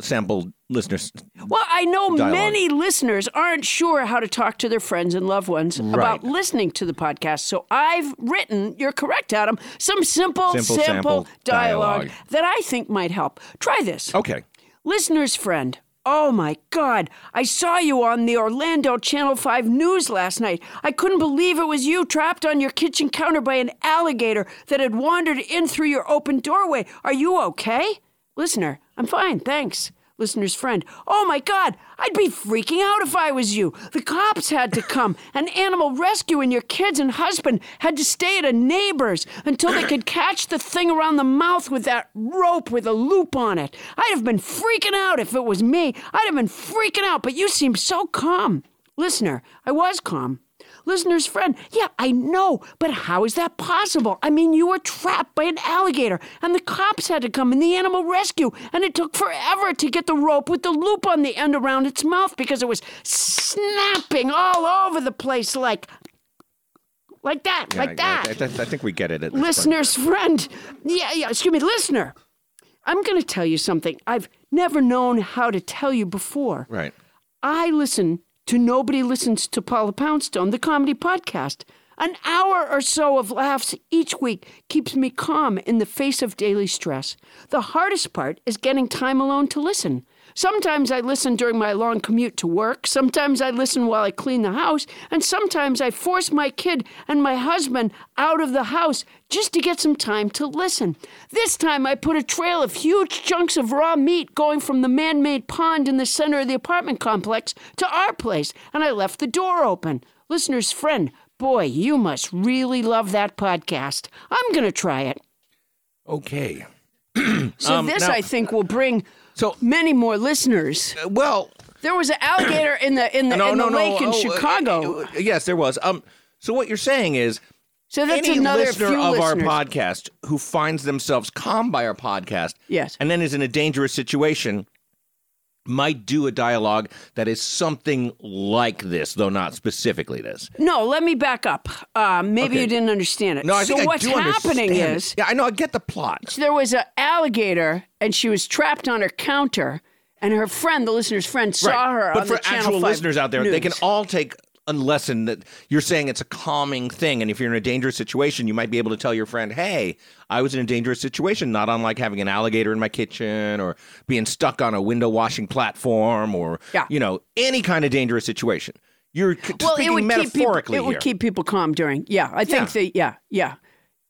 Speaker 3: sample listeners.
Speaker 1: Well, I know
Speaker 3: Dialogue.
Speaker 1: many listeners aren't sure how to talk to their friends and loved ones
Speaker 3: Right.
Speaker 1: about listening to the podcast. So I've written, you're correct, Adam, some simple,
Speaker 3: Simple
Speaker 1: sample,
Speaker 3: sample
Speaker 1: dialogue,
Speaker 3: dialogue. Oh.
Speaker 1: that I think might help. Try this.
Speaker 3: Okay.
Speaker 1: Listener's friend. Oh my God, I saw you on the Orlando Channel 5 news last night. I couldn't believe it was you trapped on your kitchen counter by an alligator that had wandered in through your open doorway. Are you okay? Listener, I'm fine, thanks. Listener's friend, oh my God, I'd be freaking out if I was you. The cops had to come. An animal rescue and your kids and husband had to stay at a neighbor's until they could catch the thing around the mouth with that rope with a loop on it. I'd have been freaking out if it was me. I'd have been freaking out, but you seem so calm. Listener, I was calm. Listener's friend, yeah, I know, but how is that possible? I mean, you were trapped by an alligator, and the cops had to come, and the animal rescue, and it took forever to get the rope with the loop on the end around its mouth because it was snapping all over the place like. Like that,
Speaker 3: Yeah,
Speaker 1: like
Speaker 3: I-
Speaker 1: that.
Speaker 3: I, I- I think we get it. At this point.
Speaker 1: Listener's friend. Yeah, yeah, excuse me, listener. I'm going to tell you something I've never known how to tell you before.
Speaker 3: Right.
Speaker 1: I listen to Nobody Listens to Paula Poundstone, the comedy podcast. An hour or so of laughs each week keeps me calm in the face of daily stress. The hardest part is getting time alone to listen. Sometimes I listen during my long commute to work, sometimes I listen while I clean the house, and sometimes I force my kid and my husband out of the house just to get some time to listen. This time I put a trail of huge chunks of raw meat going from the man made pond in the center of the apartment complex to our place, and I left the door open. Listener's friend, boy, you must really love that podcast. I'm going to try it.
Speaker 3: Okay.
Speaker 1: So
Speaker 3: Um,
Speaker 1: this,
Speaker 3: now-
Speaker 1: I think, will bring so many more listeners.
Speaker 3: Uh, well,
Speaker 1: there was an alligator in the in the, in the lake in
Speaker 3: oh, uh,
Speaker 1: Chicago.
Speaker 3: uh, yes, there was. Um, so what you're saying is,
Speaker 1: So that's
Speaker 3: any
Speaker 1: another
Speaker 3: listener
Speaker 1: few
Speaker 3: of
Speaker 1: listeners.
Speaker 3: our podcast who finds themselves calm by our podcast,
Speaker 1: Yes.
Speaker 3: and then is in a dangerous situation, might do a dialogue that is something like this, though not specifically this.
Speaker 1: no, let me back up. Uh, maybe you didn't understand it.
Speaker 3: No, I
Speaker 1: so
Speaker 3: think I
Speaker 1: what's
Speaker 3: do
Speaker 1: happening
Speaker 3: understand it.
Speaker 1: is
Speaker 3: yeah, I know I get the plot.
Speaker 1: So there was an alligator, and she was trapped on her counter, and her friend, the listener's friend, saw
Speaker 3: Right.
Speaker 1: her
Speaker 3: But
Speaker 1: on
Speaker 3: for
Speaker 1: the Channel
Speaker 3: actual
Speaker 1: 5
Speaker 3: listeners out there, they can
Speaker 1: news.
Speaker 3: all take a lesson that you're saying it's a calming thing. And if you're in a dangerous situation, you might be able to tell your friend, hey, I was in a dangerous situation, not unlike having an alligator in my kitchen or being stuck on a window washing platform or,
Speaker 1: Yeah.
Speaker 3: you know, any kind of dangerous situation. You're c-
Speaker 1: well,
Speaker 3: speaking
Speaker 1: it would keep people,
Speaker 3: metaphorically
Speaker 1: it would
Speaker 3: here.
Speaker 1: keep people calm during. Yeah, I think
Speaker 3: Yeah.
Speaker 1: that. Yeah, yeah.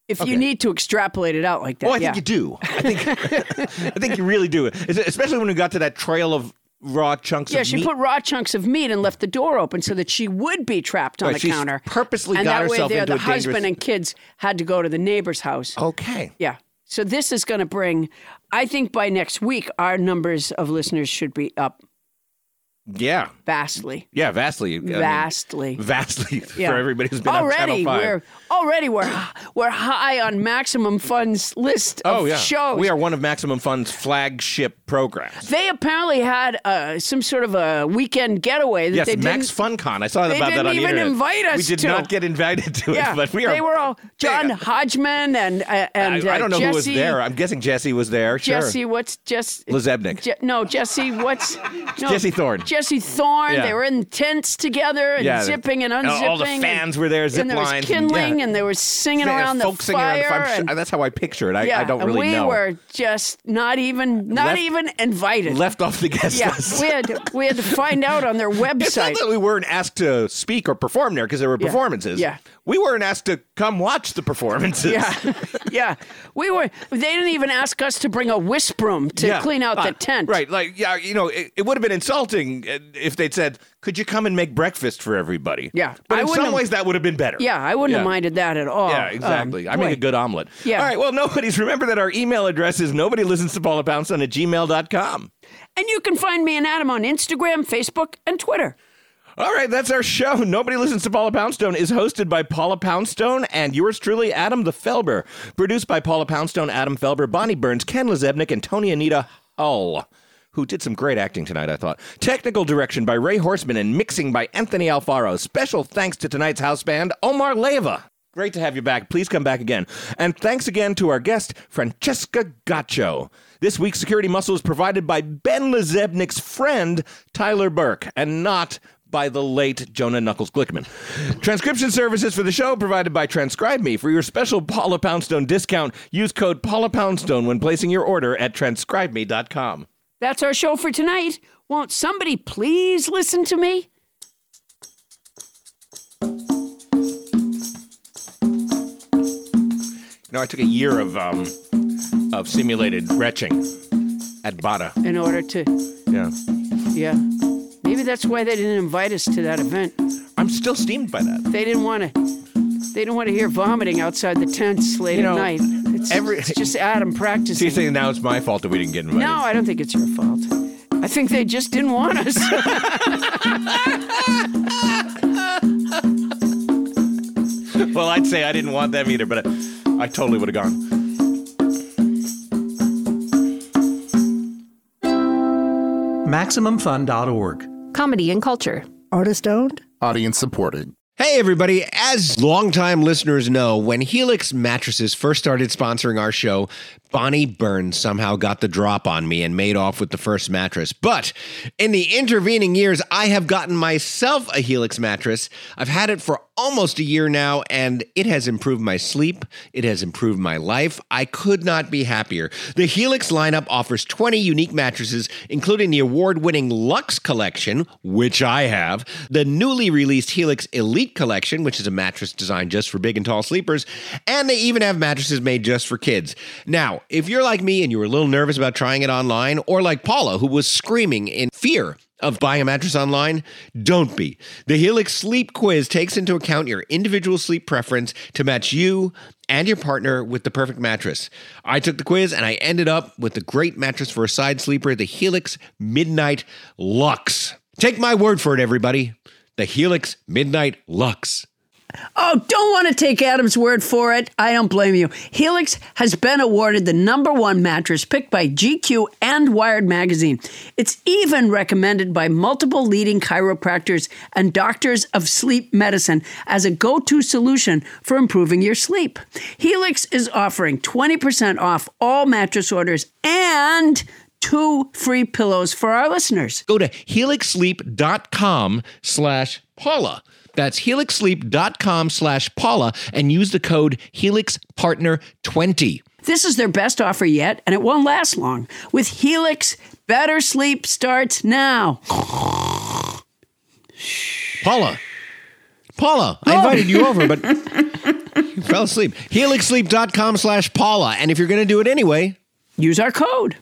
Speaker 1: If
Speaker 3: Okay.
Speaker 1: you need to extrapolate it out like that,
Speaker 3: Oh, I
Speaker 1: yeah.
Speaker 3: think you do. I think I think you really do. Es- Especially when we got to that trail of raw chunks
Speaker 1: Yeah,
Speaker 3: of
Speaker 1: she
Speaker 3: meat.
Speaker 1: put raw chunks of meat and left the door open so that she would be trapped on
Speaker 3: Right,
Speaker 1: the
Speaker 3: she
Speaker 1: counter.
Speaker 3: purposely
Speaker 1: and
Speaker 3: got
Speaker 1: that
Speaker 3: herself
Speaker 1: way there,
Speaker 3: into
Speaker 1: the
Speaker 3: a dangerous-
Speaker 1: husband and kids had to go to the neighbor's house.
Speaker 3: Okay.
Speaker 1: Yeah. So this is going to bring. I think by next week, our numbers of listeners should be up
Speaker 3: yeah.
Speaker 1: vastly.
Speaker 3: Yeah, vastly. I mean,
Speaker 1: Vastly.
Speaker 3: vastly
Speaker 1: Yeah.
Speaker 3: for everybody who's been
Speaker 1: already
Speaker 3: on Channel 5.
Speaker 1: we're already we're we're high on maximum funds list of
Speaker 3: oh, yeah.
Speaker 1: shows.
Speaker 3: We are one of Maximum Fun's flagship programs.
Speaker 1: They apparently had uh, some sort of a weekend getaway that
Speaker 3: yes,
Speaker 1: they
Speaker 3: Max
Speaker 1: didn't.
Speaker 3: FunCon. I saw
Speaker 1: they
Speaker 3: about that
Speaker 1: didn't
Speaker 3: on the
Speaker 1: even
Speaker 3: internet.
Speaker 1: invite us
Speaker 3: We did
Speaker 1: to.
Speaker 3: not get invited to
Speaker 1: yeah,
Speaker 3: it, but we are.
Speaker 1: they were all John Hodgman and uh, and
Speaker 3: I, I don't know
Speaker 1: uh, Jesse,
Speaker 3: who was there. I'm guessing Jesse was there.
Speaker 1: Jesse,
Speaker 3: Sure.
Speaker 1: what's Jess?
Speaker 3: Lizebnik.
Speaker 1: Je- no, Jesse, what's no,
Speaker 3: Jesse Thorne.
Speaker 1: Jesse Jesse Thorne.
Speaker 3: Yeah.
Speaker 1: They were in tents together and
Speaker 3: Yeah,
Speaker 1: zipping and
Speaker 3: and
Speaker 1: unzipping.
Speaker 3: all the
Speaker 1: and-
Speaker 3: fans were there, zip
Speaker 1: and there was
Speaker 3: lines,
Speaker 1: kindling,
Speaker 3: yeah.
Speaker 1: and they were singing
Speaker 3: Yeah,
Speaker 1: around
Speaker 3: folk
Speaker 1: the
Speaker 3: singing around
Speaker 1: fire.
Speaker 3: the fire. I'm
Speaker 1: and-
Speaker 3: sure- that's how I picture it. I,
Speaker 1: yeah,
Speaker 3: I don't
Speaker 1: and
Speaker 3: really
Speaker 1: we
Speaker 3: know.
Speaker 1: were just not even not
Speaker 3: Left-
Speaker 1: even invited.
Speaker 3: left off the guest
Speaker 1: yeah,
Speaker 3: list.
Speaker 1: we had to- we had to find out on their
Speaker 3: It's not
Speaker 1: website.
Speaker 3: that we weren't asked to speak or perform there because there were
Speaker 1: Yeah.
Speaker 3: performances.
Speaker 1: Yeah.
Speaker 3: We weren't asked to come watch the performances.
Speaker 1: Yeah, yeah. We were. They didn't even ask us to bring a wisp broom to
Speaker 3: Yeah.
Speaker 1: clean out
Speaker 3: Uh,
Speaker 1: the tent.
Speaker 3: Right. Like, yeah, you know, it, it would have been insulting uh, if they'd said, could you come and make breakfast for everybody?
Speaker 1: Yeah,
Speaker 3: But
Speaker 1: I
Speaker 3: in
Speaker 1: wouldn't
Speaker 3: some
Speaker 1: have-
Speaker 3: ways, that would have been better.
Speaker 1: Yeah, I wouldn't have
Speaker 3: Yeah.
Speaker 1: minded that at all. Um,
Speaker 3: Yeah, exactly. I make a
Speaker 1: boy.
Speaker 3: good omelet.
Speaker 1: Yeah.
Speaker 3: All right. Well, nobody's. Remember that our email address is nobody listens to Paula Poundstone at gmail.com.
Speaker 1: And you can find me and Adam on Instagram, Facebook, and Twitter.
Speaker 3: All right, that's our show. Nobody listens to Paula Poundstone is hosted by Paula Poundstone and yours truly, Adam the Felber. Produced by Paula Poundstone, Adam Felber, Bonnie Burns, Ken Lezebnik, and Tony Anita Hull, who did some great acting tonight, I thought. Technical direction by Ray Horseman and mixing by Anthony Alfaro. Special thanks to tonight's house band, Omar Leva. Great to have you back. Please come back again. And thanks again to our guest, Francesca Gaccio. This week's security muscle is provided by Ben Lezebnik's friend, Tyler Burke, and not by the late Jonah Knuckles Glickman. Transcription services for the show provided by Transcribe Me. For your special Paula Poundstone discount, use code Paula Poundstone when placing your order at transcribeme.com.
Speaker 1: That's our show for tonight. Won't somebody please listen to me?
Speaker 3: You know, I took a year of um, of simulated retching at Bada.
Speaker 1: In order to,
Speaker 3: Yeah.
Speaker 1: yeah. Maybe that's why they didn't invite us to that event.
Speaker 3: I'm still steamed by that.
Speaker 1: They didn't want to. They didn't want to hear vomiting outside the tents late
Speaker 3: You know,
Speaker 1: at night. It's,
Speaker 3: every-
Speaker 1: it's just Adam practicing.
Speaker 3: So you're saying now it's my fault that we didn't get invited?
Speaker 1: No, I don't think it's your fault. I think they just didn't want us.
Speaker 3: well, I'd say I didn't want them either, but I totally would have gone.
Speaker 24: MaximumFun.org.
Speaker 25: Comedy and culture.
Speaker 7: Artist owned?
Speaker 26: Audience supported.
Speaker 5: Hey, everybody. As longtime listeners know, when Helix Mattresses first started sponsoring our show, Bonnie Burns somehow got the drop on me and made off with the first mattress. But in the intervening years, I have gotten myself a Helix mattress. I've had it for almost a year now, and it has improved my sleep. It has improved my life. I could not be happier. The Helix lineup offers 20 unique mattresses, including the award winning Lux Collection, which I have, the newly released Helix Elite Collection, which is a mattress designed just for big and tall sleepers, and they even have mattresses made just for kids. Now, if you're like me and you were a little nervous about trying it online, or like Paula, who was screaming in fear, of buying a mattress online? Don't be. The Helix Sleep Quiz takes into account your individual sleep preference to match you and your partner with the perfect mattress. I took the quiz and I ended up with the great mattress for a side sleeper, the Helix Midnight Lux. Take my word for it, everybody. The Helix Midnight Lux.
Speaker 1: Oh, don't want to take Adam's word for it. I don't blame you. Helix has been awarded the number one mattress picked by GQ and Wired Magazine. It's even recommended by multiple leading chiropractors and doctors of sleep medicine as a go to solution for improving your sleep. Helix is offering 20% off all mattress orders and two free pillows for our listeners.
Speaker 5: Go to helixsleep.com slash Paula. That's helixsleep.com slash Paula and use the code HelixPartner20.
Speaker 1: This is their best offer yet, and it won't last long. With Helix, better sleep starts now.
Speaker 5: Paula. Paula, I invited you over, but you fell asleep. HelixSleep.com slash Paula. And if you're going to do it anyway,
Speaker 1: use our code.